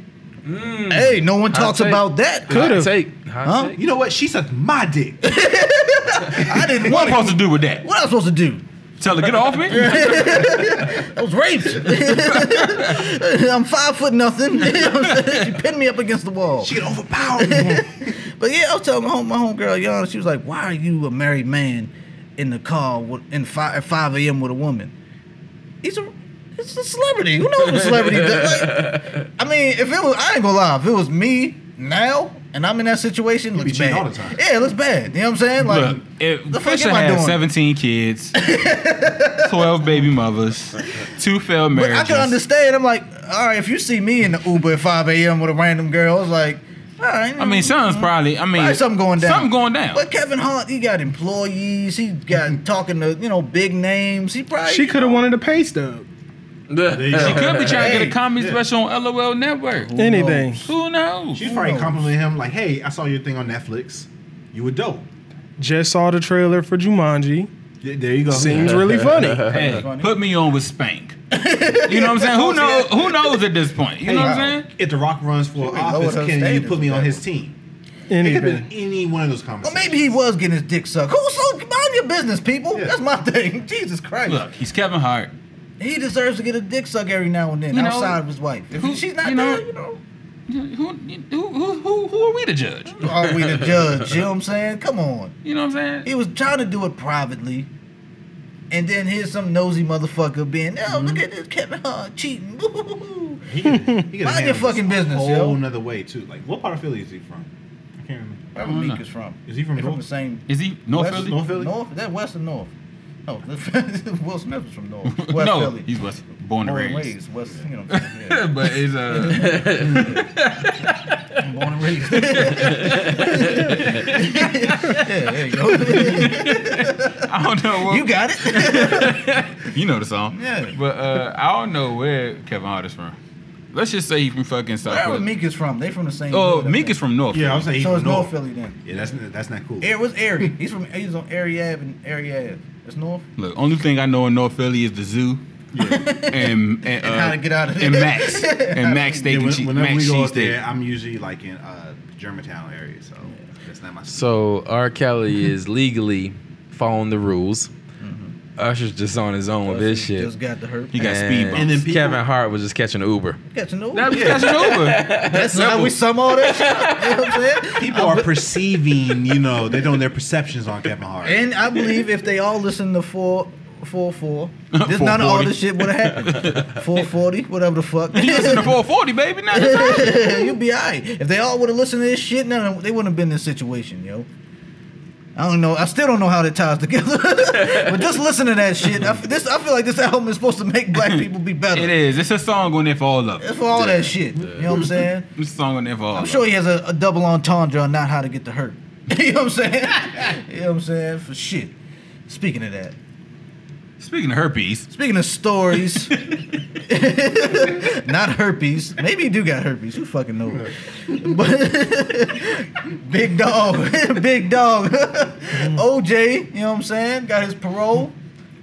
Speaker 6: Hey, no one talks
Speaker 3: take.
Speaker 6: about that.
Speaker 2: Could
Speaker 3: Hot
Speaker 2: have.
Speaker 3: take. Hot
Speaker 6: Huh?
Speaker 3: take.
Speaker 4: You know what? She sucked my dick.
Speaker 6: I
Speaker 5: What
Speaker 6: didn't want
Speaker 5: am I
Speaker 6: to.
Speaker 5: supposed to do with that?
Speaker 6: What I supposed to do?
Speaker 5: Tell her get off me.
Speaker 6: I was raped. I'm five foot nothing. You know what I'm saying? she pinned me up against the wall.
Speaker 4: She overpowered me.
Speaker 6: But yeah, I was telling my home, my homegirl, Yana, she was like, "Why are you a married man in the car with, in five, at five a.m. with a woman? He's a it's a celebrity. Who knows what a celebrity does? Like, I mean, if it was, I ain't gonna lie, if it was me now and I'm in that situation, it
Speaker 4: be
Speaker 6: looks
Speaker 4: cheating
Speaker 6: bad.
Speaker 4: all the time.
Speaker 6: Yeah, it looks bad. You know what I'm saying? Like,
Speaker 5: Look, if
Speaker 6: the fuck
Speaker 5: Fisher
Speaker 6: am I
Speaker 5: had
Speaker 6: doing?
Speaker 5: 17 kids, 12 baby mothers, two failed
Speaker 6: but
Speaker 5: marriages.
Speaker 6: I can understand. I'm like, all right, if you see me in the Uber at five a.m. with a random girl, it's like, all right.
Speaker 5: I mean, something's probably. I mean,
Speaker 6: Probably something going down.
Speaker 5: Something going down. Mm-hmm.
Speaker 6: But Kevin Hart, he got employees. He got talking to you know big names. He probably
Speaker 2: she could have wanted a pay stub.
Speaker 5: she could be trying to get a comedy special on LOL Network.
Speaker 2: Anything.
Speaker 5: Who knows?
Speaker 4: She's probably complimenting him like, "Hey, I saw your thing on Netflix. You were dope.
Speaker 2: Just saw the trailer for Jumanji.
Speaker 4: Yeah, There you go.
Speaker 2: Seems really funny.
Speaker 5: Hey, put me on with Spank. You know what I'm saying? Who knows? Who knows at this point? You know what I'm
Speaker 6: uh,
Speaker 5: saying?
Speaker 4: If The Rock runs for
Speaker 6: might lower
Speaker 4: office,
Speaker 6: those
Speaker 4: can you
Speaker 6: standards
Speaker 4: put me
Speaker 6: with
Speaker 4: on
Speaker 6: that
Speaker 4: his team? It could have
Speaker 2: Anything.
Speaker 4: been any one of those
Speaker 6: Or
Speaker 4: conversations.
Speaker 6: maybe he was getting his dick sucked. Who so mind your business, people?
Speaker 4: Yeah.
Speaker 6: That's my thing. Jesus Christ.
Speaker 5: Look, he's Kevin Hart.
Speaker 6: He deserves to get a dick suck every now and then
Speaker 5: You know,
Speaker 6: outside of his wife. If
Speaker 5: who-
Speaker 6: she's not
Speaker 5: you know-
Speaker 6: there, you know.
Speaker 5: Who, who, who, who, who are we to judge?
Speaker 6: Are we the judge? You know what I'm saying? Come on.
Speaker 5: You know what I'm saying?
Speaker 6: He was trying to do it privately. And then here's some nosy motherfucker being, oh,
Speaker 5: Mm-hmm.
Speaker 6: look at this Kevin Hart cheating. Woo-hoo-hoo-hoo."
Speaker 4: He could- he could
Speaker 6: Mind
Speaker 4: have
Speaker 6: your
Speaker 4: handled
Speaker 6: fucking
Speaker 4: this
Speaker 6: business,
Speaker 4: a
Speaker 6: yo.
Speaker 4: whole another way too. Like, what part of Philly is he from? I can't remember.
Speaker 6: Where
Speaker 5: don't
Speaker 6: Meek
Speaker 5: know.
Speaker 6: is from.
Speaker 4: Is he from
Speaker 6: They from
Speaker 4: North?
Speaker 6: the same
Speaker 5: Is he North
Speaker 6: West-
Speaker 5: Philly?
Speaker 4: North Philly?
Speaker 6: North? Is that West or North? No, Will Smith is from North. West
Speaker 5: no,
Speaker 6: Philly.
Speaker 5: he's West, born and
Speaker 6: born and
Speaker 5: raised.
Speaker 6: raised. West, you know what I'm saying? Yeah.
Speaker 5: But it's uh,
Speaker 6: born and raised. yeah, there you go.
Speaker 5: I don't know. What,
Speaker 6: you got it.
Speaker 5: You know the song.
Speaker 6: Yeah.
Speaker 5: But uh, I don't know where Kevin Hart is from. Let's just say he's from fucking South
Speaker 6: Where
Speaker 5: Philly.
Speaker 6: Meek is from? They from the same.
Speaker 5: oh,
Speaker 6: hood, I
Speaker 5: Meek
Speaker 6: think.
Speaker 5: is from North.
Speaker 4: Yeah, I was saying
Speaker 5: Philly.
Speaker 4: he's
Speaker 6: So
Speaker 4: from
Speaker 6: it's North,
Speaker 4: North.
Speaker 6: Philly then.
Speaker 4: Yeah, that's that's not cool.
Speaker 6: Air, what's Airy? He's from. He's on Airy Ave and Airy Ave. It's North.
Speaker 5: Look, only thing I know in North Philly is the zoo. and and, uh,
Speaker 6: how to get out of
Speaker 5: and
Speaker 6: there.
Speaker 5: Max and Max steak
Speaker 4: Yeah,
Speaker 5: and
Speaker 4: when,
Speaker 5: cheese.
Speaker 4: whenever
Speaker 5: Max
Speaker 4: we go
Speaker 5: cheese
Speaker 4: out there,
Speaker 5: steak.
Speaker 4: I'm usually like in uh, Germantown area, so that's not my.
Speaker 3: So R. Kelly is legally following the rules. Usher's just on his own with this
Speaker 6: He
Speaker 3: shit.
Speaker 6: Just got the hurt.
Speaker 5: He got speed bumps.
Speaker 3: And then Kevin Hart was just catching an Uber.
Speaker 6: catching over.
Speaker 7: That was
Speaker 6: Yeah.
Speaker 7: catching over.
Speaker 6: That's how we sum all that shit up. You know what I'm saying?
Speaker 4: People are perceiving, you know, they're doing their perceptions on Kevin Hart.
Speaker 6: And I believe if they all listened to four four four, this none of all
Speaker 5: 440.
Speaker 6: this shit would have happened. Four forty, whatever the fuck.
Speaker 7: You listen to 440, baby. Now that's all.
Speaker 6: You'll be alright. If they all would have listened to this shit, none of, they wouldn't have been in this situation, yo. I don't know. I still don't know how that ties together. but just listen to that shit. I, f- this, I feel like this album is supposed to make black people be better.
Speaker 7: It is. It's a song on there for all of us.
Speaker 6: That's for all that shit. You know what I'm saying?
Speaker 7: It's a song on there for all
Speaker 6: I'm
Speaker 7: of
Speaker 6: sure
Speaker 7: us.
Speaker 6: he has a, a double entendre on not how to get the hurt. you know what I'm saying? you know what I'm saying? For shit. Speaking of that.
Speaker 7: Speaking of herpes,
Speaker 6: Speaking of stories, not herpes. Maybe you do got herpes. Who fucking knows? But big dog, big dog. OJ, you know what I'm saying? Got his parole.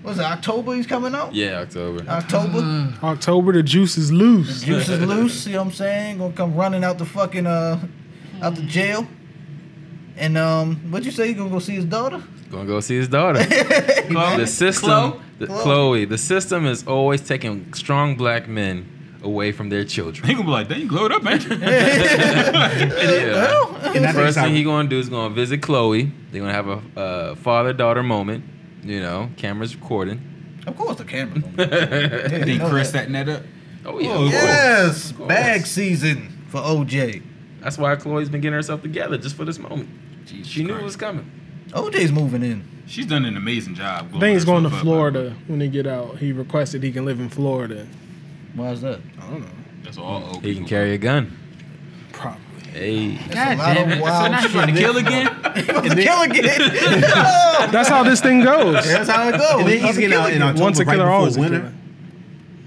Speaker 6: Was it October? He's coming out.
Speaker 3: Yeah, October.
Speaker 2: Mm-hmm.
Speaker 6: October.
Speaker 2: October, the juice is loose.
Speaker 6: Juice is loose. You know what I'm saying? Gonna come running out the fucking uh, out the jail. And um, what you say? You gonna go see his daughter?
Speaker 3: Gonna go see his daughter. the system,
Speaker 7: Chloe?
Speaker 3: the-
Speaker 6: Chloe.
Speaker 3: Chloe. The system is always taking strong black men away from their children.
Speaker 7: he gonna be like, "Dang, you glowed up, man."
Speaker 3: Yeah.
Speaker 4: And I think
Speaker 3: First
Speaker 4: it's how-
Speaker 3: thing he gonna do is gonna visit Chloe. They're gonna have a uh, father daughter moment. You know, cameras recording.
Speaker 6: Of course, the camera. Gonna be. Yeah, you
Speaker 7: Then
Speaker 6: know
Speaker 7: Chris
Speaker 6: that.
Speaker 7: setting that up.
Speaker 3: Oh yeah.
Speaker 7: Whoa.
Speaker 3: of course.
Speaker 6: Yes, bag season for OJ.
Speaker 3: That's why Chloe's been getting herself together just for this moment. she knew it was coming.
Speaker 6: OJ's moving in.
Speaker 7: She's done an amazing job.
Speaker 2: I
Speaker 7: glowing
Speaker 2: think he's going to
Speaker 7: herself up.
Speaker 2: Florida when he get out. He requested he can live in Florida.
Speaker 6: Why is that?
Speaker 7: That's all. old
Speaker 3: He can
Speaker 7: people.
Speaker 3: carry a gun.
Speaker 2: Probably.
Speaker 3: Hey.
Speaker 6: That's a lot of
Speaker 7: So now
Speaker 6: wild
Speaker 7: he's trying to
Speaker 6: shit.
Speaker 7: kill again.
Speaker 6: Kill again. No.
Speaker 2: That's how this thing goes.
Speaker 6: That's how it goes.
Speaker 4: and then he's
Speaker 6: Fucking
Speaker 4: getting
Speaker 6: kill
Speaker 4: out in
Speaker 6: again.
Speaker 4: October
Speaker 2: Once a
Speaker 4: right
Speaker 2: killer, always a
Speaker 4: before
Speaker 2: killer.
Speaker 4: winter.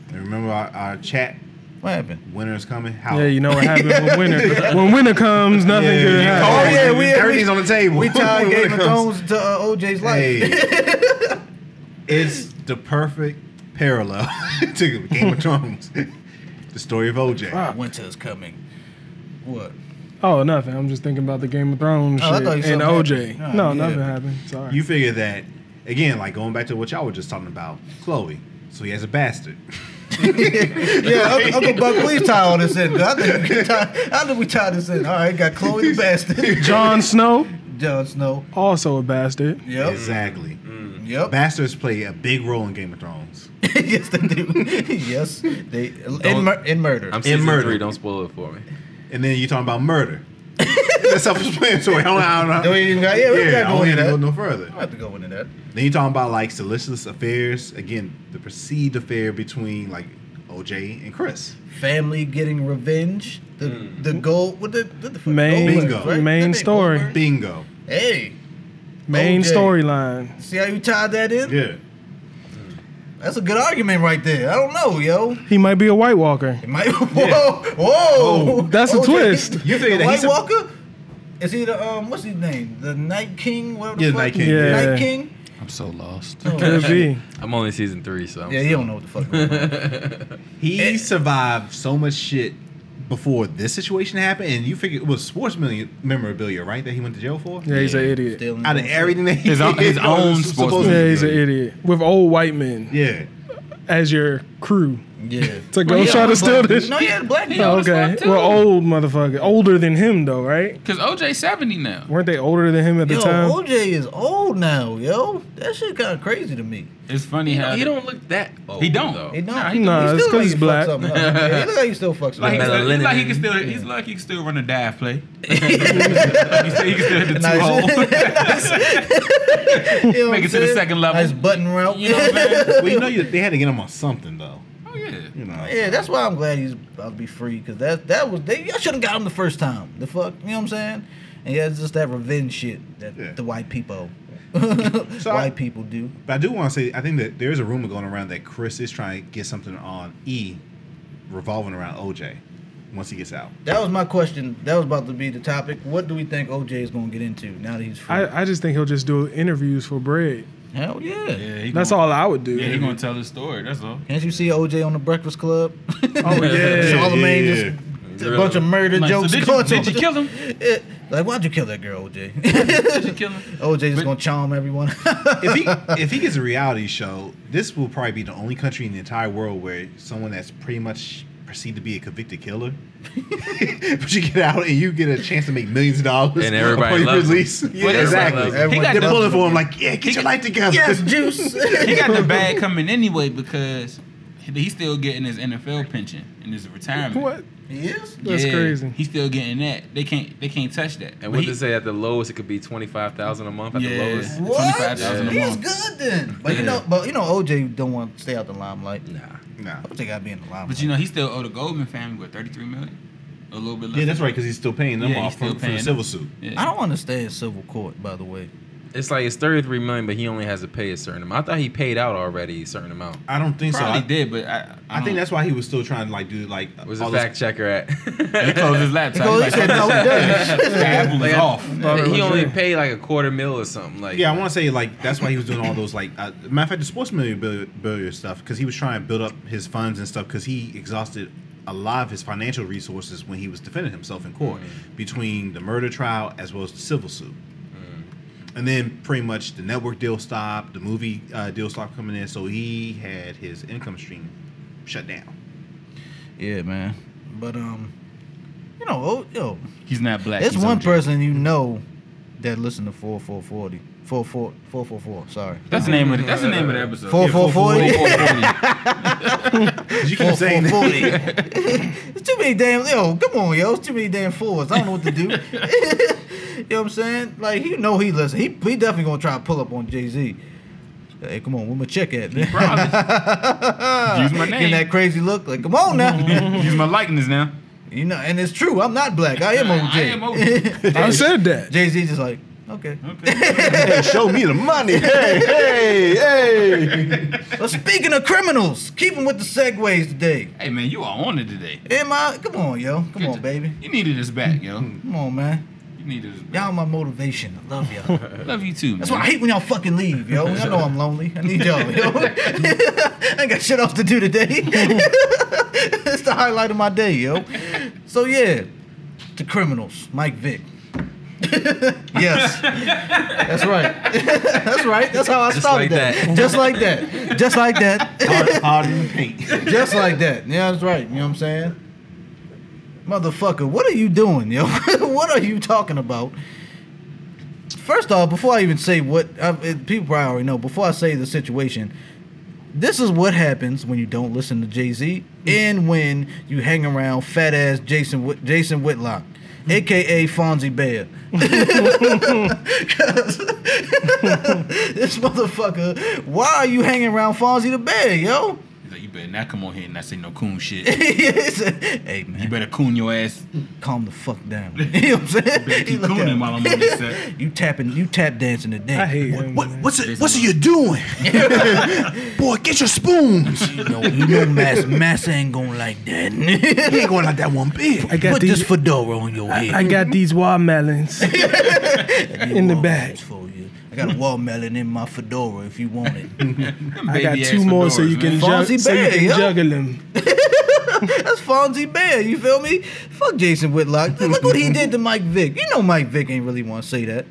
Speaker 4: And remember our, our chat,
Speaker 6: What happened?
Speaker 4: winter is coming. How?
Speaker 2: Yeah, you know what happens when winter when winter comes, nothing
Speaker 4: Yeah,
Speaker 2: good
Speaker 4: yeah.
Speaker 6: Oh
Speaker 2: happens.
Speaker 6: yeah, we
Speaker 4: Everything's on the table.
Speaker 6: we tied
Speaker 4: When it
Speaker 6: Game of
Speaker 4: comes-
Speaker 6: Thrones to uh, OJ's life.
Speaker 4: Hey, it's the perfect parallel to Game of Thrones. the story of OJ.
Speaker 6: Winter's coming. What?
Speaker 2: Oh, nothing. I'm just thinking about the Game of Thrones
Speaker 6: Oh, I
Speaker 2: shit
Speaker 6: thought you said
Speaker 2: and
Speaker 6: something
Speaker 2: OJ.
Speaker 6: happened.
Speaker 2: no,
Speaker 6: Oh, yeah.
Speaker 2: nothing happened. Sorry.
Speaker 4: You figure that again, like going back to what y'all were just talking about, Chloe. So he has a bastard.
Speaker 6: Yeah, Uncle- Uncle Buck, please tie all this in. I think we can tie, I think we tied this in. All right, got Chloe the bastard,
Speaker 2: Jon Snow,
Speaker 6: Jon Snow.
Speaker 2: also a bastard.
Speaker 6: Yep,
Speaker 4: Exactly.
Speaker 6: Mm-hmm. yep.
Speaker 4: Bastards play a big role in Game of Thrones.
Speaker 6: yes, they do. yes, they in,
Speaker 3: Don't-
Speaker 6: mur- in murder.
Speaker 3: I'm season
Speaker 4: murder.
Speaker 3: three. Don't spoil it for me.
Speaker 4: And then you're talking about murder. That's self-explanatory. I don't, I don't know.
Speaker 6: Don't even got- yeah, we don't
Speaker 4: yeah,
Speaker 6: gotta
Speaker 4: I
Speaker 6: go
Speaker 4: don't
Speaker 6: into
Speaker 4: even
Speaker 6: that.
Speaker 4: go no further.
Speaker 6: I have to go into that.
Speaker 4: Then you're talking about like solicitous affairs. Again, the perceived affair between like OJ and Chris.
Speaker 6: family getting revenge. The the goal. What the, what the fuck?
Speaker 2: Main-
Speaker 4: Mm. Bingo.
Speaker 6: Goldberg,
Speaker 2: main
Speaker 6: That ain't
Speaker 2: story.
Speaker 6: Goldberg.
Speaker 4: Bingo.
Speaker 6: Hey,
Speaker 2: Main
Speaker 6: OJ.
Speaker 2: storyline.
Speaker 6: see how you tied that in?
Speaker 4: Yeah.
Speaker 6: That's a good argument right there. I don't know, yo.
Speaker 2: He might be a White Walker.
Speaker 6: It might, whoa, whoa.
Speaker 2: That's a twist.
Speaker 4: You figured that
Speaker 6: the White
Speaker 4: Oh. he's a-
Speaker 6: Walker. Is he the um? What's his name? The Night King. Whatever the
Speaker 4: Yeah,
Speaker 6: fuck?
Speaker 4: Night King.
Speaker 2: Yeah.
Speaker 6: Night King.
Speaker 5: I'm so lost.
Speaker 6: Oh,
Speaker 2: Could be.
Speaker 3: I'm only season three, so I'm
Speaker 6: Yeah, you don't know what the fuck. going on.
Speaker 4: He
Speaker 5: Eh.
Speaker 6: It-
Speaker 4: survived so much shit before this situation happened, and you figure it was sports mem- memorabilia, right? That he went to jail for.
Speaker 2: Yeah, he's an idiot.
Speaker 6: Still in
Speaker 4: Out of
Speaker 6: the-
Speaker 4: everything that he
Speaker 5: His own-
Speaker 4: did,
Speaker 5: his
Speaker 4: it was
Speaker 5: own
Speaker 4: supposed
Speaker 5: sports
Speaker 4: to be-
Speaker 2: Yeah, he's an idiot with old white men
Speaker 4: Yeah.
Speaker 2: as your crew
Speaker 6: Yeah.
Speaker 2: to go try to steal this.
Speaker 6: No, yeah, black
Speaker 7: Yeah.
Speaker 6: people.
Speaker 2: Oh,
Speaker 7: old as
Speaker 2: okay,
Speaker 7: fuck, too.
Speaker 2: well, old motherfucker, older than him though, right?
Speaker 7: Cause OJ 70 now.
Speaker 2: Weren't they older than him at the
Speaker 6: Yo,
Speaker 2: time?
Speaker 6: OJ is old now, yo. That shit kind of crazy to me.
Speaker 7: It's funny
Speaker 3: You
Speaker 7: how
Speaker 3: he don't look that old.
Speaker 7: He don't.
Speaker 3: Though.
Speaker 6: He don't.
Speaker 7: Nah, he
Speaker 2: Nah,
Speaker 6: He
Speaker 2: it's
Speaker 6: still
Speaker 2: 'cause
Speaker 6: like
Speaker 2: he's
Speaker 6: he
Speaker 2: black.
Speaker 6: fucking something up. Yeah, he look like he still fucks
Speaker 7: Like,
Speaker 6: something
Speaker 7: he
Speaker 6: up.
Speaker 3: Melanin.
Speaker 7: still, like he can still, he's like he can still run a dive play. he, still, he can still hit the two hole.
Speaker 6: You know
Speaker 7: Make
Speaker 6: what
Speaker 7: it
Speaker 6: I'm
Speaker 7: to the
Speaker 6: saying?
Speaker 7: second level.
Speaker 6: Nice button route.
Speaker 7: You know what I'm saying?
Speaker 4: well, you know, you, they had to get him on something though.
Speaker 7: Oh yeah.
Speaker 4: You know.
Speaker 6: yeah, that's why I'm glad he's about to be free because that that was they I should have got him the first time. The fuck, you know what I'm saying? And yeah, it's just that revenge shit that
Speaker 4: Yeah.
Speaker 6: the white people,
Speaker 4: So I-
Speaker 6: white people do.
Speaker 4: But I do want to say, I think that there is a rumor going around that Chris is trying to get something on E, revolving around OJ, once he gets out.
Speaker 6: That was my question. That was about to be the topic. What do we think OJ is going to get into now that he's free?
Speaker 2: I, I just think he'll just do interviews for bread.
Speaker 6: Hell yeah.
Speaker 7: Yeah, he
Speaker 2: That's
Speaker 7: gonna,
Speaker 2: all I would do.
Speaker 7: Yeah, he gonna tell his story. That's all.
Speaker 6: Can't you see OJ on the Breakfast Club?
Speaker 2: oh yeah.
Speaker 6: Charlemagne
Speaker 4: yeah,
Speaker 6: just a bunch of murder
Speaker 7: Like, so
Speaker 6: jokes.
Speaker 7: did, you,
Speaker 6: going
Speaker 7: did
Speaker 6: on.
Speaker 7: you kill him?
Speaker 6: Yeah, Like, why'd you kill that girl, OJ?
Speaker 7: Kill him.
Speaker 6: OJ just gonna charm everyone.
Speaker 4: if he if he gets a reality show, this will probably be the only country in the entire world where someone that's pretty much perceived to be a convicted killer, but you get out and you get a chance to make millions of dollars
Speaker 3: And everybody
Speaker 4: upon your
Speaker 3: loves him.
Speaker 4: release. Yeah,
Speaker 3: everybody
Speaker 4: exactly.
Speaker 3: loves him.
Speaker 7: He got
Speaker 4: They're
Speaker 7: the-
Speaker 4: pulling for him like, yeah, get your life together.
Speaker 6: yes, juice.
Speaker 7: He got the bag coming anyway because he's still getting his NFL pension and his retirement.
Speaker 2: What?
Speaker 6: he is.
Speaker 2: That's crazy.
Speaker 7: He's still getting that. They can't. They can't touch that.
Speaker 3: And
Speaker 7: But
Speaker 3: what
Speaker 7: he-
Speaker 3: they say at the lowest, it could be twenty five thousand a month at the
Speaker 7: Yeah.
Speaker 3: lowest.
Speaker 6: What?
Speaker 7: $25,000 a
Speaker 6: He's
Speaker 7: month.
Speaker 6: good then. But you know, but you know, OJ don't want to stay out the limelight.
Speaker 3: Nah,
Speaker 4: Nah.
Speaker 6: OJ gotta be in the limelight.
Speaker 7: But you know, he still owe the Goldman family what thirty three million, a little bit less.
Speaker 4: Yeah, that's right, because he's still paying them
Speaker 7: Yeah, he's
Speaker 4: off
Speaker 7: still
Speaker 4: from, from
Speaker 7: paying
Speaker 4: the
Speaker 7: them.
Speaker 4: civil suit.
Speaker 7: Yeah.
Speaker 6: I don't understand civil court, by the way.
Speaker 3: it's like it's thirty three million, but he only has to pay a certain amount. I thought he paid out already a certain amount.
Speaker 4: I don't think
Speaker 7: Probably
Speaker 4: so. I,
Speaker 7: did, but I.
Speaker 4: I think that's why he was still trying to like do like
Speaker 3: Was
Speaker 4: all
Speaker 3: a
Speaker 4: this-
Speaker 3: fact checker at?
Speaker 7: he closed his laptop.
Speaker 6: Because he
Speaker 7: He's
Speaker 6: said
Speaker 7: like,
Speaker 6: no, he doesn't.
Speaker 7: the apple is off.
Speaker 3: he only paid like a quarter mil or something. Like
Speaker 4: Yeah, I want to say like that's why he was doing all those like uh, matter of fact the sports memorabilia stuff because he was trying to build up his funds and stuff because he exhausted a lot of his financial resources when he was defending himself in court between the murder trial as well as the civil suit. And then pretty much the network deal stopped, the movie uh, deal stopped coming in, so he had his income stream shut down.
Speaker 6: Yeah, man. But um, you know, oh, yo,
Speaker 7: He's not black.
Speaker 6: It's
Speaker 7: he's
Speaker 6: one
Speaker 7: OJ.
Speaker 6: person you know that listen to 4440. 44444, sorry.
Speaker 7: That's the name of the, that's the name of the episode.
Speaker 6: 4440?
Speaker 7: 4440.
Speaker 4: 'Cause You keep saying that.
Speaker 6: 4440. It's too many damn, yo, come on, yo. It's too many damn fours. I don't know what to do. you know what I'm saying? Like, you know he listen. He, he definitely gonna try to pull up on Jay Z. Hey, come on, where my check at, man?
Speaker 7: Use my
Speaker 6: Getting that
Speaker 7: name.
Speaker 6: crazy look, like, come on now.
Speaker 7: Use my likeness now.
Speaker 6: you know, and it's true. I'm not black. I am OJ.
Speaker 7: I am OJ.
Speaker 2: I said that.
Speaker 6: Jay Z just like, okay.
Speaker 4: Hey, show me the money. Hey, hey, hey.
Speaker 6: But speaking of criminals, keep them with the segues today.
Speaker 7: Hey man, you are on it today.
Speaker 6: Am I? Come on, yo. Come on, baby.
Speaker 7: You needed us back, yo.
Speaker 6: Come on, man.
Speaker 7: You needed us back.
Speaker 6: Y'all my motivation. I love y'all.
Speaker 7: Love you too, man.
Speaker 6: That's why I hate when y'all fucking leave, yo. Y'all know I'm lonely. I need y'all, yo. I ain't got shit else to do today. it's the highlight of my day, yo. So yeah, the criminals, Mike Vick. yes, that's right. that's right. That's how I
Speaker 3: like
Speaker 6: started that. Just like that. Just like that.
Speaker 4: Hard, hard and paint.
Speaker 6: Just like that. Yeah, that's right. You know what I'm saying? Motherfucker, what are you doing, yo? what are you talking about? First off, before I even say what I, it, people probably already know, before I say the situation, this is what happens when you don't listen to Jay Z and when you hang around fat ass Jason Whit- Jason Whitlock, aka Fonzie Bear. 'Cause this motherfucker, why are you hanging around Fonzie the Bear, yo?
Speaker 7: He's like, you better not come on here and not say no coon shit.
Speaker 6: He said, hey
Speaker 7: You
Speaker 6: man,
Speaker 7: better coon your ass.
Speaker 6: calm the fuck down. You know what I'm saying?
Speaker 7: Better
Speaker 6: He
Speaker 7: keep
Speaker 6: looked at
Speaker 7: cooning
Speaker 6: me.
Speaker 7: while I'm on this set.
Speaker 6: You tapping, you tap dancing today.
Speaker 2: I hate him.
Speaker 4: What,
Speaker 2: man.
Speaker 4: what's it? What's it you doing? Boy, get your spoons.
Speaker 6: You know, you know, Mass, Mass ain't gonna like that.
Speaker 4: He ain't going like that one bit.
Speaker 2: I got
Speaker 6: Put
Speaker 2: these.
Speaker 6: this fedora on your head.
Speaker 2: I got these watermelons in the bag.
Speaker 6: For you. I got a watermelon in my fedora if you want it.
Speaker 2: I got two more so you can, jug-
Speaker 6: Fonzie
Speaker 2: so you
Speaker 6: Bear,
Speaker 2: can
Speaker 6: yo.
Speaker 2: juggle them.
Speaker 6: That's Fonzie Bear, you feel me? Fuck Jason Whitlock. Look what he did to Mike Vick. You know Mike Vick ain't really want to say that.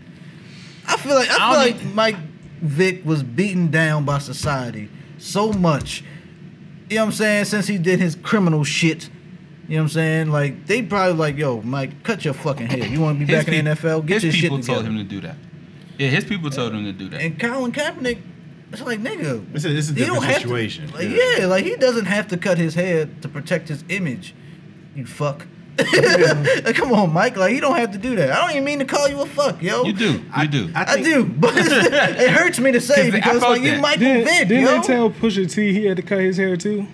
Speaker 6: I feel like I, feel like Mike Vick was beaten down by society so much. You know what I'm saying? Since he did his criminal shit. You know what I'm saying? Like they probably like, yo, Mike, cut your fucking hair. You want to be back in the NFL? Get
Speaker 7: his
Speaker 6: your shit
Speaker 7: people
Speaker 6: together.
Speaker 7: told him to do that. Yeah, his people told him to do that.
Speaker 6: And Colin Kaepernick, it's like nigga.
Speaker 4: It's a- it's a
Speaker 6: he don't
Speaker 4: different
Speaker 6: have to-
Speaker 4: situation.
Speaker 6: like,
Speaker 4: Yeah.
Speaker 6: yeah. like he doesn't have to cut his hair to protect his image. You fuck. Like, come on, Mike. Like he don't have to do that. I don't even mean to call you a fuck, yo.
Speaker 7: You do. You do.
Speaker 6: I, do, but it hurts me to say
Speaker 7: 'Cause I
Speaker 6: because
Speaker 7: felt
Speaker 6: like you
Speaker 7: that.
Speaker 6: Michael
Speaker 2: Didn't,
Speaker 6: Vick,
Speaker 2: didn't
Speaker 6: yo.
Speaker 2: they tell Pusha T he had to cut his hair too?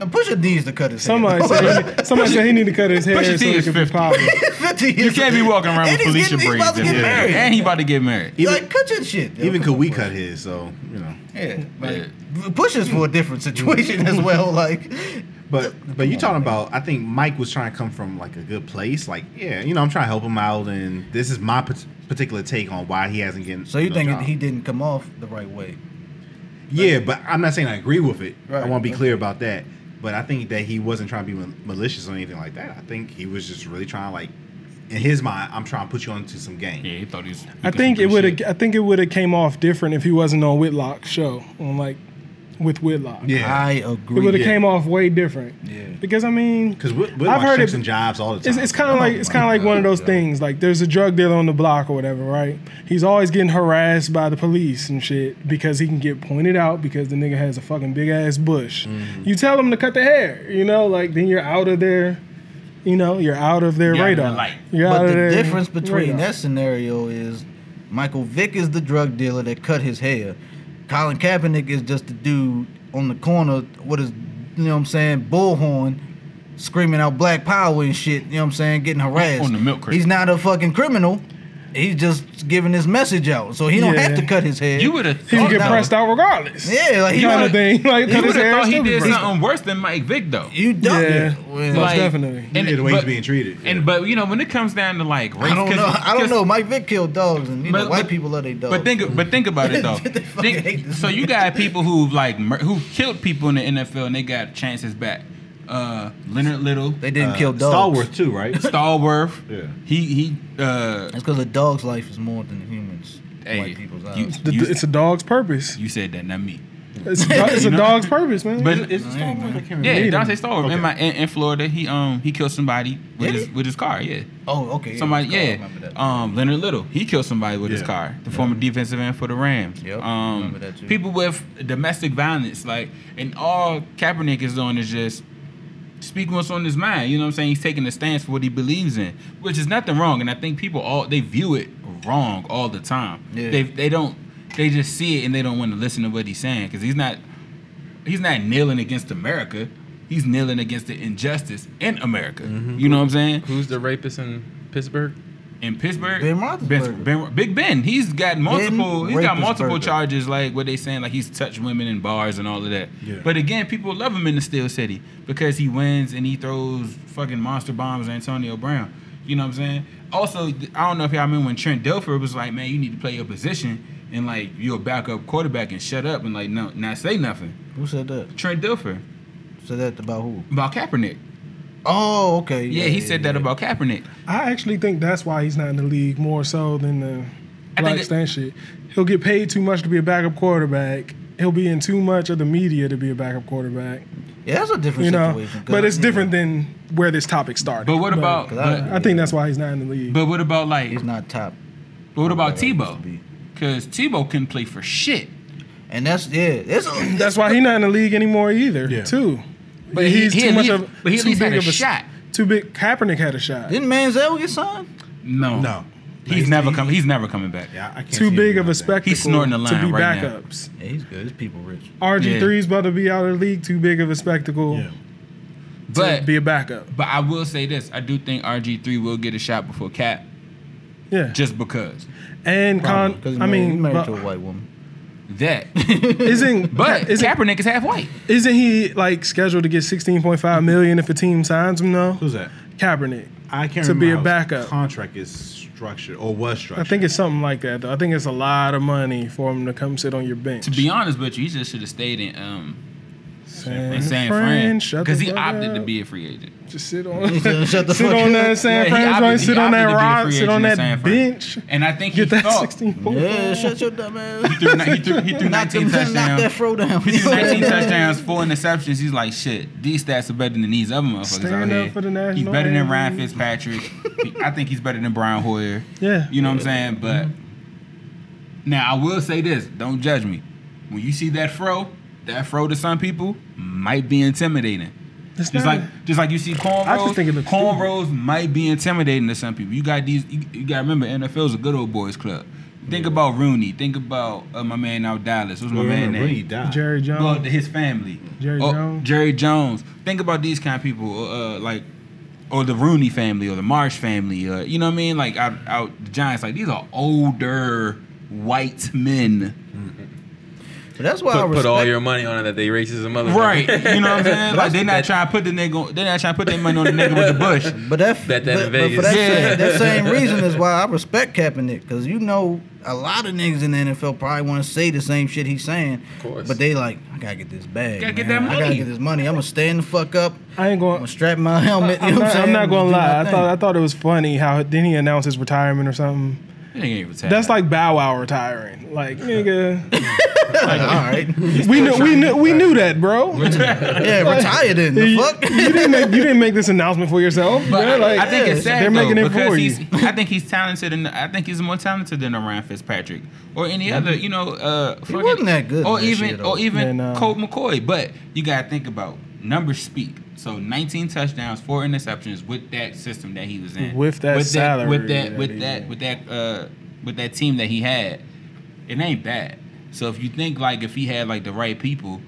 Speaker 6: And Pusha needs to cut his
Speaker 2: Somebody
Speaker 6: hair.
Speaker 2: said he, somebody said he need to cut his hair
Speaker 7: Pusha T
Speaker 2: so he
Speaker 7: is
Speaker 2: could be
Speaker 7: 50.
Speaker 2: popular.
Speaker 6: Fifty
Speaker 7: You
Speaker 6: years-
Speaker 7: can't be walking around
Speaker 6: And
Speaker 7: with
Speaker 6: he's
Speaker 7: Felicia
Speaker 6: getting- he's about
Speaker 7: braids.
Speaker 6: to get
Speaker 7: everywhere.
Speaker 6: married.
Speaker 7: And he about to get married.
Speaker 4: Even-
Speaker 6: like cut your shit. yo.
Speaker 4: Even
Speaker 6: Come
Speaker 4: could
Speaker 6: on,
Speaker 4: we
Speaker 6: bro.
Speaker 4: cut his? So you know,
Speaker 6: Yeah,
Speaker 7: Yeah.
Speaker 6: like, Push is for a different situation as well. Like,
Speaker 4: but but you talking about? I think Mike was trying to come from like a good place. Like yeah, you know, I'm trying to help him out, and this is my pat- particular take on why he hasn't getting.
Speaker 6: so you
Speaker 4: no
Speaker 6: think
Speaker 4: job.
Speaker 6: he didn't come off the right way?
Speaker 4: Yeah, but I'm not saying I agree with it.
Speaker 6: Right.
Speaker 4: I want to be clear about that. But I think that he wasn't trying to be mal- malicious or anything like that. I think he was just really trying to like in his mind, I'm trying to put you onto some game.
Speaker 11: Yeah, he thought he was. he
Speaker 2: I
Speaker 11: could
Speaker 2: think
Speaker 11: do
Speaker 2: it would
Speaker 11: shit.
Speaker 2: have. I think it would have came off different if he wasn't on Whitlock's show on like with Whitlock.
Speaker 4: Yeah,
Speaker 6: I
Speaker 2: It
Speaker 6: agree.
Speaker 2: would have came off way different. Yeah. Because I mean,
Speaker 4: because we
Speaker 2: I've heard
Speaker 4: ships
Speaker 2: it-
Speaker 4: and jobs all the time.
Speaker 2: It's, it's kind of like it's kind of like one of those things. Like there's a drug dealer on the block or whatever, right? He's always getting harassed by the police and shit because he can get pointed out because the nigga has a fucking big ass bush.
Speaker 6: Mm-hmm.
Speaker 2: You tell him to cut the hair, you know, like then you're out of their, you know, you're out of their
Speaker 5: You're out of the
Speaker 2: radar.
Speaker 5: light.
Speaker 2: You're out
Speaker 6: But
Speaker 2: of
Speaker 6: the
Speaker 2: their
Speaker 6: difference between
Speaker 2: radar.
Speaker 6: that scenario is Michael Vick is the drug dealer that cut his hair. Colin Kaepernick is just the dude on the corner with his, you know what I'm saying, bullhorn, screaming out black power and shit, you know what I'm saying, getting harassed.
Speaker 5: On the milk crate.
Speaker 6: He's not a fucking criminal. He's just giving his message out. So he don't
Speaker 2: Yeah.
Speaker 6: have to cut his hair.
Speaker 5: You would have
Speaker 2: he would
Speaker 5: thought,
Speaker 2: get
Speaker 6: No.
Speaker 2: pressed out regardless.
Speaker 6: Yeah, like he
Speaker 2: kind
Speaker 6: would
Speaker 2: of thing. Like cut
Speaker 5: you
Speaker 2: his
Speaker 5: would've
Speaker 2: hair
Speaker 5: thought he
Speaker 2: still be
Speaker 5: did
Speaker 2: pressed out.
Speaker 5: something worse than Mike Vick though.
Speaker 6: You dumb.
Speaker 2: Yeah.
Speaker 6: Well,
Speaker 2: Like- definitely.
Speaker 4: and the way
Speaker 5: but,
Speaker 4: he's being treated. Yeah.
Speaker 5: And but you know when it comes down to like race,
Speaker 6: I don't
Speaker 5: 'cause-
Speaker 6: know. I don't
Speaker 5: 'cause-
Speaker 6: know. Mike Vick killed dogs, and you know,
Speaker 5: But-
Speaker 6: white
Speaker 5: but-
Speaker 6: people love their dogs.
Speaker 5: But think, but think about it though.
Speaker 6: They fucking
Speaker 5: Think-
Speaker 6: hate this
Speaker 5: so you got people who like mur- who killed people in the NFL and they got chances back. Uh, Leonard Little,
Speaker 6: they didn't kill dogs.
Speaker 4: Stallworth too, right?
Speaker 5: Stallworth.
Speaker 4: Yeah.
Speaker 5: He he. Uh,
Speaker 6: That's because a dog's life is more than humans.
Speaker 5: hey,
Speaker 6: white people's
Speaker 5: you,
Speaker 6: eyes.
Speaker 2: The-
Speaker 5: you,
Speaker 2: it's a dog's purpose.
Speaker 5: you said that, not me.
Speaker 2: It's, a- it's a dog's purpose, man.
Speaker 5: But
Speaker 6: Dang, man.
Speaker 5: yeah,
Speaker 2: him.
Speaker 5: Dante Stallworth in my in, in Florida, he um he killed somebody with
Speaker 6: Did
Speaker 5: his
Speaker 6: he?
Speaker 5: with his car. Yeah.
Speaker 6: Oh, okay. yeah,
Speaker 5: Somebody,
Speaker 6: I
Speaker 5: yeah.
Speaker 6: remember that.
Speaker 5: Um, Leonard Little, he killed somebody with his
Speaker 4: Yeah.
Speaker 5: car. The former defensive end for the Rams.
Speaker 6: Yep,
Speaker 5: Um,
Speaker 6: remember that too.
Speaker 5: people with domestic violence, like, and all Kaepernick is doing is just speaking what's on his mind. You know what I'm saying? He's taking a stance for what he believes in, which is nothing wrong. And I think people all they view it wrong all the time.
Speaker 6: Yeah.
Speaker 5: They they don't they just see it and they don't want to listen to what he's saying because he's not he's not kneeling against America. He's kneeling against the injustice in America.
Speaker 6: Mm-hmm.
Speaker 5: You know what I'm saying?
Speaker 3: Who's the rapist in Pittsburgh?
Speaker 5: in Pittsburgh.
Speaker 6: Ben Roethlisberger.
Speaker 5: Ben- Ben- Big Ben. He's got multiple. he's got multiple
Speaker 6: Roethlisberger.
Speaker 5: charges, like what they saying, like he's touched women in bars and all of that.
Speaker 4: Yeah.
Speaker 5: But again, people love him in the Steel City because he wins and he throws fucking monster bombs at Antonio Brown. You know what I'm saying? Also, th- I don't know if y'all remember when Trent Dilfer was like, "Man, you need to play your position and like you're a backup quarterback and shut up and like no, not say nothing."
Speaker 6: Who said that?
Speaker 5: Trent Dilfer
Speaker 6: Said that about who?
Speaker 5: about Kaepernick.
Speaker 6: Oh, okay.
Speaker 5: Yeah, he said that
Speaker 6: yeah.
Speaker 5: about Kaepernick.
Speaker 2: I actually think that's why he's not in the league more so than the
Speaker 5: I think
Speaker 2: Black
Speaker 5: it-
Speaker 2: Stan shit. He'll get paid too much to be a backup quarterback. He'll be in too much of the media to be a backup quarterback.
Speaker 6: Yeah, that's a different
Speaker 2: You know,
Speaker 6: situation. 'cause
Speaker 2: but
Speaker 6: I-
Speaker 2: it's
Speaker 6: you
Speaker 2: different
Speaker 6: know,
Speaker 2: than where this topic started.
Speaker 5: But what about?
Speaker 6: Cause I-
Speaker 5: But,
Speaker 2: I think that's why he's not in the league.
Speaker 5: but what about like?
Speaker 6: He's not top.
Speaker 5: But what about
Speaker 6: Like I used to
Speaker 5: Tebow?
Speaker 6: be.
Speaker 5: Because Tebow couldn't play for shit.
Speaker 6: And that's yeah. It's a,
Speaker 2: that's why he's not in the league anymore either.
Speaker 4: Yeah.
Speaker 2: Too.
Speaker 5: But he- he at least- but he at least had a shot.
Speaker 2: Too big. Kaepernick had a shot.
Speaker 6: Didn't Manziel get signed?
Speaker 5: No,
Speaker 4: No.
Speaker 5: he's, never coming. He's never coming back.
Speaker 4: Yeah, I can't
Speaker 2: Too
Speaker 4: see
Speaker 2: big
Speaker 4: him
Speaker 2: of a
Speaker 4: doing that.
Speaker 2: spectacle
Speaker 5: He's snorting the
Speaker 2: to
Speaker 5: line
Speaker 2: be
Speaker 5: right now.
Speaker 2: backups.
Speaker 6: Yeah, he's good. His people rich.
Speaker 2: RG3's about to be out of the league. Too big of a spectacle
Speaker 4: Yeah.
Speaker 2: to
Speaker 5: But
Speaker 2: be a backup.
Speaker 5: but I will say this: I do think RG three will get a shot before Cap,
Speaker 2: Yeah.
Speaker 5: just because
Speaker 2: And Con,
Speaker 6: Because
Speaker 2: I mean,
Speaker 6: married
Speaker 2: but
Speaker 6: to a white woman.
Speaker 5: that.
Speaker 2: isn't
Speaker 5: But
Speaker 2: isn't,
Speaker 5: Kaepernick is half white.
Speaker 2: isn't he like scheduled to get sixteen point five million if a team signs him? though?
Speaker 4: Who's that?
Speaker 2: Kaepernick.
Speaker 4: I can't
Speaker 2: To
Speaker 4: remember
Speaker 2: be a
Speaker 4: how his
Speaker 2: backup.
Speaker 4: Contract is structured or was
Speaker 2: I
Speaker 4: structured.
Speaker 2: think it's something like that. Though. I think it's a lot of money for him to come sit on your bench.
Speaker 5: To be honest with you, he just should have stayed in um
Speaker 2: San
Speaker 5: in San
Speaker 2: Fran,
Speaker 5: Fran
Speaker 2: shut
Speaker 5: because
Speaker 2: the
Speaker 5: he
Speaker 2: fuck
Speaker 5: opted to
Speaker 2: up.
Speaker 5: be a free agent.
Speaker 2: Just sit on,
Speaker 6: Shut the
Speaker 2: sit
Speaker 6: fuck
Speaker 2: on
Speaker 6: up.
Speaker 2: that San
Speaker 5: Yeah, he
Speaker 2: Fran
Speaker 5: opted-
Speaker 2: joint,
Speaker 5: he
Speaker 2: sit on
Speaker 5: opted
Speaker 2: that
Speaker 5: to be a
Speaker 2: rod,
Speaker 5: free
Speaker 2: sit on
Speaker 5: agent in
Speaker 2: that
Speaker 5: San Fran.
Speaker 2: bench.
Speaker 5: And I think he
Speaker 2: Get that
Speaker 5: thought
Speaker 2: sixteen point five.
Speaker 6: Yeah, shut your dumb ass.
Speaker 5: he threw, ni- he threw, he threw
Speaker 6: Knock, them,
Speaker 5: 19
Speaker 6: knock that
Speaker 5: touchdowns.
Speaker 6: fro down.
Speaker 5: He threw 19 touchdowns, four interceptions. He's like, shit, these stats are better than these other motherfuckers
Speaker 2: Stand
Speaker 5: out
Speaker 2: up
Speaker 5: here.
Speaker 2: for the national
Speaker 5: he's better than
Speaker 2: anthem.
Speaker 5: Ryan Fitzpatrick. He- I think he's better than Brian Hoyer.
Speaker 2: Yeah.
Speaker 5: You know what I'm saying? But now I will say this: don't judge me. When you see that fro, that fro to some people might be intimidating.
Speaker 2: It's
Speaker 5: Just
Speaker 2: not-
Speaker 5: like, just like you see cornrows.
Speaker 2: I just think it looks
Speaker 5: cornrows might be intimidating to some people. You got these. You, you got to remember, NFL's a good old boys club. Think about Rooney. Think about uh, my man out Dallas. What's my
Speaker 4: Remember
Speaker 5: man
Speaker 4: when
Speaker 5: name?
Speaker 4: he died.
Speaker 2: Jerry Jones.
Speaker 5: Well, his family.
Speaker 2: Jerry
Speaker 5: Or
Speaker 2: Jones.
Speaker 5: Oh, Jerry Jones. Think about these kind of people, uh, like, or the Rooney family, or the Marsh family. Uh, you know what I mean? Like out, out the Giants. Like these are older white men.
Speaker 6: That's why I
Speaker 3: put, put
Speaker 6: respect.
Speaker 3: all your money on it that they racist and motherfucker.
Speaker 5: Right. You know what I'm saying? Like they not trying to put the nigga they not trying to put their money on the nigga with the bush.
Speaker 6: but that,
Speaker 3: Bet that
Speaker 6: but,
Speaker 3: in
Speaker 6: but
Speaker 3: Vegas.
Speaker 6: for that,
Speaker 5: Yeah.
Speaker 6: same, that same reason is why I respect Kaepernick because you know a lot of niggas in the NFL probably want to say the same shit he's saying. Of
Speaker 3: course.
Speaker 6: But they like, I gotta get this bag.
Speaker 5: Gotta get
Speaker 6: man.
Speaker 5: that
Speaker 6: I gotta
Speaker 5: money."
Speaker 6: get this money. I'm gonna stand the fuck up.
Speaker 2: I ain't
Speaker 6: I'm
Speaker 2: going.
Speaker 6: gonna strap my helmet. You
Speaker 2: I'm
Speaker 6: know what
Speaker 2: not,
Speaker 6: saying?
Speaker 2: I'm not
Speaker 6: Just
Speaker 2: gonna
Speaker 6: do my
Speaker 2: lie. I
Speaker 6: thing.
Speaker 2: thought I thought it was funny how then he announced his retirement or something.
Speaker 12: That nigga ain't retired.
Speaker 2: That's like Bow Wow retiring. Like nigga,
Speaker 6: All right.
Speaker 2: we knew we knew we knew that, bro.
Speaker 6: Yeah, retire then. The
Speaker 2: you,
Speaker 6: fuck.
Speaker 2: you didn't make you didn't make this announcement for yourself.
Speaker 5: But
Speaker 2: bro.
Speaker 5: I,
Speaker 2: Like,
Speaker 5: I think it's sad
Speaker 2: They're
Speaker 5: though,
Speaker 2: making it
Speaker 5: because
Speaker 2: for
Speaker 5: he's,
Speaker 2: you.
Speaker 5: I think he's talented, and I think he's more talented than Ryan Fitzpatrick or any other. You know, uh, fucking-
Speaker 6: wasn't that good
Speaker 5: Or
Speaker 6: last
Speaker 5: even,
Speaker 6: year, though.
Speaker 5: or even
Speaker 2: Yeah, nah.
Speaker 5: Colt McCoy. But you gotta think about numbers speak. So 19 touchdowns, four interceptions with that system that he was in,
Speaker 2: With that salary
Speaker 5: with that,
Speaker 2: that
Speaker 5: with
Speaker 2: he
Speaker 5: that,
Speaker 2: had.
Speaker 5: with that, uh, with that team that he had. It ain't bad. So if you think like if he had like the right people,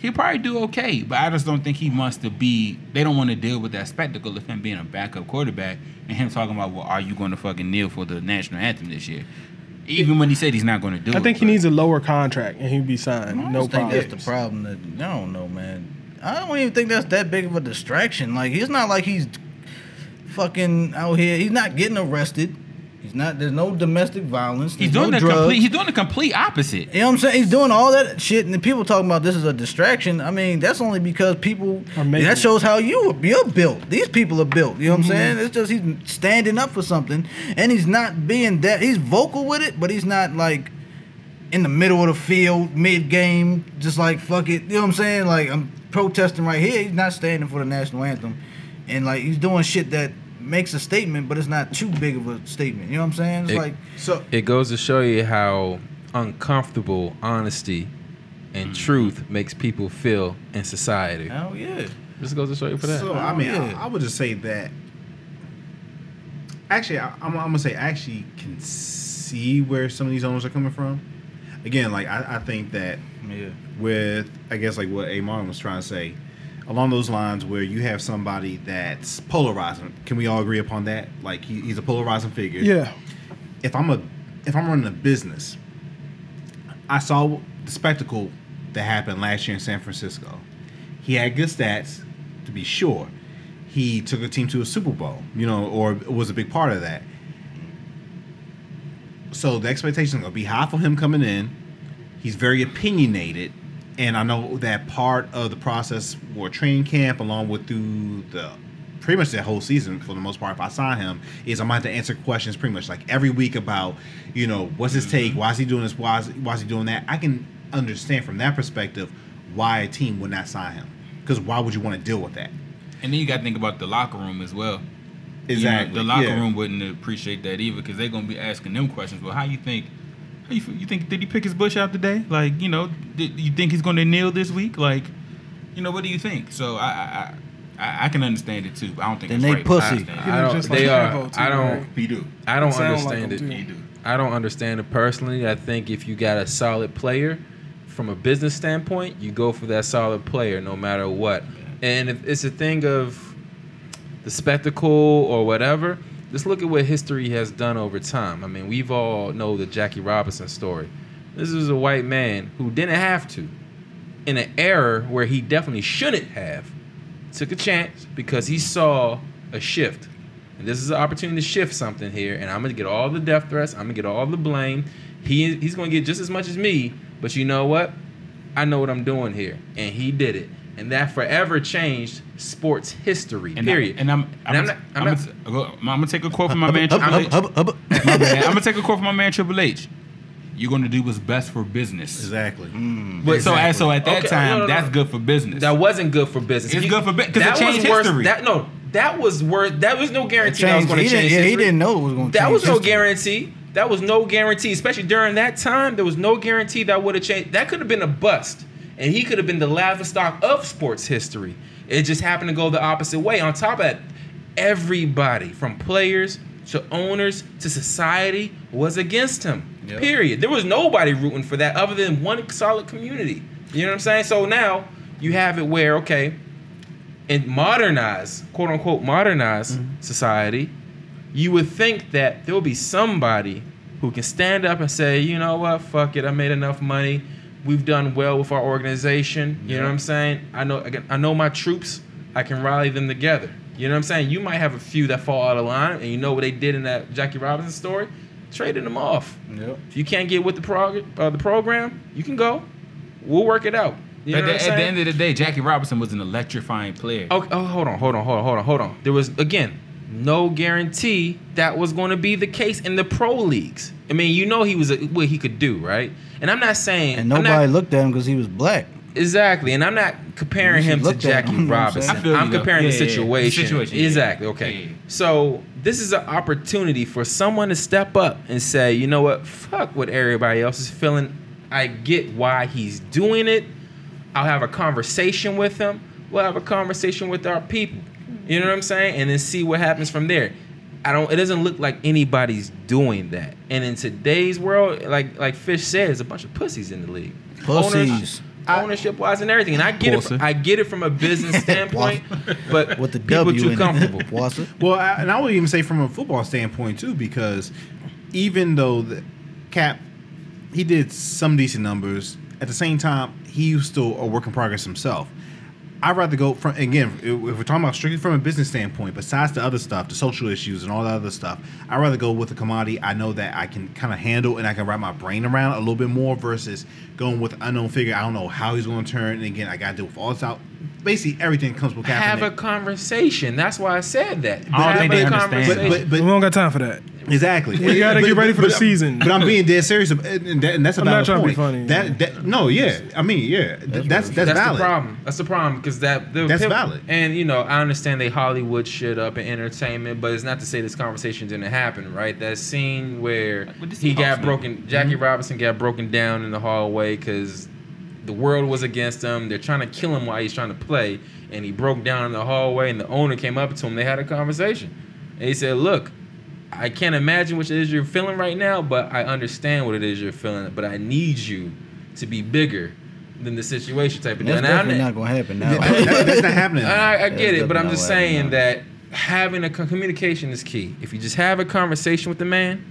Speaker 5: he'll probably do okay. But I just don't think he wants to be. They don't want to deal with that spectacle of him being a backup quarterback and him talking about, well, are you going to fucking kneel for the national anthem this year? Even when he said he's not going to do it.
Speaker 2: I think he
Speaker 5: but-
Speaker 2: needs a lower contract and he'd be signed.
Speaker 6: I
Speaker 2: no
Speaker 6: just think
Speaker 2: problem.
Speaker 6: that's the problem. That I don't know, man. I don't even think that's that big of a distraction. Like it's not like he's fucking out here. He's not getting arrested. He's not. There's no domestic violence.
Speaker 5: He's
Speaker 6: There's
Speaker 5: doing
Speaker 6: no
Speaker 5: the
Speaker 6: drugs.
Speaker 5: complete. He's doing the complete opposite.
Speaker 6: you know what I'm saying? He's doing all that shit, and then people talking about this is a distraction. I mean, that's only because people.
Speaker 2: Are making- Mm-hmm.
Speaker 6: that shows how you you're built. These people are built. You know what I'm saying? It's just he's standing up for something, and he's not being that. He's vocal with it, but he's not like in the middle of the field, mid game, just like fuck it. You know what I'm saying? Like I'm protesting right here. He's not standing for the national anthem, and like he's doing shit that makes a statement, but it's not too big of a statement. You know what I'm saying? It's
Speaker 3: It-
Speaker 6: like
Speaker 4: So
Speaker 3: It goes to show you how uncomfortable honesty and
Speaker 2: Mm.
Speaker 3: truth makes people feel in society.
Speaker 6: hell yeah.
Speaker 3: This goes to show you for that.
Speaker 4: So I mean,
Speaker 6: Yeah.
Speaker 4: I, I would just say that. Actually, I, I'm, I'm gonna say I actually can see where some of these owners are coming from. Again, like I, I think that
Speaker 6: Yeah.
Speaker 4: with I guess like what Amon was trying to say, along those lines where you have somebody that's polarizing. Can we all agree upon that? Like he, he's a polarizing figure.
Speaker 2: Yeah.
Speaker 4: If I'm a if I'm running a business, I saw the spectacle that happened last year in San Francisco. He had good stats, to be sure. He took a team to a Super Bowl, you know, or was a big part of that. So the expectations are going to be high for him coming in. He's very opinionated. And I know that part of the process for training camp, along with through the pretty much that whole season, for the most part, if I sign him, is I'm going to have to answer questions pretty much like every week about, you know, what's his
Speaker 5: Mm-hmm.
Speaker 4: take? Why is he doing this? Why is, why is he doing that? I can understand from that perspective why a team would not sign him. Because why would you want to deal with that?
Speaker 5: And then you got to think about the locker room as well. You know,
Speaker 4: Exactly.
Speaker 5: the locker
Speaker 4: yeah.
Speaker 5: room wouldn't appreciate that either because they're gonna be asking them questions. Well, how you think? How you, f- you think? Did he pick his bush out today? Like, you know, did you think he's gonna kneel this week? Like, you know, what do you think? So I, I, I, I can understand it too. But I don't think
Speaker 6: Then
Speaker 5: it's
Speaker 6: they
Speaker 5: right.
Speaker 6: pussy.
Speaker 5: I understand it.
Speaker 3: I don't.
Speaker 2: Just like
Speaker 3: they
Speaker 2: Devo
Speaker 3: are.
Speaker 2: too,
Speaker 3: I
Speaker 2: right?
Speaker 3: don't.
Speaker 12: he do.
Speaker 3: I don't
Speaker 2: Sound like
Speaker 3: understand
Speaker 2: him,
Speaker 3: it.
Speaker 2: too.
Speaker 12: He do.
Speaker 3: I don't understand it personally. I think if you got a solid player from a business standpoint, you go for that solid player no matter what. And if it's a thing of the spectacle or whatever, just look at what history has done over time. I mean, we've all know the Jackie Robinson story. This is a white man who didn't have to in an era where he definitely shouldn't have took a chance because he saw a shift. And this is an opportunity to shift something here. And I'm gonna get all the death threats. I'm gonna get all the blame. He he's gonna get just as much as me. But you know what? I know what I'm doing here, and he did it. And that forever changed sports history.
Speaker 5: And
Speaker 3: period.
Speaker 5: I, and I'm, I'm,
Speaker 3: I'm
Speaker 5: gonna-
Speaker 3: not-
Speaker 5: I'm,
Speaker 3: I'm
Speaker 5: gonna- I'm gonna take a quote from my man.
Speaker 6: Hubba,
Speaker 5: Triple H.
Speaker 6: hubba, hubba, hubba.
Speaker 5: My bad. I'm gonna take a quote from my man Triple H. You're gonna do what's best for business.
Speaker 4: Exactly.
Speaker 5: Mm-hmm. But so, as so at that
Speaker 3: Okay,
Speaker 5: time,
Speaker 3: no, no, no.
Speaker 5: that's good for business.
Speaker 3: That wasn't good for business.
Speaker 5: It's
Speaker 3: If
Speaker 5: good for bu- 'cause it
Speaker 3: that was
Speaker 5: changed
Speaker 3: worse-
Speaker 5: history.
Speaker 3: That no, that was worse. That was no guarantee that was
Speaker 6: Changed-
Speaker 3: going
Speaker 6: he
Speaker 3: to change
Speaker 6: didn't, yeah, he
Speaker 3: history.
Speaker 6: didn't know it was going to
Speaker 3: That
Speaker 6: change.
Speaker 3: was no
Speaker 6: history.
Speaker 3: guarantee. That was no guarantee, especially during that time. There was no guarantee that would have changed. That could have been a bust, and he could have been the laughing stock of sports history. It just happened to go the opposite way. On top of that, everybody from players to owners to society was against him. Period. There was nobody rooting for that other than one solid community. You know what I'm saying? So now you have it where okay, in modernized, quote unquote, modernized society, you would think that there will be somebody who can stand up and say, you know what, fuck it, I made enough money. We've done well with our organization. You know what I'm saying? I know again, I know my troops. I can rally them together. You know what I'm saying? You might have a few that fall out of line, and you know what they did in that Jackie Robinson story? Trading them off.
Speaker 5: Yep.
Speaker 3: If you can't get with the prog- uh, the program, you can go. We'll work it out. You
Speaker 7: But at,
Speaker 3: know what
Speaker 7: the,
Speaker 3: I'm
Speaker 7: at the
Speaker 3: saying?
Speaker 7: end of the day, Jackie Robinson was an electrifying player.
Speaker 3: Okay, oh, hold on, hold on, hold on, hold on, hold on. There was again no guarantee that was going to be the case in the pro leagues. I mean, you know, he was a, what he could do, right? And I'm not saying
Speaker 6: And
Speaker 3: I'm not-
Speaker 6: nobody looked at him because he was black.
Speaker 3: exactly, and I'm not comparing
Speaker 6: You
Speaker 3: him
Speaker 6: should
Speaker 3: to
Speaker 6: look at him,
Speaker 3: Jackie
Speaker 6: you know what I'm
Speaker 3: Robinson.
Speaker 6: saying? I
Speaker 7: feel you,
Speaker 3: I'm
Speaker 7: though.
Speaker 3: comparing
Speaker 7: Yeah,
Speaker 3: the
Speaker 7: yeah, yeah. The
Speaker 3: situation.
Speaker 7: situation, yeah.
Speaker 3: exactly. Okay.
Speaker 7: Yeah, yeah.
Speaker 3: So this is an opportunity for someone to step up and say, you know what, fuck what everybody else is feeling. I get why he's doing it. I'll have a conversation with him. We'll have a conversation with our people. You know what I'm saying? And then see what happens from there. I don't it doesn't look like anybody's doing that. And in today's world, like like Fish said, there's a bunch of pussies in the league.
Speaker 6: Pussies.
Speaker 3: Ownership wise and everything. And I get it
Speaker 5: Pussy.
Speaker 3: from, I get it from a business standpoint, but
Speaker 6: With the
Speaker 3: people
Speaker 6: W
Speaker 3: too
Speaker 6: in
Speaker 3: comfortable.
Speaker 6: it. Was it?
Speaker 4: Well, I, and I would even say from a football standpoint too, because even though the Cap he did some decent numbers, at the same time he was still a work in progress himself. I'd rather go from again if if we're talking about strictly from a business standpoint, besides the other stuff, the social issues and all that other stuff. I'd rather go with a commodity I know that I can kind of handle and I can wrap my brain around a little bit more versus going with an unknown figure. I don't know how he's going to turn, and again I got to deal with all this out. Basically, everything that comes with Kaepernick.
Speaker 3: Have a conversation. That's why I said that.
Speaker 7: I don't think they understand.
Speaker 4: but, but, but
Speaker 2: we don't got time for that.
Speaker 4: Exactly.
Speaker 2: We gotta
Speaker 4: But-
Speaker 2: get ready for
Speaker 4: but-
Speaker 2: the
Speaker 4: but-
Speaker 2: season.
Speaker 4: But I'm being dead serious, ab- and, that, and that's a
Speaker 2: I'm not
Speaker 4: valid
Speaker 2: trying to be
Speaker 4: point.
Speaker 2: funny.
Speaker 4: That, that no, yeah. I mean, yeah. Th- That's
Speaker 3: That's
Speaker 4: that's, valid.
Speaker 3: the problem. That's the problem because that the
Speaker 4: That's valid.
Speaker 3: And you know, I understand they Hollywood shit up and entertainment, but it's not to say this conversation didn't happen, right? That scene where
Speaker 7: with the
Speaker 3: he got
Speaker 7: Seahawks, man.
Speaker 3: broken, Jackie
Speaker 4: Hmm?
Speaker 3: Robinson got broken down in the hallway because the world was against him. They're trying to kill him while he's trying to play, and he broke down in the hallway. And the owner came up to him. They had a conversation, and he said, "Look." I can't imagine what it is you're feeling right now, but I understand what it is you're feeling. But I need you to be bigger than the situation type of
Speaker 6: And
Speaker 3: deal.
Speaker 6: that's
Speaker 3: And I
Speaker 6: definitely
Speaker 3: under-
Speaker 6: not going to happen
Speaker 4: That-
Speaker 6: now.
Speaker 4: that- that's not happening.
Speaker 3: and I, I get it, but I'm
Speaker 6: definitely
Speaker 3: just
Speaker 6: not what
Speaker 3: saying
Speaker 6: happened.
Speaker 3: that having a co- communication is key. If you just have a conversation with the man,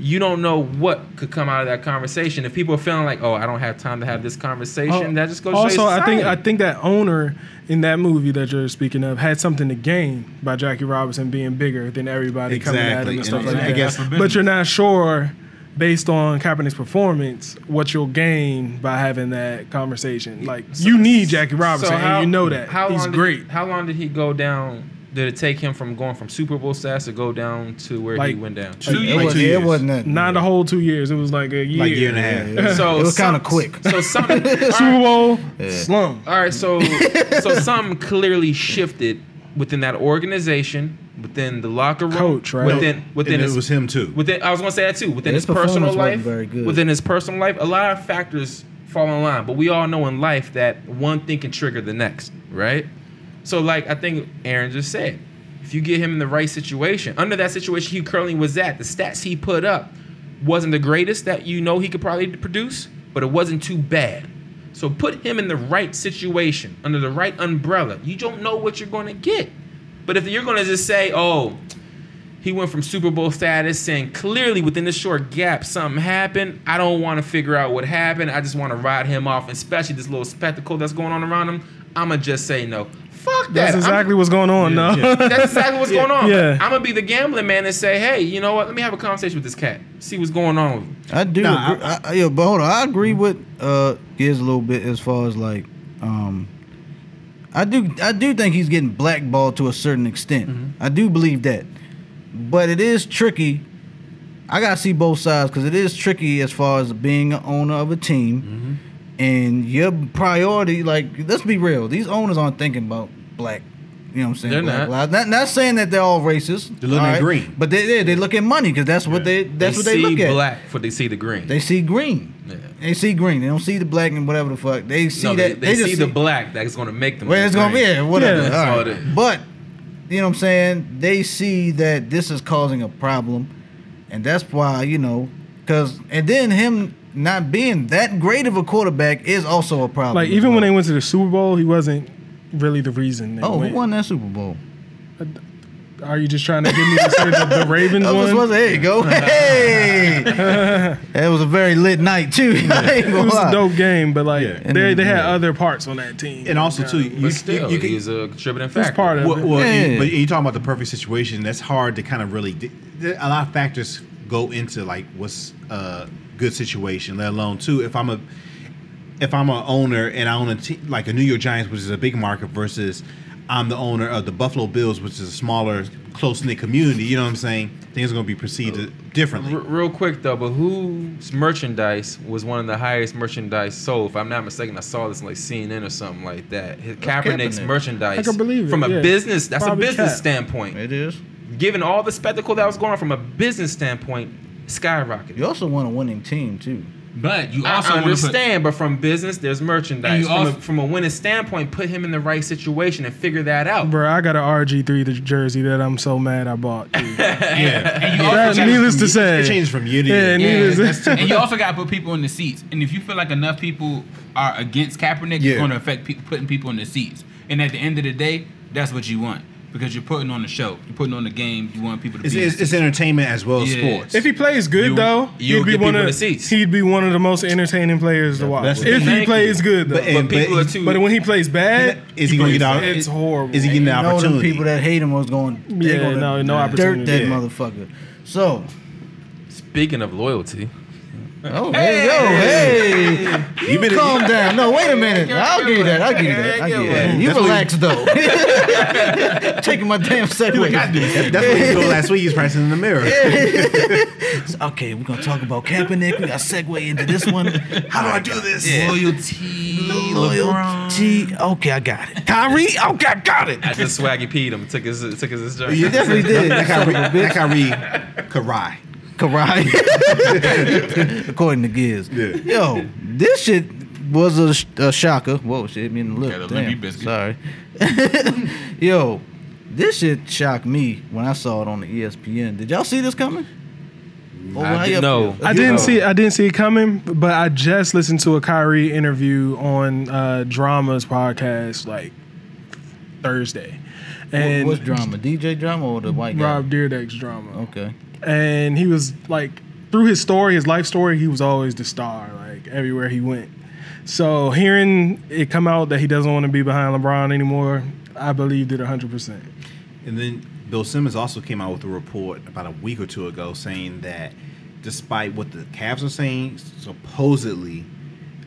Speaker 3: you don't know what could come out of that conversation. If people are feeling like, "Oh, I don't have time to have this conversation," that just goes.
Speaker 2: Oh. also, I think I think that owner in that movie that you're speaking of had something to gain by Jackie Robinson being bigger than everybody coming at him
Speaker 4: Exactly.
Speaker 2: and stuff
Speaker 4: And
Speaker 2: like
Speaker 4: I
Speaker 2: that.
Speaker 4: guess-
Speaker 2: but you're not sure, based on Kaepernick's performance, what you'll gain by having that conversation. Like you need Jackie Robinson, and you know that he's
Speaker 3: long did-
Speaker 2: great.
Speaker 3: how long did he go down? Did it take him from going from Super Bowl status to go down to where
Speaker 2: Like,
Speaker 3: he went down?
Speaker 4: Two
Speaker 6: It,
Speaker 4: years.
Speaker 6: was,
Speaker 4: Two
Speaker 6: it
Speaker 4: years.
Speaker 6: wasn't that.
Speaker 2: Not the whole two years. It was like a year.
Speaker 4: Like year and a half.
Speaker 3: So
Speaker 6: it was
Speaker 3: some-
Speaker 6: kind of quick.
Speaker 3: So something.
Speaker 2: Super Bowl slum.
Speaker 3: All right, so so something clearly shifted within that organization, within the locker room,
Speaker 2: Coach, right?
Speaker 3: Within within
Speaker 4: and
Speaker 3: his,
Speaker 4: it was him too.
Speaker 3: within. I was gonna say that too. Within
Speaker 6: Yeah,
Speaker 3: his
Speaker 6: his performance
Speaker 3: personal
Speaker 6: wasn't
Speaker 3: life,
Speaker 6: very good.
Speaker 3: within his personal life, a lot of factors fall in line. But we all know in life that one thing can trigger the next, right? So like I think Aaron just said, if you get him in the right situation, under that situation he currently was at, the stats he put up wasn't the greatest that you know he could probably produce, but it wasn't too bad. So put him in the right situation, under the right umbrella. You don't know what you're going to get. But if you're going to just say, "Oh, he went from Super Bowl status and clearly within this short gap something happened. I don't want to figure out what happened. I just want to ride him off, especially this little spectacle that's going on around him. I'ma just say no. Fuck that.
Speaker 2: That's
Speaker 3: I'm-
Speaker 2: exactly what's going on now.
Speaker 3: that's exactly what's going on.
Speaker 2: Yeah.
Speaker 3: I'm gonna be the gambling man and say, hey, you know what? Let me have a conversation with this cat. See what's going on. With him.
Speaker 6: I do.
Speaker 4: Nah,
Speaker 6: agree. I, I- yeah, but hold on. I agree with uh Giz a little bit as far as like um I do I do think he's getting blackballed to a certain extent. I do believe that. But it is tricky. I gotta see both sides because it is tricky as far as being an owner of a team and your priority. Like, let's be real; these owners aren't thinking about black. You know what I'm saying?
Speaker 3: They're
Speaker 6: Black
Speaker 3: not.
Speaker 6: lives. not. Not saying that they're all racist.
Speaker 4: They're looking
Speaker 6: all
Speaker 4: at green.
Speaker 6: but they they, they look at money because that's what they that's what they
Speaker 3: see
Speaker 6: look at.
Speaker 3: black for they see the green.
Speaker 6: They see green.
Speaker 3: Yeah.
Speaker 6: They see green. They don't see the black and whatever the fuck. They see
Speaker 3: no,
Speaker 6: that.
Speaker 3: they, they see,
Speaker 6: just
Speaker 3: the black that's gonna make them.
Speaker 6: Well, it's gonna be
Speaker 3: green.
Speaker 6: yeah, whatever.
Speaker 2: Yeah.
Speaker 6: All
Speaker 3: That's
Speaker 6: right.
Speaker 3: all it is.
Speaker 6: But you know what I'm saying? They see that this is causing a problem, and that's why you know, because and then him not being that great of a quarterback is also a problem.
Speaker 2: Like
Speaker 6: as
Speaker 2: even when they
Speaker 6: well.
Speaker 2: went to the Super Bowl, he wasn't really the reason. They
Speaker 6: oh,
Speaker 2: went.
Speaker 6: who won that Super Bowl?
Speaker 2: Are you just trying to get me to say the, the Ravens
Speaker 6: I was
Speaker 2: one?
Speaker 6: supposed to, there you go. Hey! that was a very lit night, too. I ain't
Speaker 2: It
Speaker 6: gonna
Speaker 2: was a
Speaker 6: lie.
Speaker 2: dope game, but like
Speaker 4: Yeah.
Speaker 2: they, they had other parts on that team.
Speaker 4: And also too,
Speaker 2: Yeah.
Speaker 4: you,
Speaker 3: But
Speaker 4: you-
Speaker 3: still,
Speaker 4: you can-
Speaker 3: he's a contributing
Speaker 2: that's
Speaker 3: factor.
Speaker 2: part of
Speaker 4: Well,
Speaker 2: it.
Speaker 4: well you-
Speaker 6: Yeah.
Speaker 4: but you're talking about the perfect situation. That's hard to kind of really. di- there- A lot of factors go into like what's a good situation. Let alone too, if I'm a if I'm a owner and I own a team like a New York Giants, which is a big market, versus I'm the owner of the Buffalo Bills, which is a smaller, close knit community. You know what I'm saying? Things are going to be perceived
Speaker 7: Oh.
Speaker 4: differently.
Speaker 3: R- real quick though, but whose merchandise was one of the highest merchandise sold? If I'm not mistaken, I saw this on, like CNN or something like that. His- Kaepernick's
Speaker 6: Kaepernick.
Speaker 3: merchandise
Speaker 2: I can believe it,
Speaker 3: from a
Speaker 2: yeah.
Speaker 3: business that's
Speaker 2: Probably
Speaker 3: a business
Speaker 2: Cap.
Speaker 3: standpoint.
Speaker 6: It is.
Speaker 3: Given all the spectacle that was going on from a business standpoint, skyrocketed.
Speaker 6: You also want a winning team, too.
Speaker 7: But you also
Speaker 3: I
Speaker 7: want to put
Speaker 3: understand, but from business, there's merchandise.
Speaker 7: And you
Speaker 3: From,
Speaker 7: also-
Speaker 3: a, from a winning standpoint, put him in the right situation and figure that out.
Speaker 2: Bro, I got an RG3 th- jersey that I'm so mad I bought. dude.
Speaker 4: yeah.
Speaker 7: and you
Speaker 2: That-
Speaker 7: also
Speaker 2: needless to say.
Speaker 4: It changed from year to
Speaker 2: Yeah,
Speaker 4: year.
Speaker 2: needless
Speaker 7: Yeah,
Speaker 2: to
Speaker 7: that's- and you also got to put people in the seats. And if you feel like enough people are against Kaepernick, it's
Speaker 4: Yeah.
Speaker 7: going to affect people putting people in the seats. And at the end of the day, that's what you want because you're putting on a show, you're putting on a game. You want people to
Speaker 4: It's,
Speaker 7: be.
Speaker 4: it's, it's entertainment as well as
Speaker 7: Yeah.
Speaker 4: sports.
Speaker 2: If he plays good
Speaker 3: You-
Speaker 2: though,
Speaker 3: you'll
Speaker 2: he'd be
Speaker 3: get
Speaker 2: one
Speaker 3: people
Speaker 2: of
Speaker 3: in the seats.
Speaker 2: He'd be one of the most entertaining players to watch.
Speaker 4: that's-
Speaker 2: If he
Speaker 3: Thank
Speaker 2: plays good though, but,
Speaker 4: But-
Speaker 3: But
Speaker 4: and-
Speaker 3: people are too.
Speaker 2: when he plays bad,
Speaker 4: is he going to get out?
Speaker 2: It's horrible.
Speaker 4: Is he getting the
Speaker 6: You know them
Speaker 4: opportunity?
Speaker 6: people that hate him was going they
Speaker 2: Yeah,
Speaker 6: gonna
Speaker 2: no- no opportunity.
Speaker 6: dirt that
Speaker 4: Yeah.
Speaker 6: motherfucker. So,
Speaker 3: speaking of loyalty,
Speaker 6: oh, there you go. Hey.
Speaker 4: you been
Speaker 6: Calm down. No, wait a minute. I'll give you that. I'll give you that. I'll give you that. You relax though. Taking my damn segue.
Speaker 4: That- That's what he told last week. He's practicing in the mirror.
Speaker 6: Okay, we're gonna talk about Kaepernick. We got segue into this one. How do I do this?
Speaker 7: loyalty,
Speaker 6: Loyalty. Okay, I got it. Kyrie. Okay, I got it.
Speaker 3: I just swaggy peed him, took his took his, his jersey.
Speaker 4: You
Speaker 6: definitely did.
Speaker 4: That Kyrie, that Kyrie could ride.
Speaker 6: Karai. According to Giz.
Speaker 4: Yeah.
Speaker 6: Yo, this shit was a, sh- a shocker. Whoa, shit hit me in the lip.
Speaker 5: Got a
Speaker 6: Damn,
Speaker 5: limpy biscuit.
Speaker 6: Sorry. Yo, this shit shocked me when I saw it on the E ESPN. Did y'all see this coming? Or when
Speaker 3: didn't
Speaker 6: up-
Speaker 3: know.
Speaker 2: I didn't see I didn't see it coming, but I just listened to a Kyrie interview on uh, Drama's podcast like Thursday,
Speaker 6: What,
Speaker 2: and
Speaker 6: what's drama? DJ drama or the white guy?
Speaker 2: Rob Dyrdek's drama.
Speaker 6: Okay.
Speaker 2: and he was like through his story, his life story, he was always the star, like everywhere he went. So hearing it come out that he doesn't want to be behind LeBron anymore, I believed it 100%.
Speaker 4: And then Bill Simmons also came out with a report about a week or two ago saying that despite what the Cavs are saying, supposedly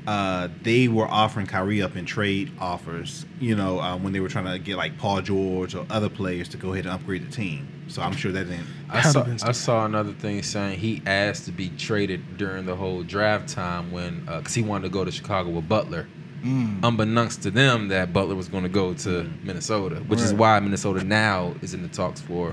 Speaker 4: uh, they were offering Kyrie up in trade offers, you know, uh, when they were trying to get like Paul George or other players to go ahead and upgrade the team. So I'm sure that didn't.
Speaker 3: I
Speaker 2: Kinda
Speaker 3: saw,
Speaker 2: been stuck.
Speaker 3: I saw another thing saying he asked to be traded during the whole draft time when because he wanted to go to Chicago with Butler. Unbeknownst to them, that Butler was going to go to Minnesota, which is why Minnesota now is in the talks for,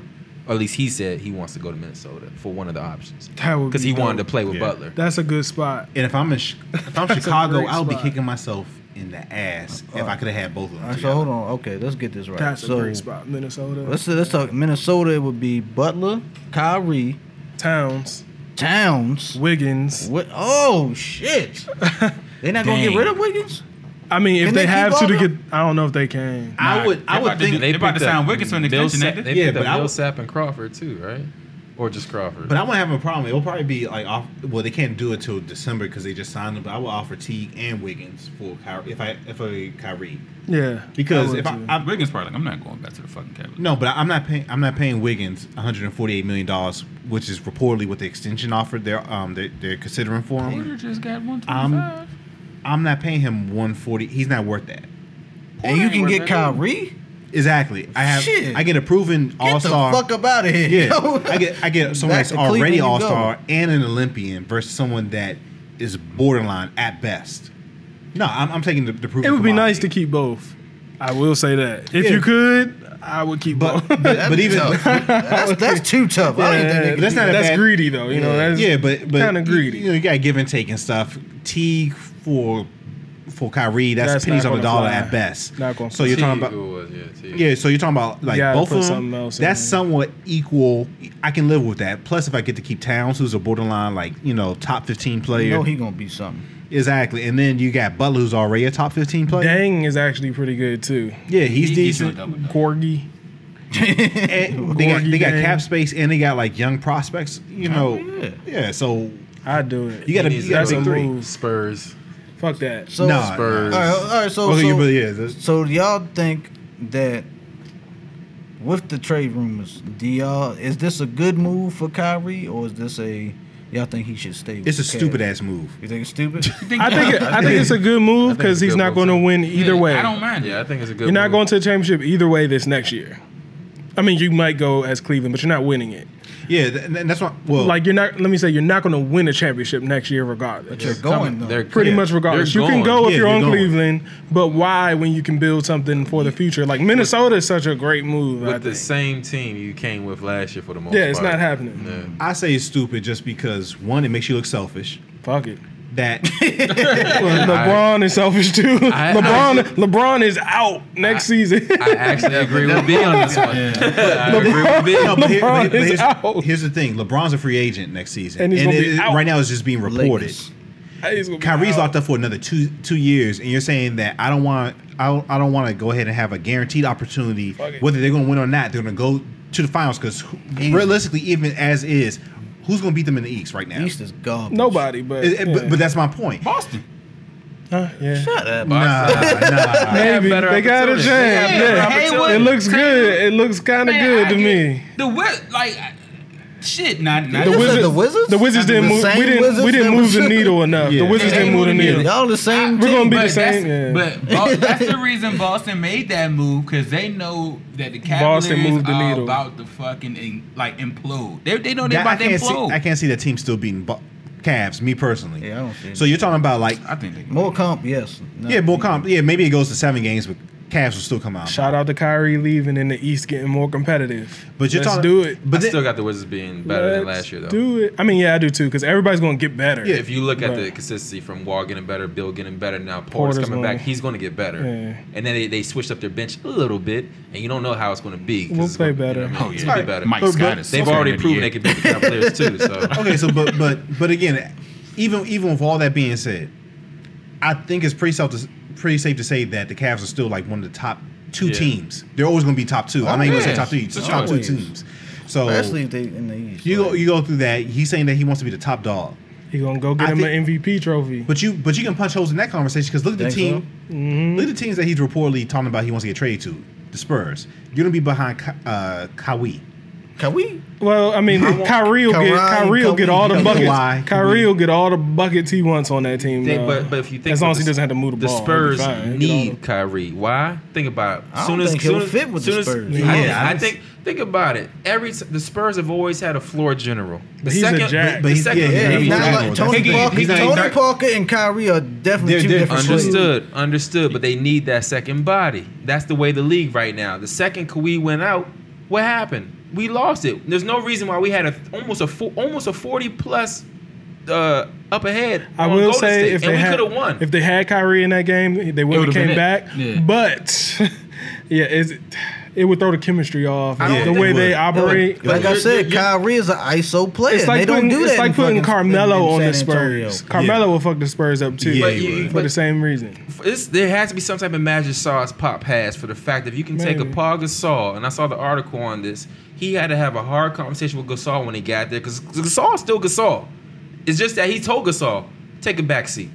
Speaker 3: or at least he said he wants to go to Minnesota for one of the options
Speaker 2: That would
Speaker 3: because
Speaker 2: be
Speaker 3: he wanted to
Speaker 2: dope.
Speaker 3: play with
Speaker 4: Yeah.
Speaker 3: Butler.
Speaker 2: That's a good spot.
Speaker 4: And if I'm in, Chi- if I'm
Speaker 2: That's a
Speaker 4: Chicago,
Speaker 2: great
Speaker 4: I would be
Speaker 2: spot.
Speaker 4: kicking myself in the ass if I could have had both of them.
Speaker 6: Uh, All right, so
Speaker 4: together.
Speaker 6: hold on. Okay, let's get this right.
Speaker 2: That's
Speaker 6: so
Speaker 2: a great spot. Minnesota.
Speaker 6: let's let's talk Minnesota. It would be Butler, Kyrie,
Speaker 2: Towns,
Speaker 6: Towns.
Speaker 2: Wiggins.
Speaker 6: What? Oh shit! They not gonna get
Speaker 7: Dang.
Speaker 6: rid of Wiggins?
Speaker 2: I mean, if
Speaker 6: Can
Speaker 2: they,
Speaker 6: they keep
Speaker 2: have to, to
Speaker 6: all
Speaker 2: get, I don't know if they can.
Speaker 4: I would, I would think
Speaker 7: They about to
Speaker 3: picked
Speaker 7: sign
Speaker 3: up
Speaker 7: Wiggins to an extension,
Speaker 3: Millsap-
Speaker 7: ain't
Speaker 3: They
Speaker 4: Yeah,
Speaker 3: picked
Speaker 4: but I
Speaker 3: up
Speaker 4: would-
Speaker 3: Millsap and Crawford too, right? Or just Crawford?
Speaker 4: But I won't have a problem. It'll probably be like off. Well, they can't do it till December because they just signed them. But I will offer Teague and Wiggins for Kyrie if I if I Kyrie
Speaker 2: yeah.
Speaker 4: because
Speaker 2: would
Speaker 4: if I,
Speaker 2: too.
Speaker 4: I
Speaker 7: Wiggins probably like, I'm not going back to the fucking Cavaliers.
Speaker 4: no, but I'm not paying. I'm not paying Wiggins 148 million dollars, which is reportedly what the extension offered. They're um they're, they're considering for him.
Speaker 7: just got
Speaker 4: I'm I'm not paying him 140. He's not worth that.
Speaker 6: And you can
Speaker 7: Porter
Speaker 6: get
Speaker 7: ain't worth
Speaker 6: Kyrie?
Speaker 4: Exactly. I have.
Speaker 6: Shit.
Speaker 4: I get a proven
Speaker 6: Get
Speaker 4: All Star.
Speaker 6: the fuck up out of here.
Speaker 4: Yeah,
Speaker 6: yo.
Speaker 4: I get I get someone
Speaker 6: Back
Speaker 4: that's
Speaker 6: to Cleveland
Speaker 4: already
Speaker 6: you go.
Speaker 4: all star and an Olympian versus someone that is borderline at best. No, I'm, I'm taking the, the proof.
Speaker 2: It would be nice to keep both. I will say that. If you
Speaker 4: Yeah.
Speaker 2: could, I would keep
Speaker 4: but
Speaker 2: both.
Speaker 4: but, but even
Speaker 6: that's, that's too tough. I don't think they can
Speaker 4: that's not a
Speaker 2: that's
Speaker 4: bad-
Speaker 2: greedy though. You know, that's
Speaker 4: yeah, but but
Speaker 2: kind of greedy.
Speaker 4: You, know, you got give and take and stuff. Teague for for Kyrie, that's,
Speaker 2: That's
Speaker 4: pennies
Speaker 2: not
Speaker 4: on the
Speaker 2: gonna
Speaker 4: dollar
Speaker 2: fly.
Speaker 4: at best.
Speaker 2: Not gonna
Speaker 4: so you're
Speaker 3: Teague
Speaker 4: talking about.
Speaker 3: it was, yeah, Teague.
Speaker 4: Yeah, so you're talking about like
Speaker 2: gotta
Speaker 4: both
Speaker 2: put
Speaker 4: of them.
Speaker 2: something else in
Speaker 4: that's
Speaker 2: there.
Speaker 4: somewhat equal. I can live with that. Plus, if I get to keep Towns, who's a borderline like you know top 15
Speaker 6: You
Speaker 4: player,
Speaker 6: know he gonna be something.
Speaker 4: Exactly, and then you got Butler, who's already a top fifteen player.
Speaker 2: Dang is actually pretty good too.
Speaker 4: Yeah, he's
Speaker 7: He- he's
Speaker 4: decent.
Speaker 7: doing double-double.
Speaker 2: Corgi.
Speaker 4: And they got
Speaker 2: Gorgie
Speaker 4: they got
Speaker 2: Dang.
Speaker 4: cap space and they got like young prospects. You know,
Speaker 6: yeah.
Speaker 4: yeah. So
Speaker 2: I do it.
Speaker 4: you got to
Speaker 3: needs
Speaker 4: you got
Speaker 2: That's a
Speaker 4: to three.
Speaker 2: move.
Speaker 3: Spurs.
Speaker 2: Fuck that.
Speaker 6: So,
Speaker 4: Nah, Oh,
Speaker 3: Spurs.
Speaker 6: all right, all right. So,
Speaker 4: Okay,
Speaker 6: so,
Speaker 4: you really is. That's-
Speaker 6: so do y'all think that with the trade rumors, do y'all is this a good move for Kyrie or is this a y'all think he should stay? With
Speaker 4: It's a
Speaker 6: the Cavs?
Speaker 4: stupid ass move.
Speaker 6: You think it's stupid?
Speaker 2: I think it, I think it's a good move
Speaker 3: think it's
Speaker 2: because
Speaker 3: a
Speaker 2: he's
Speaker 3: good
Speaker 2: not
Speaker 3: move,
Speaker 2: going to
Speaker 3: too.
Speaker 2: win either way.
Speaker 7: I don't mind it.
Speaker 3: Yeah, I think it's a good.
Speaker 2: You're not
Speaker 3: move.
Speaker 2: going to the championship either way this next year. I mean, you might go as Cleveland, but you're not winning it.
Speaker 4: Yeah, th- and that's why. Well,
Speaker 2: Like you're not. Let me say, you're not going to win a championship next year, regardless.
Speaker 6: They're going though.
Speaker 3: They're
Speaker 2: Pretty
Speaker 4: Yeah,
Speaker 2: much regardless.
Speaker 3: they're
Speaker 2: You can
Speaker 3: going.
Speaker 2: go if
Speaker 4: Yeah,
Speaker 2: you're
Speaker 4: they're
Speaker 2: on
Speaker 4: going.
Speaker 2: Cleveland, but why when you can build something for the future? Like Minnesota is such a great move. I
Speaker 3: with the
Speaker 2: think.
Speaker 3: same team you came with last year for the most.
Speaker 2: Yeah, it's
Speaker 3: part.
Speaker 2: not happening.
Speaker 3: Yeah.
Speaker 4: I say it's stupid just because one, it makes you look selfish.
Speaker 2: Fuck it.
Speaker 4: That
Speaker 2: Well, LeBron is selfish too.
Speaker 3: I-
Speaker 2: LeBron LeBron is out next season.
Speaker 3: I actually agree with B on this one. I agree with B.
Speaker 4: No, but here- but here- but
Speaker 2: LeBron is
Speaker 4: here's,
Speaker 2: out.
Speaker 4: here's the thing: LeBron's a free agent next season,
Speaker 2: And
Speaker 4: and,
Speaker 2: he's gonna
Speaker 4: it-
Speaker 2: be
Speaker 4: it-
Speaker 2: out.
Speaker 4: right now it's just being reported.
Speaker 6: Lakers.
Speaker 2: He's gonna be
Speaker 4: Kyrie's
Speaker 2: out.
Speaker 4: locked up for another two two years, and you're saying that I don't want I don't, I don't want to go ahead and have a guaranteed opportunity
Speaker 2: Fuck it.
Speaker 4: whether they're going to win or not. They're going to go to the finals because realistically, even as is, who's going to beat them in the East right now?
Speaker 6: East is garbage.
Speaker 2: Nobody, but
Speaker 4: It- it-
Speaker 2: yeah.
Speaker 4: but, but that's my point. Uh,
Speaker 7: Boston.
Speaker 2: Huh, yeah.
Speaker 4: Nah, nah.
Speaker 2: Maybe
Speaker 3: better
Speaker 2: they got a
Speaker 3: opportunities.
Speaker 2: chance.
Speaker 3: They
Speaker 7: had
Speaker 2: Yeah,
Speaker 7: better
Speaker 2: it
Speaker 7: opportunities.
Speaker 2: looks good. It looks kind of
Speaker 7: Man,
Speaker 2: good
Speaker 7: I
Speaker 2: to
Speaker 7: get-
Speaker 2: me.
Speaker 7: The what? Like I- shit. Not not
Speaker 6: The
Speaker 7: the
Speaker 6: Wiz- the Wizards?
Speaker 2: The Wizards
Speaker 6: I
Speaker 2: didn't
Speaker 6: mean, the
Speaker 2: move.
Speaker 6: same
Speaker 2: We didn't. We
Speaker 6: Wizards
Speaker 2: didn't
Speaker 6: that
Speaker 2: move
Speaker 6: was-
Speaker 2: the needle enough.
Speaker 4: Yeah.
Speaker 2: The Wizards
Speaker 7: They
Speaker 2: didn't move the
Speaker 7: moved the
Speaker 2: needle.
Speaker 7: needle.
Speaker 6: Y'all the same
Speaker 2: We're
Speaker 6: team.
Speaker 2: gonna be the
Speaker 7: But that's,
Speaker 2: same. yeah.
Speaker 7: but Bo- that's the reason Boston made that move because they know that the Cavaliers
Speaker 2: Boston moved the
Speaker 7: are
Speaker 2: needle.
Speaker 7: about to fucking in, like implode. They, they know they
Speaker 4: That- I
Speaker 7: about to
Speaker 4: can't see.
Speaker 7: implode.
Speaker 4: I can't see that team still beating Bo- Cavs. Me personally.
Speaker 6: Yeah, I don't see
Speaker 4: so you're talking about like
Speaker 7: I think they
Speaker 6: more comp. Yes. No.
Speaker 4: yeah, more comp. Yeah, maybe it goes to seven games, but Cavs will still come out.
Speaker 2: Shout out to Kyrie leaving and the East getting more competitive.
Speaker 4: But you're
Speaker 2: Let's
Speaker 4: talking.
Speaker 2: do it.
Speaker 4: But
Speaker 3: I
Speaker 4: then-
Speaker 3: still got the Wizards being better than
Speaker 2: Let's
Speaker 3: last year though.
Speaker 2: Do it. I mean, yeah, I do too, because everybody's gonna get better.
Speaker 3: Yeah, if you look at
Speaker 2: Right.
Speaker 3: the consistency from Wall getting better, Bill getting better, now Porter's,
Speaker 2: Porter's
Speaker 3: coming
Speaker 2: gonna-
Speaker 3: back, he's going to get better.
Speaker 2: Yeah.
Speaker 3: And then they, they switched up their bench a little bit, and you don't know how it's going to be. 'cause
Speaker 2: We'll
Speaker 3: it's gonna-
Speaker 2: play better.
Speaker 3: You know what I mean? It's
Speaker 5: yeah.
Speaker 3: gonna be better.
Speaker 5: Mike
Speaker 4: But-
Speaker 5: Scott
Speaker 4: but-
Speaker 5: is
Speaker 3: They've
Speaker 5: so
Speaker 3: already
Speaker 5: good.
Speaker 3: proven
Speaker 5: Yeah.
Speaker 3: they could beat the Cavaliers too. So
Speaker 4: okay, so but but but again, even even with all that being said, I think it's pretty self pretty safe to say that the Cavs are still like one of the top two
Speaker 3: Yeah.
Speaker 4: teams. They're always going to be top two. I'm not even going to say
Speaker 7: yeah.
Speaker 4: top three, just top two
Speaker 6: Oh, Always.
Speaker 4: teams. So
Speaker 6: Especially if they in the East.
Speaker 4: you go
Speaker 6: Like,
Speaker 4: you go through that. He's saying that he wants to be the top dog,
Speaker 2: He gonna go get
Speaker 4: I
Speaker 2: him
Speaker 4: think-
Speaker 2: an MVP trophy.
Speaker 4: but you but you can punch holes in that conversation because look at the
Speaker 6: Think
Speaker 4: team.
Speaker 2: Mm-hmm.
Speaker 4: Look at the teams that he's reportedly talking about he wants to get traded to. The Spurs. You're going to be behind Ka- uh, Kawhi.
Speaker 6: can we?
Speaker 2: Well, I mean, Kyrie will get
Speaker 6: Kyrie,
Speaker 2: Kyrie will get
Speaker 6: Kyrie,
Speaker 2: all the
Speaker 4: Kawhi.
Speaker 2: buckets. Kyrie will get all the buckets he wants on that team.
Speaker 3: They-
Speaker 2: though.
Speaker 3: but but if you think
Speaker 2: as long as
Speaker 3: about
Speaker 2: he doesn't have to move the,
Speaker 3: the
Speaker 2: ball,
Speaker 3: Spurs
Speaker 2: he'll be fine. He'll get all
Speaker 3: need Kyrie. Why? Think about it.
Speaker 6: I
Speaker 3: soon
Speaker 6: don't
Speaker 3: as
Speaker 6: think he'll
Speaker 3: soon as-
Speaker 6: fit with the
Speaker 3: soon as-
Speaker 6: Spurs.
Speaker 3: I, don't-
Speaker 4: Yeah, I
Speaker 3: I
Speaker 4: don't-
Speaker 3: think think about it. Every t- the Spurs have always had a floor general. The
Speaker 2: But he's a
Speaker 3: second,
Speaker 2: jack.
Speaker 3: the
Speaker 4: But he's-
Speaker 3: second-
Speaker 4: yeah, he's
Speaker 6: Yeah,
Speaker 4: he's
Speaker 6: he's not
Speaker 4: not
Speaker 6: like
Speaker 4: like-
Speaker 6: Tony
Speaker 3: He's
Speaker 6: Parker.
Speaker 3: not-
Speaker 6: Tony Parker and Kyrie are definitely
Speaker 4: They're
Speaker 6: two different
Speaker 4: different.
Speaker 6: players.
Speaker 3: Understood, understood. But they need that second body. That's the way the league right now. The second Kawhi went out, what happened? We lost it. There's no reason why we had a almost a fo- almost a 40 plus uh, up ahead.
Speaker 2: I
Speaker 3: on
Speaker 2: will
Speaker 3: Golden
Speaker 2: say
Speaker 3: State,
Speaker 2: if
Speaker 3: and
Speaker 2: they
Speaker 3: we
Speaker 2: had
Speaker 3: could have won.
Speaker 2: if they had Kyrie in that game, they would have
Speaker 7: would've
Speaker 2: came
Speaker 7: been it.
Speaker 2: back.
Speaker 7: Yeah.
Speaker 2: But yeah, it's, it would throw the chemistry off
Speaker 3: I don't
Speaker 2: the
Speaker 3: think
Speaker 2: way
Speaker 3: it
Speaker 2: they
Speaker 4: would.
Speaker 2: operate.
Speaker 6: Like I said, Kyrie is an ISO player.
Speaker 2: It's like
Speaker 6: they
Speaker 2: putting,
Speaker 6: don't do that.
Speaker 2: it's like
Speaker 6: in
Speaker 2: putting
Speaker 6: fucking-
Speaker 2: Carmelo
Speaker 6: in
Speaker 2: on the
Speaker 6: San Antonio.
Speaker 2: Spurs. Carmelo will fuck the Spurs up too.
Speaker 4: Yeah,
Speaker 3: But
Speaker 4: he
Speaker 3: you-
Speaker 4: would.
Speaker 2: for
Speaker 3: but
Speaker 2: the same reason.
Speaker 3: it's, there has to be some type of magic sauce Pop has for the fact that if you can take a
Speaker 2: Maybe.
Speaker 3: Paul Gasol, and I saw the article on this, he had to have a hard conversation with Gasol when he got there because Gasol's still Gasol. It's just that he told Gasol, take a back seat.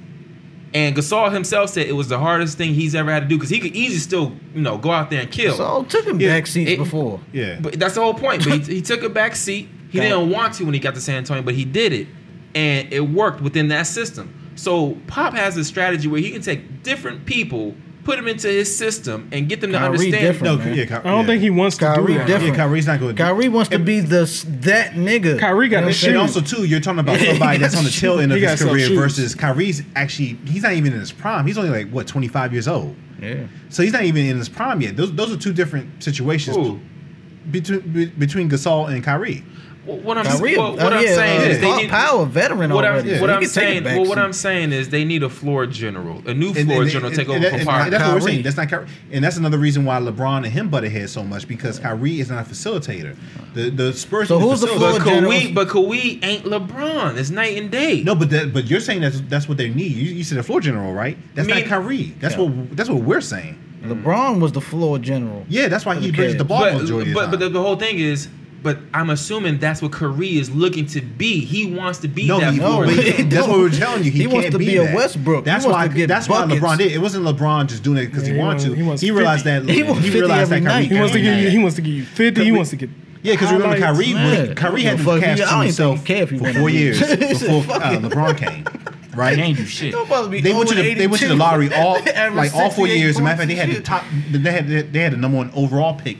Speaker 3: And Gasol himself said it was the hardest thing he's ever had to do because he could easily still, you know, go out there and kill.
Speaker 6: So I took him
Speaker 4: Yeah.
Speaker 6: back seats
Speaker 3: It-
Speaker 6: before.
Speaker 4: Yeah.
Speaker 3: But that's the whole point. But he, he took a back seat. He didn't want to when he got to San Antonio, but he did it, and it worked within that system. So Pop has a strategy where he can take different people, put them into his system, and get them to
Speaker 6: Kyrie
Speaker 3: understand.
Speaker 4: no,
Speaker 6: different. man.
Speaker 4: yeah, Ky-
Speaker 2: I don't
Speaker 4: yeah.
Speaker 2: think he wants to
Speaker 6: Kyrie
Speaker 2: do that.
Speaker 6: different.
Speaker 4: Yeah, Kyrie's not good.
Speaker 6: Kyrie wants to be the s- that nigga.
Speaker 2: Kyrie got the
Speaker 6: You know what I'm
Speaker 4: And
Speaker 2: Shoot.
Speaker 4: also too, you're talking about somebody that's on the tail end of
Speaker 2: He got
Speaker 4: his
Speaker 2: some
Speaker 4: career
Speaker 2: shoes.
Speaker 4: versus Kyrie's actually he's not even in his prime. He's only like what 25 years old.
Speaker 6: saying?
Speaker 4: So he's not even in his prime yet. Those those are two different situations
Speaker 3: Who?
Speaker 4: between be- between Gasol and Kyrie.
Speaker 3: Well, What I'm,
Speaker 6: Yeah. Kyrie,
Speaker 3: well, what
Speaker 6: uh,
Speaker 3: I'm
Speaker 6: yeah,
Speaker 3: saying
Speaker 6: uh,
Speaker 3: is they
Speaker 6: Paul
Speaker 3: need
Speaker 6: Powell veteran
Speaker 3: What I'm,
Speaker 6: already.
Speaker 3: what
Speaker 6: He
Speaker 3: I'm
Speaker 6: can take a
Speaker 3: saying,
Speaker 6: back
Speaker 3: well, what
Speaker 6: seat.
Speaker 3: I'm saying is they need a floor general, a new
Speaker 4: And-
Speaker 3: floor
Speaker 4: and-
Speaker 3: general
Speaker 4: and-
Speaker 3: take
Speaker 4: and-
Speaker 3: over
Speaker 4: and-
Speaker 3: from
Speaker 4: and
Speaker 3: Parker.
Speaker 4: That's what we're
Speaker 6: Kyrie.
Speaker 4: saying. That's not Kyrie, and that's another reason why LeBron and him butt head so much because Kyrie is not a facilitator. The the Spurs.
Speaker 6: So
Speaker 4: need a
Speaker 6: who's the
Speaker 4: facilitator.
Speaker 6: floor
Speaker 3: But
Speaker 6: general?
Speaker 3: Kawhi, but Kawhi ain't LeBron. It's night and day.
Speaker 4: No, but that, but you're saying that's that's what they need. You, you said a floor general, right? That's
Speaker 3: I mean-
Speaker 4: not Kyrie. That's
Speaker 6: Yeah.
Speaker 4: what that's what we're saying.
Speaker 6: LeBron was the floor general.
Speaker 4: Yeah, that's why he
Speaker 6: Okay.
Speaker 4: brings the ball
Speaker 3: but,
Speaker 4: majority of
Speaker 3: but,
Speaker 4: the
Speaker 3: but the,
Speaker 4: time.
Speaker 3: the whole thing is, but I'm assuming that's what Curry is looking to be. He wants to be
Speaker 4: No,
Speaker 3: that.
Speaker 4: he,
Speaker 3: floor
Speaker 4: but
Speaker 3: general.
Speaker 4: he- that's what we were telling you. He,
Speaker 6: He wants
Speaker 4: can't
Speaker 6: to
Speaker 4: be,
Speaker 6: be a
Speaker 4: that.
Speaker 6: Westbrook. He
Speaker 4: That's
Speaker 6: wants
Speaker 4: why.
Speaker 6: to get
Speaker 4: that's
Speaker 6: buckets.
Speaker 4: why LeBron did. It wasn't Lebron just doing it because
Speaker 2: Yeah,
Speaker 4: he
Speaker 2: he
Speaker 4: wanted to.
Speaker 2: wants- he wants
Speaker 4: He realized that.
Speaker 2: 50.
Speaker 6: He wants 50
Speaker 4: realized that
Speaker 6: every
Speaker 4: Kyrie.
Speaker 6: night.
Speaker 2: He wants to
Speaker 4: can't
Speaker 2: give
Speaker 4: do
Speaker 2: you.
Speaker 4: that.
Speaker 2: He wants to give you fifty. He
Speaker 4: we-
Speaker 2: wants to get.
Speaker 4: Yeah, because remember
Speaker 2: highlights.
Speaker 4: Kyrie,
Speaker 6: Man,
Speaker 4: was, Kyrie
Speaker 6: you
Speaker 4: had
Speaker 6: know,
Speaker 4: the
Speaker 6: fuck,
Speaker 4: cash
Speaker 6: I
Speaker 4: to
Speaker 6: don't even
Speaker 4: himself
Speaker 6: care if he
Speaker 4: for
Speaker 6: won
Speaker 4: four
Speaker 6: or
Speaker 4: years
Speaker 6: lose.
Speaker 4: before uh, LeBron came,
Speaker 7: They ain't
Speaker 4: right?
Speaker 7: do shit.
Speaker 6: Don't bother me.
Speaker 4: They went to the they went to the
Speaker 6: 0-82.
Speaker 4: lottery all
Speaker 6: Average
Speaker 4: like all four
Speaker 6: 68
Speaker 4: years. As a matter of fact, they
Speaker 6: points
Speaker 4: had
Speaker 6: and
Speaker 4: the top.
Speaker 6: shit.
Speaker 4: They had they had the number one overall pick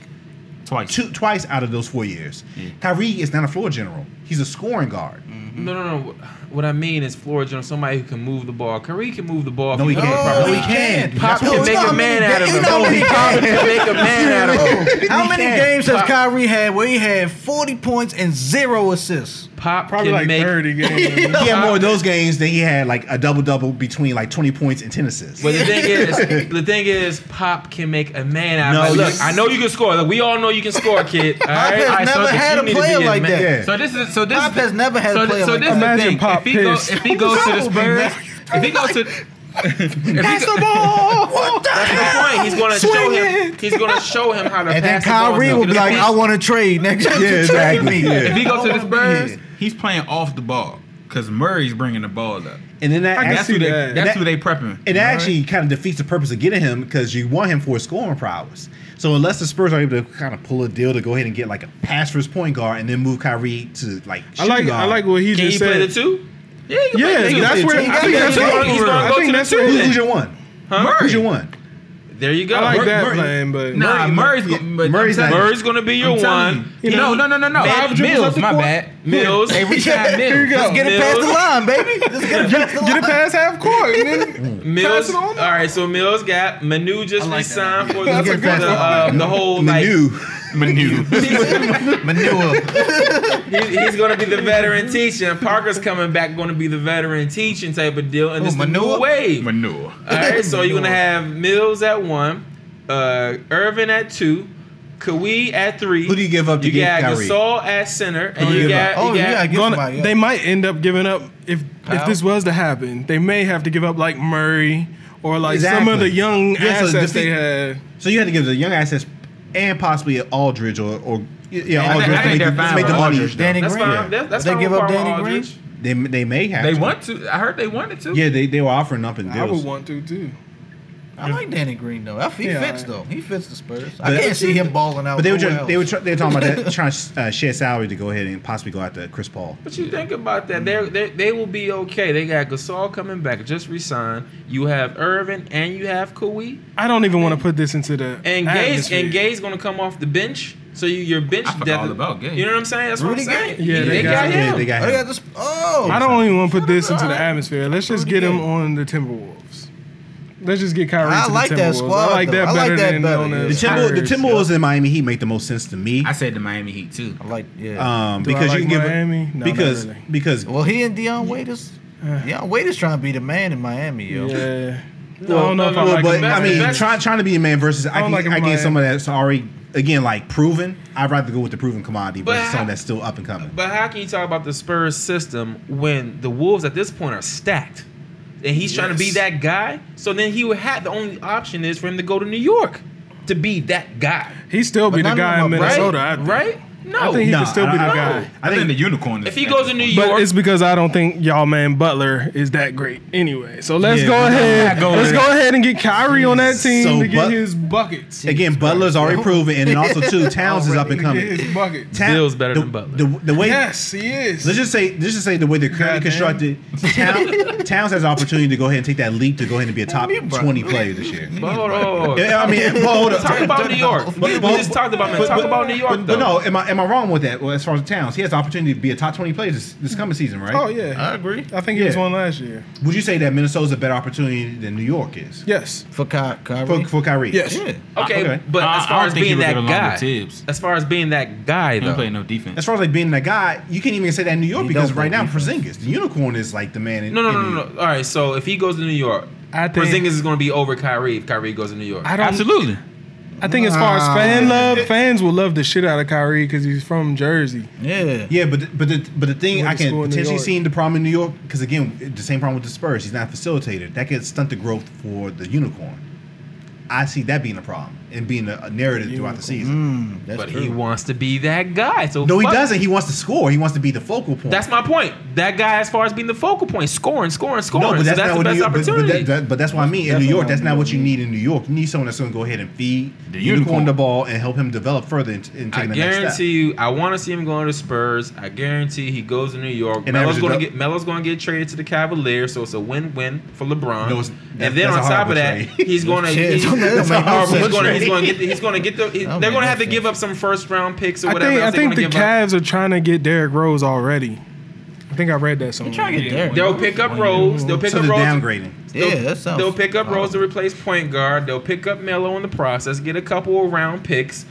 Speaker 7: Twice.
Speaker 4: two twice out of those four years. Kyrie is not a floor general. He's a scoring guard.
Speaker 3: No, no, no. What I mean is floor general, somebody who can move the ball. Curry can move the ball. if
Speaker 4: No, he
Speaker 3: you put it
Speaker 4: can't.
Speaker 3: properly.
Speaker 4: No, he can't.
Speaker 3: Pop
Speaker 4: That's what-
Speaker 3: can make a man out of him.
Speaker 6: know he
Speaker 3: Pop can make a man out of him.
Speaker 6: How many
Speaker 4: can't.
Speaker 6: games has Kyrie had where he had 40 points and zero assists?
Speaker 3: Pop
Speaker 2: Probably
Speaker 3: can
Speaker 2: like
Speaker 3: make.
Speaker 2: thirty games.
Speaker 4: He had more of those games than he had like a double double between like twenty points and ten assists.
Speaker 3: But the thing is, the thing is, Pop can make a man out of
Speaker 4: No,
Speaker 3: him. Look,
Speaker 4: yes.
Speaker 3: I know you can score. Look, we all know you can score, kid. All
Speaker 6: Pop
Speaker 3: right,
Speaker 6: has
Speaker 3: All right,
Speaker 6: never
Speaker 3: but
Speaker 6: had
Speaker 3: you
Speaker 6: a
Speaker 3: need to
Speaker 6: player
Speaker 3: be
Speaker 6: like
Speaker 3: man.
Speaker 6: that.
Speaker 4: yeah.
Speaker 7: So this is so this
Speaker 6: Pop has never had a
Speaker 7: so,
Speaker 6: player
Speaker 7: so
Speaker 6: like
Speaker 7: this is the
Speaker 6: that.
Speaker 2: Imagine
Speaker 7: thing.
Speaker 2: Pop
Speaker 7: if he go,
Speaker 2: pissed.
Speaker 7: if he goes to the Spurs, if he goes to if he go,
Speaker 6: what the
Speaker 3: That's the point. He's gonna show him. He's gonna show him how to.
Speaker 4: And then
Speaker 3: pass the ball
Speaker 6: Kyrie
Speaker 3: to
Speaker 6: will be
Speaker 3: the
Speaker 6: like,
Speaker 3: big
Speaker 6: I want to trade next year.
Speaker 4: Yeah, exactly.
Speaker 7: if
Speaker 4: Yeah.
Speaker 7: he go to the Spurs,
Speaker 4: here.
Speaker 7: he's playing off the ball because Murray's bringing the ball up.
Speaker 4: And then that
Speaker 2: I can
Speaker 7: That's who
Speaker 2: see
Speaker 4: actually,
Speaker 7: they.
Speaker 2: that.
Speaker 7: That's
Speaker 4: That-
Speaker 7: who they prepping.
Speaker 4: it actually kind of defeats the purpose of getting him because you want him for his scoring prowess. So unless the Spurs are able to kind of pull a deal to go ahead and get like a pass for his point guard and then move Kyrie to like
Speaker 2: I like.
Speaker 4: shooting
Speaker 2: I
Speaker 4: guard,
Speaker 2: like what he
Speaker 3: Can
Speaker 2: just
Speaker 3: he play the
Speaker 2: said.
Speaker 3: two? Yeah, he can play the
Speaker 2: Yeah,
Speaker 3: two.
Speaker 2: that's where. I think that's where.
Speaker 3: He's gonna
Speaker 2: I
Speaker 3: go to
Speaker 2: think
Speaker 3: the
Speaker 2: that's
Speaker 3: two
Speaker 4: Who-
Speaker 2: where.
Speaker 4: who's your one? Who's your one?
Speaker 3: There you go.
Speaker 2: I like that
Speaker 4: Murray-
Speaker 2: plan, but
Speaker 7: Nah,
Speaker 4: Murray-
Speaker 7: Murray's. go- but
Speaker 4: Murray's
Speaker 7: I'm
Speaker 4: not-
Speaker 7: telling-
Speaker 3: Murray's gonna be your
Speaker 7: I'm telling
Speaker 3: one.
Speaker 7: you.
Speaker 3: He-
Speaker 7: No, no, no, no, no.
Speaker 3: Matt
Speaker 7: Mills, my bad.
Speaker 3: Mills.
Speaker 7: They reached out Mills.
Speaker 6: Let's get it past the line, baby. Let's get it past the
Speaker 2: get it
Speaker 6: line.
Speaker 2: past half court. man.
Speaker 3: Mills.
Speaker 2: Pass it
Speaker 3: All
Speaker 2: on.
Speaker 3: right, so Mills got Manu just resigned for the,
Speaker 6: That's a
Speaker 3: for
Speaker 6: good
Speaker 3: the,
Speaker 6: one.
Speaker 3: uh, the whole like
Speaker 4: Manu.
Speaker 6: Manure.
Speaker 3: he's, he's gonna be the veteran teacher. And Parker's coming back, gonna be the veteran teaching type of deal. And
Speaker 6: Who,
Speaker 3: it's the new
Speaker 6: Manure?
Speaker 3: wave.
Speaker 7: Manure.
Speaker 3: All right, so you're gonna have Mills at one, uh, Irvin at two, Kawhi at three.
Speaker 4: Who do you give up to
Speaker 3: You
Speaker 4: get
Speaker 3: got
Speaker 4: Kyrie?
Speaker 3: Gasol at center, and
Speaker 4: do
Speaker 3: you
Speaker 4: you give
Speaker 3: got
Speaker 4: up?
Speaker 6: Oh,
Speaker 3: you
Speaker 6: you gotta
Speaker 3: got
Speaker 6: get
Speaker 2: Gonna-
Speaker 6: somebody.
Speaker 2: they
Speaker 6: else.
Speaker 2: might end up giving up if if
Speaker 6: Powell?
Speaker 2: this was to happen. They may have to give up like Murray or like some
Speaker 4: Exactly.
Speaker 2: of the young
Speaker 4: Yeah, so
Speaker 2: assets
Speaker 4: defeat-
Speaker 2: they had.
Speaker 4: So you had to give the young assets and possibly an Aldridge or, or
Speaker 7: I
Speaker 4: yeah,
Speaker 7: think- I
Speaker 4: Aldridge.
Speaker 7: think
Speaker 4: to
Speaker 7: they're
Speaker 4: make,
Speaker 7: fine
Speaker 4: to make
Speaker 7: with
Speaker 4: the money.
Speaker 7: Aldridge, though.
Speaker 6: Danny
Speaker 3: That's
Speaker 6: Green.
Speaker 3: fine.
Speaker 4: Yeah.
Speaker 3: That's, that's
Speaker 6: They
Speaker 3: fine
Speaker 6: give
Speaker 3: with
Speaker 6: up
Speaker 3: Paul
Speaker 6: Danny Green?
Speaker 3: Aldridge.
Speaker 4: They they may have.
Speaker 7: They
Speaker 4: to.
Speaker 7: want to. I heard they wanted to.
Speaker 4: Yeah, they, they were offering up in deals.
Speaker 2: I would want to too.
Speaker 6: I like Danny Green though. I- He
Speaker 2: Yeah,
Speaker 6: fits
Speaker 2: I-
Speaker 6: though. He fits the Spurs.
Speaker 4: But-
Speaker 6: I can't see him balling out.
Speaker 4: But they were
Speaker 6: nowhere
Speaker 4: trying, they were
Speaker 6: else.
Speaker 4: try, they were talking about that, trying to uh, share salary to go ahead and possibly go after Chris Paul.
Speaker 3: But you think about that. They're, they they will be okay. They got Gasol coming back, just resign. You have Irvin and you have Kawhi.
Speaker 2: I don't even want to put this into the
Speaker 3: And Gay's
Speaker 2: atmosphere.
Speaker 3: and Gay's gonna come off the bench. So you, your bench
Speaker 7: I forgot
Speaker 3: depth-
Speaker 7: all about Gay.
Speaker 3: You know what I'm saying? That's
Speaker 6: Rudy
Speaker 3: what I'm saying.
Speaker 6: Gay?
Speaker 2: Yeah,
Speaker 3: they,
Speaker 2: they
Speaker 3: got,
Speaker 2: got
Speaker 3: him.
Speaker 4: Yeah, they got
Speaker 6: Oh, yeah,
Speaker 4: him.
Speaker 6: this. Oh,
Speaker 2: I don't even want to put this into the atmosphere. Let's just get him on the Timberwolves. Let's just get Kyrie.
Speaker 6: I
Speaker 2: to the
Speaker 6: like that
Speaker 2: Timberwolves.
Speaker 6: squad,
Speaker 2: I like
Speaker 6: though.
Speaker 2: that
Speaker 6: I like
Speaker 2: better
Speaker 6: that
Speaker 2: than
Speaker 6: better,
Speaker 2: on
Speaker 6: yeah.
Speaker 2: the
Speaker 4: The, Timber, the
Speaker 2: Spurs, yeah.
Speaker 4: Timberwolves in Miami Heat make the most sense to me
Speaker 7: I said the Miami Heat too.
Speaker 6: I like yeah.
Speaker 4: um,
Speaker 2: Do I
Speaker 4: because
Speaker 2: like
Speaker 4: you can give
Speaker 2: Miami? No, not
Speaker 4: because
Speaker 2: really.
Speaker 4: because
Speaker 6: well, he and Dion Waiters. Dion Waiters trying to be the man in Miami, yo.
Speaker 2: Yeah. I don't know if I
Speaker 3: no,
Speaker 2: like
Speaker 4: but
Speaker 2: him
Speaker 4: I
Speaker 2: better.
Speaker 4: mean
Speaker 3: That's-
Speaker 4: trying trying to be a man versus I,
Speaker 2: don't
Speaker 4: can,
Speaker 2: like him
Speaker 4: I
Speaker 2: in
Speaker 4: get
Speaker 2: Miami.
Speaker 4: someone that's already again like proven. I'd rather go with the proven commodity
Speaker 3: But
Speaker 4: versus
Speaker 3: I-
Speaker 4: someone that's still up and coming.
Speaker 3: But how can you talk about the Spurs system when the Wolves at this point are stacked, and he's trying to be
Speaker 4: Yes.
Speaker 3: that guy? So then he would have the only option is for him to go to New York to be that guy,
Speaker 2: he still be
Speaker 6: But
Speaker 2: the
Speaker 6: not
Speaker 2: guy
Speaker 6: no
Speaker 2: in
Speaker 6: more,
Speaker 3: right?
Speaker 2: Minnesota. I think.
Speaker 3: right? No,
Speaker 2: I think he
Speaker 4: Nah,
Speaker 2: could still be the
Speaker 4: I- I-
Speaker 2: guy.
Speaker 7: I, think, the unicorn. is-
Speaker 3: if he goes to New York,
Speaker 2: But it's because I don't think y'all man Butler is that great anyway. So let's
Speaker 4: Yeah,
Speaker 2: go
Speaker 4: I'm
Speaker 2: ahead.
Speaker 7: going
Speaker 2: Let's
Speaker 7: there.
Speaker 2: go ahead and get Kyrie on that team
Speaker 4: So
Speaker 2: to get
Speaker 4: But-
Speaker 2: his buckets.
Speaker 4: Again, Butler's already proven, and then also too Towns is up and
Speaker 2: To get
Speaker 4: coming.
Speaker 2: his buckets.
Speaker 4: Ta-
Speaker 3: Bill's better
Speaker 4: the,
Speaker 3: than Butler.
Speaker 4: The, the way
Speaker 2: Yes, he is.
Speaker 4: Let's just say, let's just say the way they're currently constructed,
Speaker 2: Goddamn.
Speaker 4: Town, Towns has an opportunity to go ahead and take that leap to go ahead and be a top twenty player this year.
Speaker 3: but hold on, hold on.
Speaker 4: Yeah, I mean, but hold up.
Speaker 3: Talk about New York. We, we just talked about
Speaker 4: But-
Speaker 3: Talk
Speaker 4: but-
Speaker 3: about New York.
Speaker 4: But, but no, am I am I wrong with that? Well, as far as Towns, he has the opportunity to be a top twenty player this, this coming season, right?
Speaker 2: oh yeah,
Speaker 6: I agree.
Speaker 2: I think he was
Speaker 4: Yeah.
Speaker 2: one last year.
Speaker 4: Would you say that Minnesota's a better opportunity than New York is
Speaker 2: Yes.
Speaker 6: For Ky- Kyrie.
Speaker 4: for for Kyrie?
Speaker 2: Yes.
Speaker 6: yeah.
Speaker 3: Okay,
Speaker 4: Okay.
Speaker 3: but
Speaker 7: I-
Speaker 3: as
Speaker 7: I
Speaker 3: far
Speaker 7: don't
Speaker 3: as
Speaker 7: think he
Speaker 3: being
Speaker 7: would
Speaker 3: that
Speaker 7: get along with
Speaker 3: guy,
Speaker 7: Tibbs.
Speaker 3: as far as being that guy
Speaker 7: He ain't
Speaker 3: though.
Speaker 7: playing no defense.
Speaker 4: As far as like being that guy, you can't even say that in New York
Speaker 6: He
Speaker 4: because
Speaker 6: don't
Speaker 4: right now
Speaker 6: believe
Speaker 4: Porzingis, the unicorn, is like the man. In,
Speaker 3: No, no,
Speaker 4: in
Speaker 3: no,
Speaker 4: New
Speaker 3: no,
Speaker 4: York.
Speaker 3: no. All right, so if he goes to New York,
Speaker 2: I think-
Speaker 3: Porzingis is going to be over Kyrie if Kyrie goes to New York.
Speaker 2: I don't.
Speaker 7: Absolutely.
Speaker 2: I think as far as fan love, fans will love the shit out of Kyrie because he's from Jersey.
Speaker 6: Yeah.
Speaker 4: Yeah, but the, but the, but the thing
Speaker 2: Went
Speaker 4: I
Speaker 2: to
Speaker 4: can
Speaker 2: school in New
Speaker 4: potentially
Speaker 2: York.
Speaker 4: see in the problem in New York because again the same problem with the Spurs. He's not a facilitator. That could stunt the growth for the unicorn. I see that being a problem and being a, a narrative throughout the season.
Speaker 6: That's
Speaker 3: but
Speaker 6: true.
Speaker 3: he wants to be that guy. So
Speaker 4: No, he
Speaker 3: fuck-
Speaker 4: doesn't. He wants to score. He wants to be the focal point.
Speaker 3: That's my point. That guy, as far as being the focal point, scoring, scoring, scoring. so that's, the
Speaker 4: not
Speaker 3: best
Speaker 4: New York, but-
Speaker 3: opportunity.
Speaker 4: But, that, that, but that's what I mean. In New York, that's not what you need in New York. You need someone that's going to go ahead and feed the unicorn,
Speaker 5: unicorn.
Speaker 4: the ball and help him develop further and, and
Speaker 3: I
Speaker 4: taking the next step.
Speaker 3: guarantee you, I want to see him going to Spurs. I guarantee he goes to New York.
Speaker 4: And
Speaker 3: Melo's
Speaker 4: average
Speaker 3: going to
Speaker 4: it
Speaker 3: get Melo's going to get traded to the Cavaliers, so it's a win-win for LeBron.
Speaker 4: No, it's- that-
Speaker 3: and then
Speaker 4: that's
Speaker 3: on
Speaker 4: a
Speaker 3: top of
Speaker 4: horrible
Speaker 3: that,
Speaker 4: trade.
Speaker 3: he's going to
Speaker 6: Shit,
Speaker 3: he's
Speaker 6: don't
Speaker 3: going
Speaker 6: make-
Speaker 3: to
Speaker 6: don't
Speaker 3: he's
Speaker 6: make no sense,
Speaker 3: going to get the, he's going to get the he-
Speaker 6: Don't
Speaker 3: they're
Speaker 6: make
Speaker 3: going to
Speaker 6: no
Speaker 3: have to
Speaker 6: sense.
Speaker 3: give up some first-round picks or
Speaker 2: I
Speaker 3: whatever
Speaker 2: think I
Speaker 3: else
Speaker 2: think
Speaker 3: they're
Speaker 2: the
Speaker 3: going to give up.
Speaker 2: Cavs are trying to get Derrick Rose already. I think I read that somewhere.
Speaker 6: trying to get Derrick.
Speaker 3: They'll pick up Rose. They'll pick
Speaker 4: So
Speaker 3: up
Speaker 4: they're
Speaker 3: Rose.
Speaker 4: downgrading.
Speaker 6: Yeah,
Speaker 3: They'll-
Speaker 6: that sounds
Speaker 3: They'll pick up Rose to
Speaker 6: plausible.
Speaker 3: replace point guard. They'll pick up Melo in the process. Get a couple of round picks.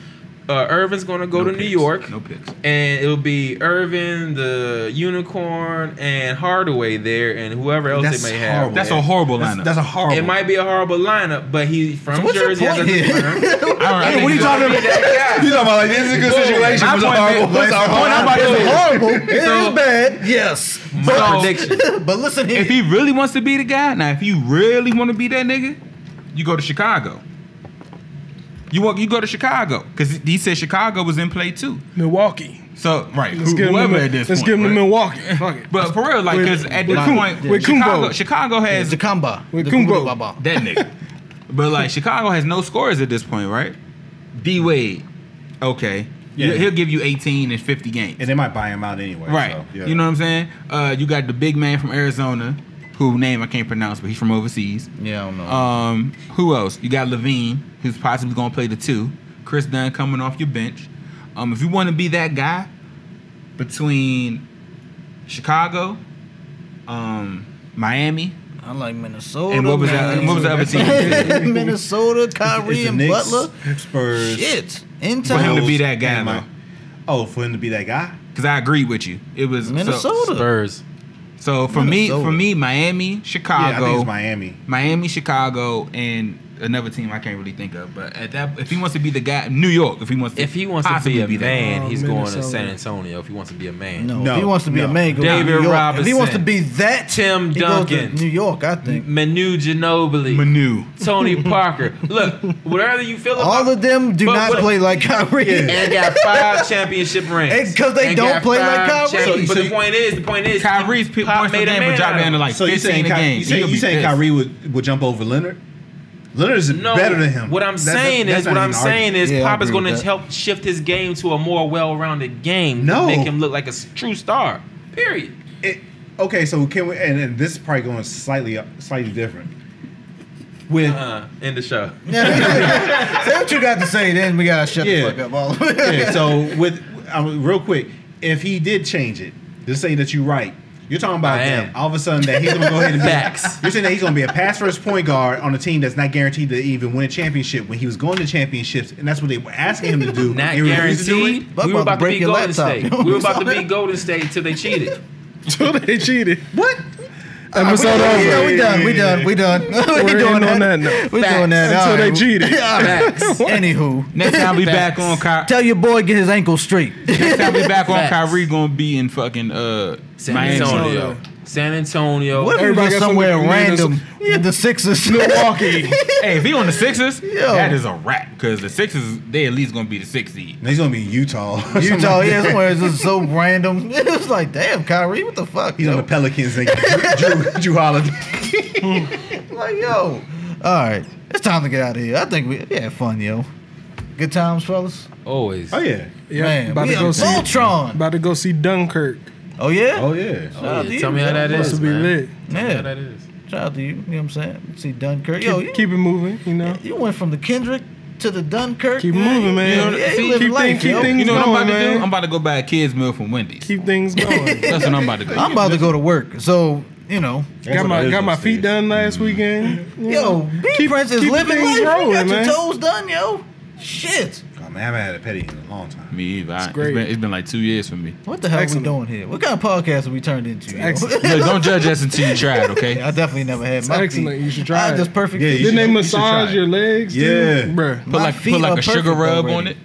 Speaker 3: Uh, Irvin's gonna go to New York,
Speaker 5: No picks.
Speaker 3: and it'll be Irvin, the Unicorn, and Hardaway there, and whoever else
Speaker 4: That's
Speaker 3: they may have.
Speaker 4: horrible.
Speaker 5: That's a horrible
Speaker 4: That's,
Speaker 5: lineup.
Speaker 4: that's a horrible.
Speaker 3: It might be a horrible lineup, but he's from
Speaker 6: what's your
Speaker 3: Jersey. he has
Speaker 6: point
Speaker 3: a
Speaker 6: here?
Speaker 3: return.
Speaker 5: I
Speaker 4: Hey,
Speaker 5: don't
Speaker 4: what are
Speaker 5: think
Speaker 4: you talking about? You talking about like this is a good situation?
Speaker 5: my
Speaker 4: but it's
Speaker 5: point
Speaker 4: horrible.
Speaker 5: being- but
Speaker 4: It's a
Speaker 5: it's
Speaker 4: horrible-
Speaker 6: horrible. It is
Speaker 3: So-
Speaker 6: bad. Yes.
Speaker 3: My
Speaker 5: So-
Speaker 3: prediction.
Speaker 6: but listen here.
Speaker 5: If he really wants to be the guy, now if you really want to be that nigga, you go to Chicago. You want you go to Chicago because he said Chicago was in play too.
Speaker 2: Milwaukee.
Speaker 5: So right,
Speaker 2: Let's
Speaker 5: who-
Speaker 2: give him.
Speaker 5: whoever
Speaker 2: to-
Speaker 5: at this
Speaker 2: Let's
Speaker 5: point,
Speaker 2: give him to
Speaker 5: right?
Speaker 2: Milwaukee. Fuck it.
Speaker 5: But for real, like
Speaker 2: With-
Speaker 5: because at this
Speaker 2: with Kum-
Speaker 5: point,
Speaker 2: with
Speaker 5: Chicago,
Speaker 2: Kumbo.
Speaker 5: Chicago has
Speaker 6: the Kamba.
Speaker 2: With
Speaker 6: the
Speaker 2: Kumbo.
Speaker 6: Baba.
Speaker 5: that nigga. but like Chicago has no scores at this point, right? D Wade, okay,
Speaker 4: Yeah.
Speaker 5: he'll give you 18 and 50 games.
Speaker 4: And they might buy him out anyway.
Speaker 5: Right.
Speaker 4: so, yeah.
Speaker 5: You know what I'm saying? Uh, you got the big man from Arizona, who name I can't pronounce, but he's from overseas.
Speaker 6: Yeah, I don't know.
Speaker 5: Um, who else? You got Levine, who's possibly gonna play the two. Chris Dunn coming off your bench. Um, if you want to be that guy between Chicago, um, Miami,
Speaker 6: I like Minnesota.
Speaker 5: and what was
Speaker 6: man.
Speaker 5: that? and what was the other team?
Speaker 6: Minnesota, Kyrie,
Speaker 4: It's the
Speaker 6: and
Speaker 4: Knicks,
Speaker 6: Butler.
Speaker 4: Spurs.
Speaker 6: Shit. In
Speaker 5: For him to
Speaker 6: time.
Speaker 5: be that guy,
Speaker 4: And my-
Speaker 5: though,
Speaker 4: Oh, for him to be that guy.
Speaker 5: because I agree with you. It was so-
Speaker 6: Minnesota.
Speaker 3: Spurs.
Speaker 5: So, for me, for
Speaker 6: Minnesota.
Speaker 5: me, Miami,
Speaker 4: Yeah, I
Speaker 5: Chicago,
Speaker 4: think it's Miami.
Speaker 5: Miami, Chicago, and another team I can't really think of. But at that, if he wants to be the guy, New York, if he wants, to
Speaker 3: If he wants to
Speaker 5: possibly
Speaker 3: be a
Speaker 5: that guy.
Speaker 3: man,
Speaker 2: Oh,
Speaker 3: he's going to
Speaker 2: Minnesota.
Speaker 3: San Antonio. If he wants to be a man,
Speaker 6: No,
Speaker 4: No,
Speaker 6: if he wants to be a
Speaker 4: no.
Speaker 6: man. Go
Speaker 3: David
Speaker 6: to New York. If he
Speaker 3: Robinson.
Speaker 6: wants to be that,
Speaker 3: Tim
Speaker 6: he goes to
Speaker 3: Duncan.
Speaker 6: New York, I think.
Speaker 3: Manu Ginobili,
Speaker 5: Manu,
Speaker 3: Tony Parker. Look, whatever you feel about
Speaker 6: All of them do
Speaker 3: But
Speaker 6: not
Speaker 3: what-
Speaker 6: play like Kyrie.
Speaker 3: and got five championship rings.
Speaker 6: And 'cause they
Speaker 3: And
Speaker 6: don't
Speaker 3: got
Speaker 6: play like
Speaker 3: five
Speaker 6: Kyrie.
Speaker 3: champions-
Speaker 4: So
Speaker 3: but
Speaker 4: you-
Speaker 3: the point is, the point is,
Speaker 5: Kyrie's p-
Speaker 3: Pop
Speaker 5: points per
Speaker 3: made a
Speaker 5: game
Speaker 3: man
Speaker 5: would drop
Speaker 3: out of
Speaker 5: down to
Speaker 3: him.
Speaker 5: like
Speaker 4: So you
Speaker 5: fifteen
Speaker 4: saying
Speaker 5: a
Speaker 4: Ky-
Speaker 5: game.
Speaker 4: you saying,
Speaker 5: He'll
Speaker 4: you
Speaker 5: be
Speaker 4: saying
Speaker 5: pissed.
Speaker 4: Kyrie would, would jump over Leonard? Leonard is
Speaker 3: No,
Speaker 4: better than him.
Speaker 3: What I'm
Speaker 4: That- that-
Speaker 3: saying
Speaker 4: that's
Speaker 3: is, what
Speaker 4: not
Speaker 3: I'm
Speaker 4: even an argument.
Speaker 3: saying is,
Speaker 6: Yeah, I
Speaker 3: Pop is
Speaker 6: agree
Speaker 3: going
Speaker 6: with
Speaker 3: to
Speaker 6: that.
Speaker 3: help shift his game to a more well-rounded game.
Speaker 4: No.
Speaker 3: to make him look like a s- true star. Period.
Speaker 4: it, okay, so can we? And, and this is probably going slightly slightly different. With
Speaker 3: Uh, end the show.
Speaker 6: Say what you got to say, then we gotta shut
Speaker 4: Yeah.
Speaker 6: the fuck up. All of it.
Speaker 4: yeah, so with um, real quick, if he did change it, just saying that you're right. You're talking about
Speaker 3: I
Speaker 4: that
Speaker 3: am.
Speaker 4: all of a sudden that he's gonna go ahead and be.
Speaker 3: Facts.
Speaker 4: You're saying that he's gonna be a pass first point guard on a team that's not guaranteed to even win a championship when he was going to championships, and that's what they were asking him to do.
Speaker 3: Not
Speaker 4: and he refused to do it?
Speaker 3: guaranteed.
Speaker 6: But
Speaker 3: We were
Speaker 6: about to
Speaker 3: about to
Speaker 6: break
Speaker 3: beat
Speaker 6: your
Speaker 3: Golden
Speaker 6: laptop.
Speaker 3: State.
Speaker 6: You
Speaker 3: We were
Speaker 6: saw
Speaker 3: about to
Speaker 6: that?
Speaker 3: beat Golden State till they cheated.
Speaker 2: So they cheated.
Speaker 4: What?
Speaker 2: Episode
Speaker 6: Yeah,
Speaker 2: over.
Speaker 6: we done, we done, we done. we
Speaker 2: We're
Speaker 6: doing
Speaker 2: in on
Speaker 6: that.
Speaker 2: that note.
Speaker 6: We doing that.
Speaker 2: Until
Speaker 6: all
Speaker 2: they
Speaker 6: right.
Speaker 2: cheated.
Speaker 6: All right. Anywho,
Speaker 5: Next time we back on Kyrie.
Speaker 6: tell your boy get his ankle straight.
Speaker 5: Next time we back on
Speaker 3: Facts.
Speaker 5: Kyrie gonna be in fucking uh
Speaker 3: San
Speaker 5: Miami.
Speaker 3: Antonio. San Antonio.
Speaker 6: What if we
Speaker 2: Everybody
Speaker 6: go
Speaker 2: got something
Speaker 6: somewhere
Speaker 2: to mean us-
Speaker 6: random? Yeah, the Sixers,
Speaker 2: Milwaukee.
Speaker 5: hey, if he on the Sixers, that is a wrap. Because the Sixers, they at least gonna be the sixth seed.
Speaker 4: And he's gonna be in Utah.
Speaker 6: Utah. Yeah, somewhere it's just so random. It's like, damn, Kyrie, what the fuck?
Speaker 4: He's on
Speaker 6: yo?
Speaker 4: the Pelicans and Drew, Drew, Drew Holiday.
Speaker 6: Like, yo, all right, it's time to get out of here. I think we, we had fun, yo. Good times, fellas.
Speaker 3: Always.
Speaker 4: Oh yeah.
Speaker 2: Yeah,
Speaker 6: Man,
Speaker 2: about
Speaker 6: we
Speaker 2: to
Speaker 6: are
Speaker 2: go see.
Speaker 6: Voltron.
Speaker 2: About to go see Dunkirk.
Speaker 6: Oh yeah.
Speaker 4: Oh yeah.
Speaker 3: Oh,
Speaker 6: Shout out
Speaker 3: yeah.
Speaker 6: to
Speaker 3: Tell
Speaker 6: you,
Speaker 3: me how
Speaker 6: man. Oh,
Speaker 3: that
Speaker 2: Supposed
Speaker 3: is.
Speaker 2: to be
Speaker 3: man.
Speaker 2: lit.
Speaker 3: Tell me
Speaker 6: Yeah.
Speaker 3: how that is.
Speaker 6: Shout out to you. You know what I'm saying? See Dunkirk. Yo,
Speaker 2: Keep,
Speaker 6: you,
Speaker 2: keep it moving. You know.
Speaker 6: you went from the Kendrick to the Dunkirk.
Speaker 2: Keep
Speaker 6: Yeah,
Speaker 2: moving,
Speaker 6: you-
Speaker 2: man.
Speaker 6: Yeah, you
Speaker 2: See,
Speaker 6: living
Speaker 2: keep
Speaker 6: life,
Speaker 2: things- keep
Speaker 6: yo.
Speaker 2: things-
Speaker 5: You know what I'm about
Speaker 2: going,
Speaker 5: to
Speaker 2: man.
Speaker 5: do? I'm about to go buy a kids meal from Wendy's.
Speaker 2: Keep things going.
Speaker 5: That's what I'm about to go.
Speaker 6: I'm about to go to work, so you know.
Speaker 2: got my got my feet done last weekend. you
Speaker 6: Yo,
Speaker 2: know.
Speaker 6: B Prince is
Speaker 2: keep
Speaker 6: living
Speaker 2: things
Speaker 6: life. You
Speaker 2: rolling,
Speaker 6: got
Speaker 2: man.
Speaker 6: your toes done, yo. Shit.
Speaker 4: Oh, man, I haven't had a petty in a long time.
Speaker 5: Me either. I- It's,
Speaker 2: great.
Speaker 5: been, it's been like two years for me.
Speaker 6: What the hell
Speaker 2: Excellent.
Speaker 6: are we doing here? What kind of podcast have we turned into? yo?
Speaker 2: excellent.
Speaker 5: Look, don't judge us until you try it, okay?
Speaker 6: I definitely never had my
Speaker 2: excellent.
Speaker 6: feet.
Speaker 2: You should try
Speaker 6: I
Speaker 2: it.
Speaker 6: just perfect.
Speaker 4: Yeah,
Speaker 6: feet.
Speaker 4: you
Speaker 2: Then they
Speaker 4: should- should try
Speaker 2: massage
Speaker 4: it.
Speaker 2: your legs,
Speaker 4: Yeah.
Speaker 2: too? bruh.
Speaker 5: Put
Speaker 6: My
Speaker 5: like,
Speaker 6: feet
Speaker 5: put
Speaker 6: are
Speaker 5: like a sugar
Speaker 6: perfect
Speaker 5: rub
Speaker 6: already.
Speaker 5: on it.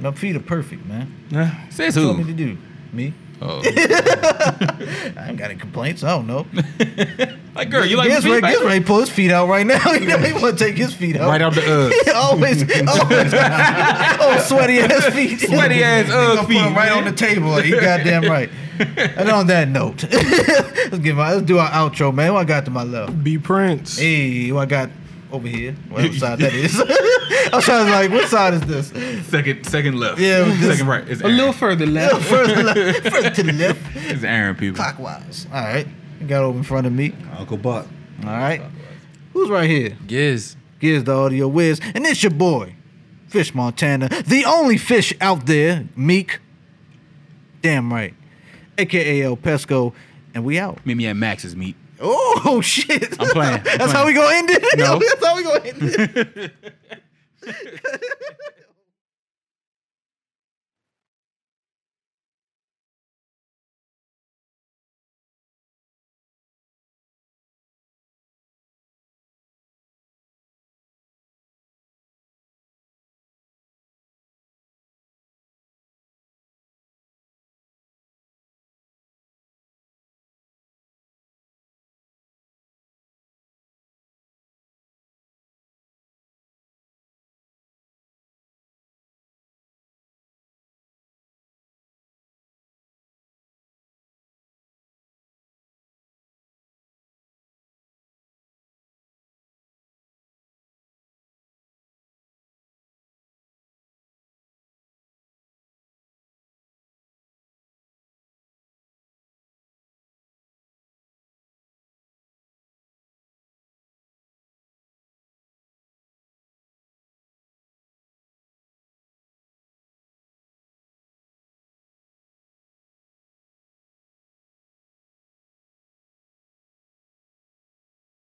Speaker 6: My feet are perfect, man.
Speaker 2: Nah.
Speaker 5: Says
Speaker 6: What you want me
Speaker 5: who?
Speaker 6: to do? Me?
Speaker 5: Oh.
Speaker 6: I ain't got any complaints. I don't know.
Speaker 5: like, girl, you like
Speaker 6: Giz
Speaker 5: feet
Speaker 6: ready,
Speaker 5: back?
Speaker 6: Giz ready to pull his feet out right now. You know, he want to take his feet out.
Speaker 5: Right out the uh, Uggs.
Speaker 6: always, always, oh, sweaty ass feet.
Speaker 5: Sweaty ass
Speaker 6: Gonna
Speaker 5: Ugg
Speaker 6: put 'em
Speaker 5: feet,
Speaker 6: right
Speaker 5: man.
Speaker 6: on the table. Like, you goddamn right. And on that note, let's get my, let's do our outro, man. What I got to my left?
Speaker 2: B Prince.
Speaker 6: Hey, what I got over here? Whatever side that is. I was trying to like, what side is this?
Speaker 5: Second, second left.
Speaker 6: Yeah, this-
Speaker 5: second right. It's
Speaker 2: A
Speaker 5: Aaron.
Speaker 2: little further left.
Speaker 6: Further, left, further to the left,
Speaker 5: It's Aaron people.
Speaker 6: clockwise. All right, You got over in front of me.
Speaker 4: Uncle Buck.
Speaker 6: All right, who's right here?
Speaker 3: Giz.
Speaker 6: Gives the audio whiz, and it's your boy, Fish Montana, the only fish out there, Meek. Damn right, aka El Pesco, and we out.
Speaker 5: Meet me at Max's meet.
Speaker 6: Oh shit!
Speaker 5: I'm playing. I'm
Speaker 6: That's how
Speaker 5: playing.
Speaker 6: we gonna end it.
Speaker 5: No.
Speaker 6: That's how we gonna end it.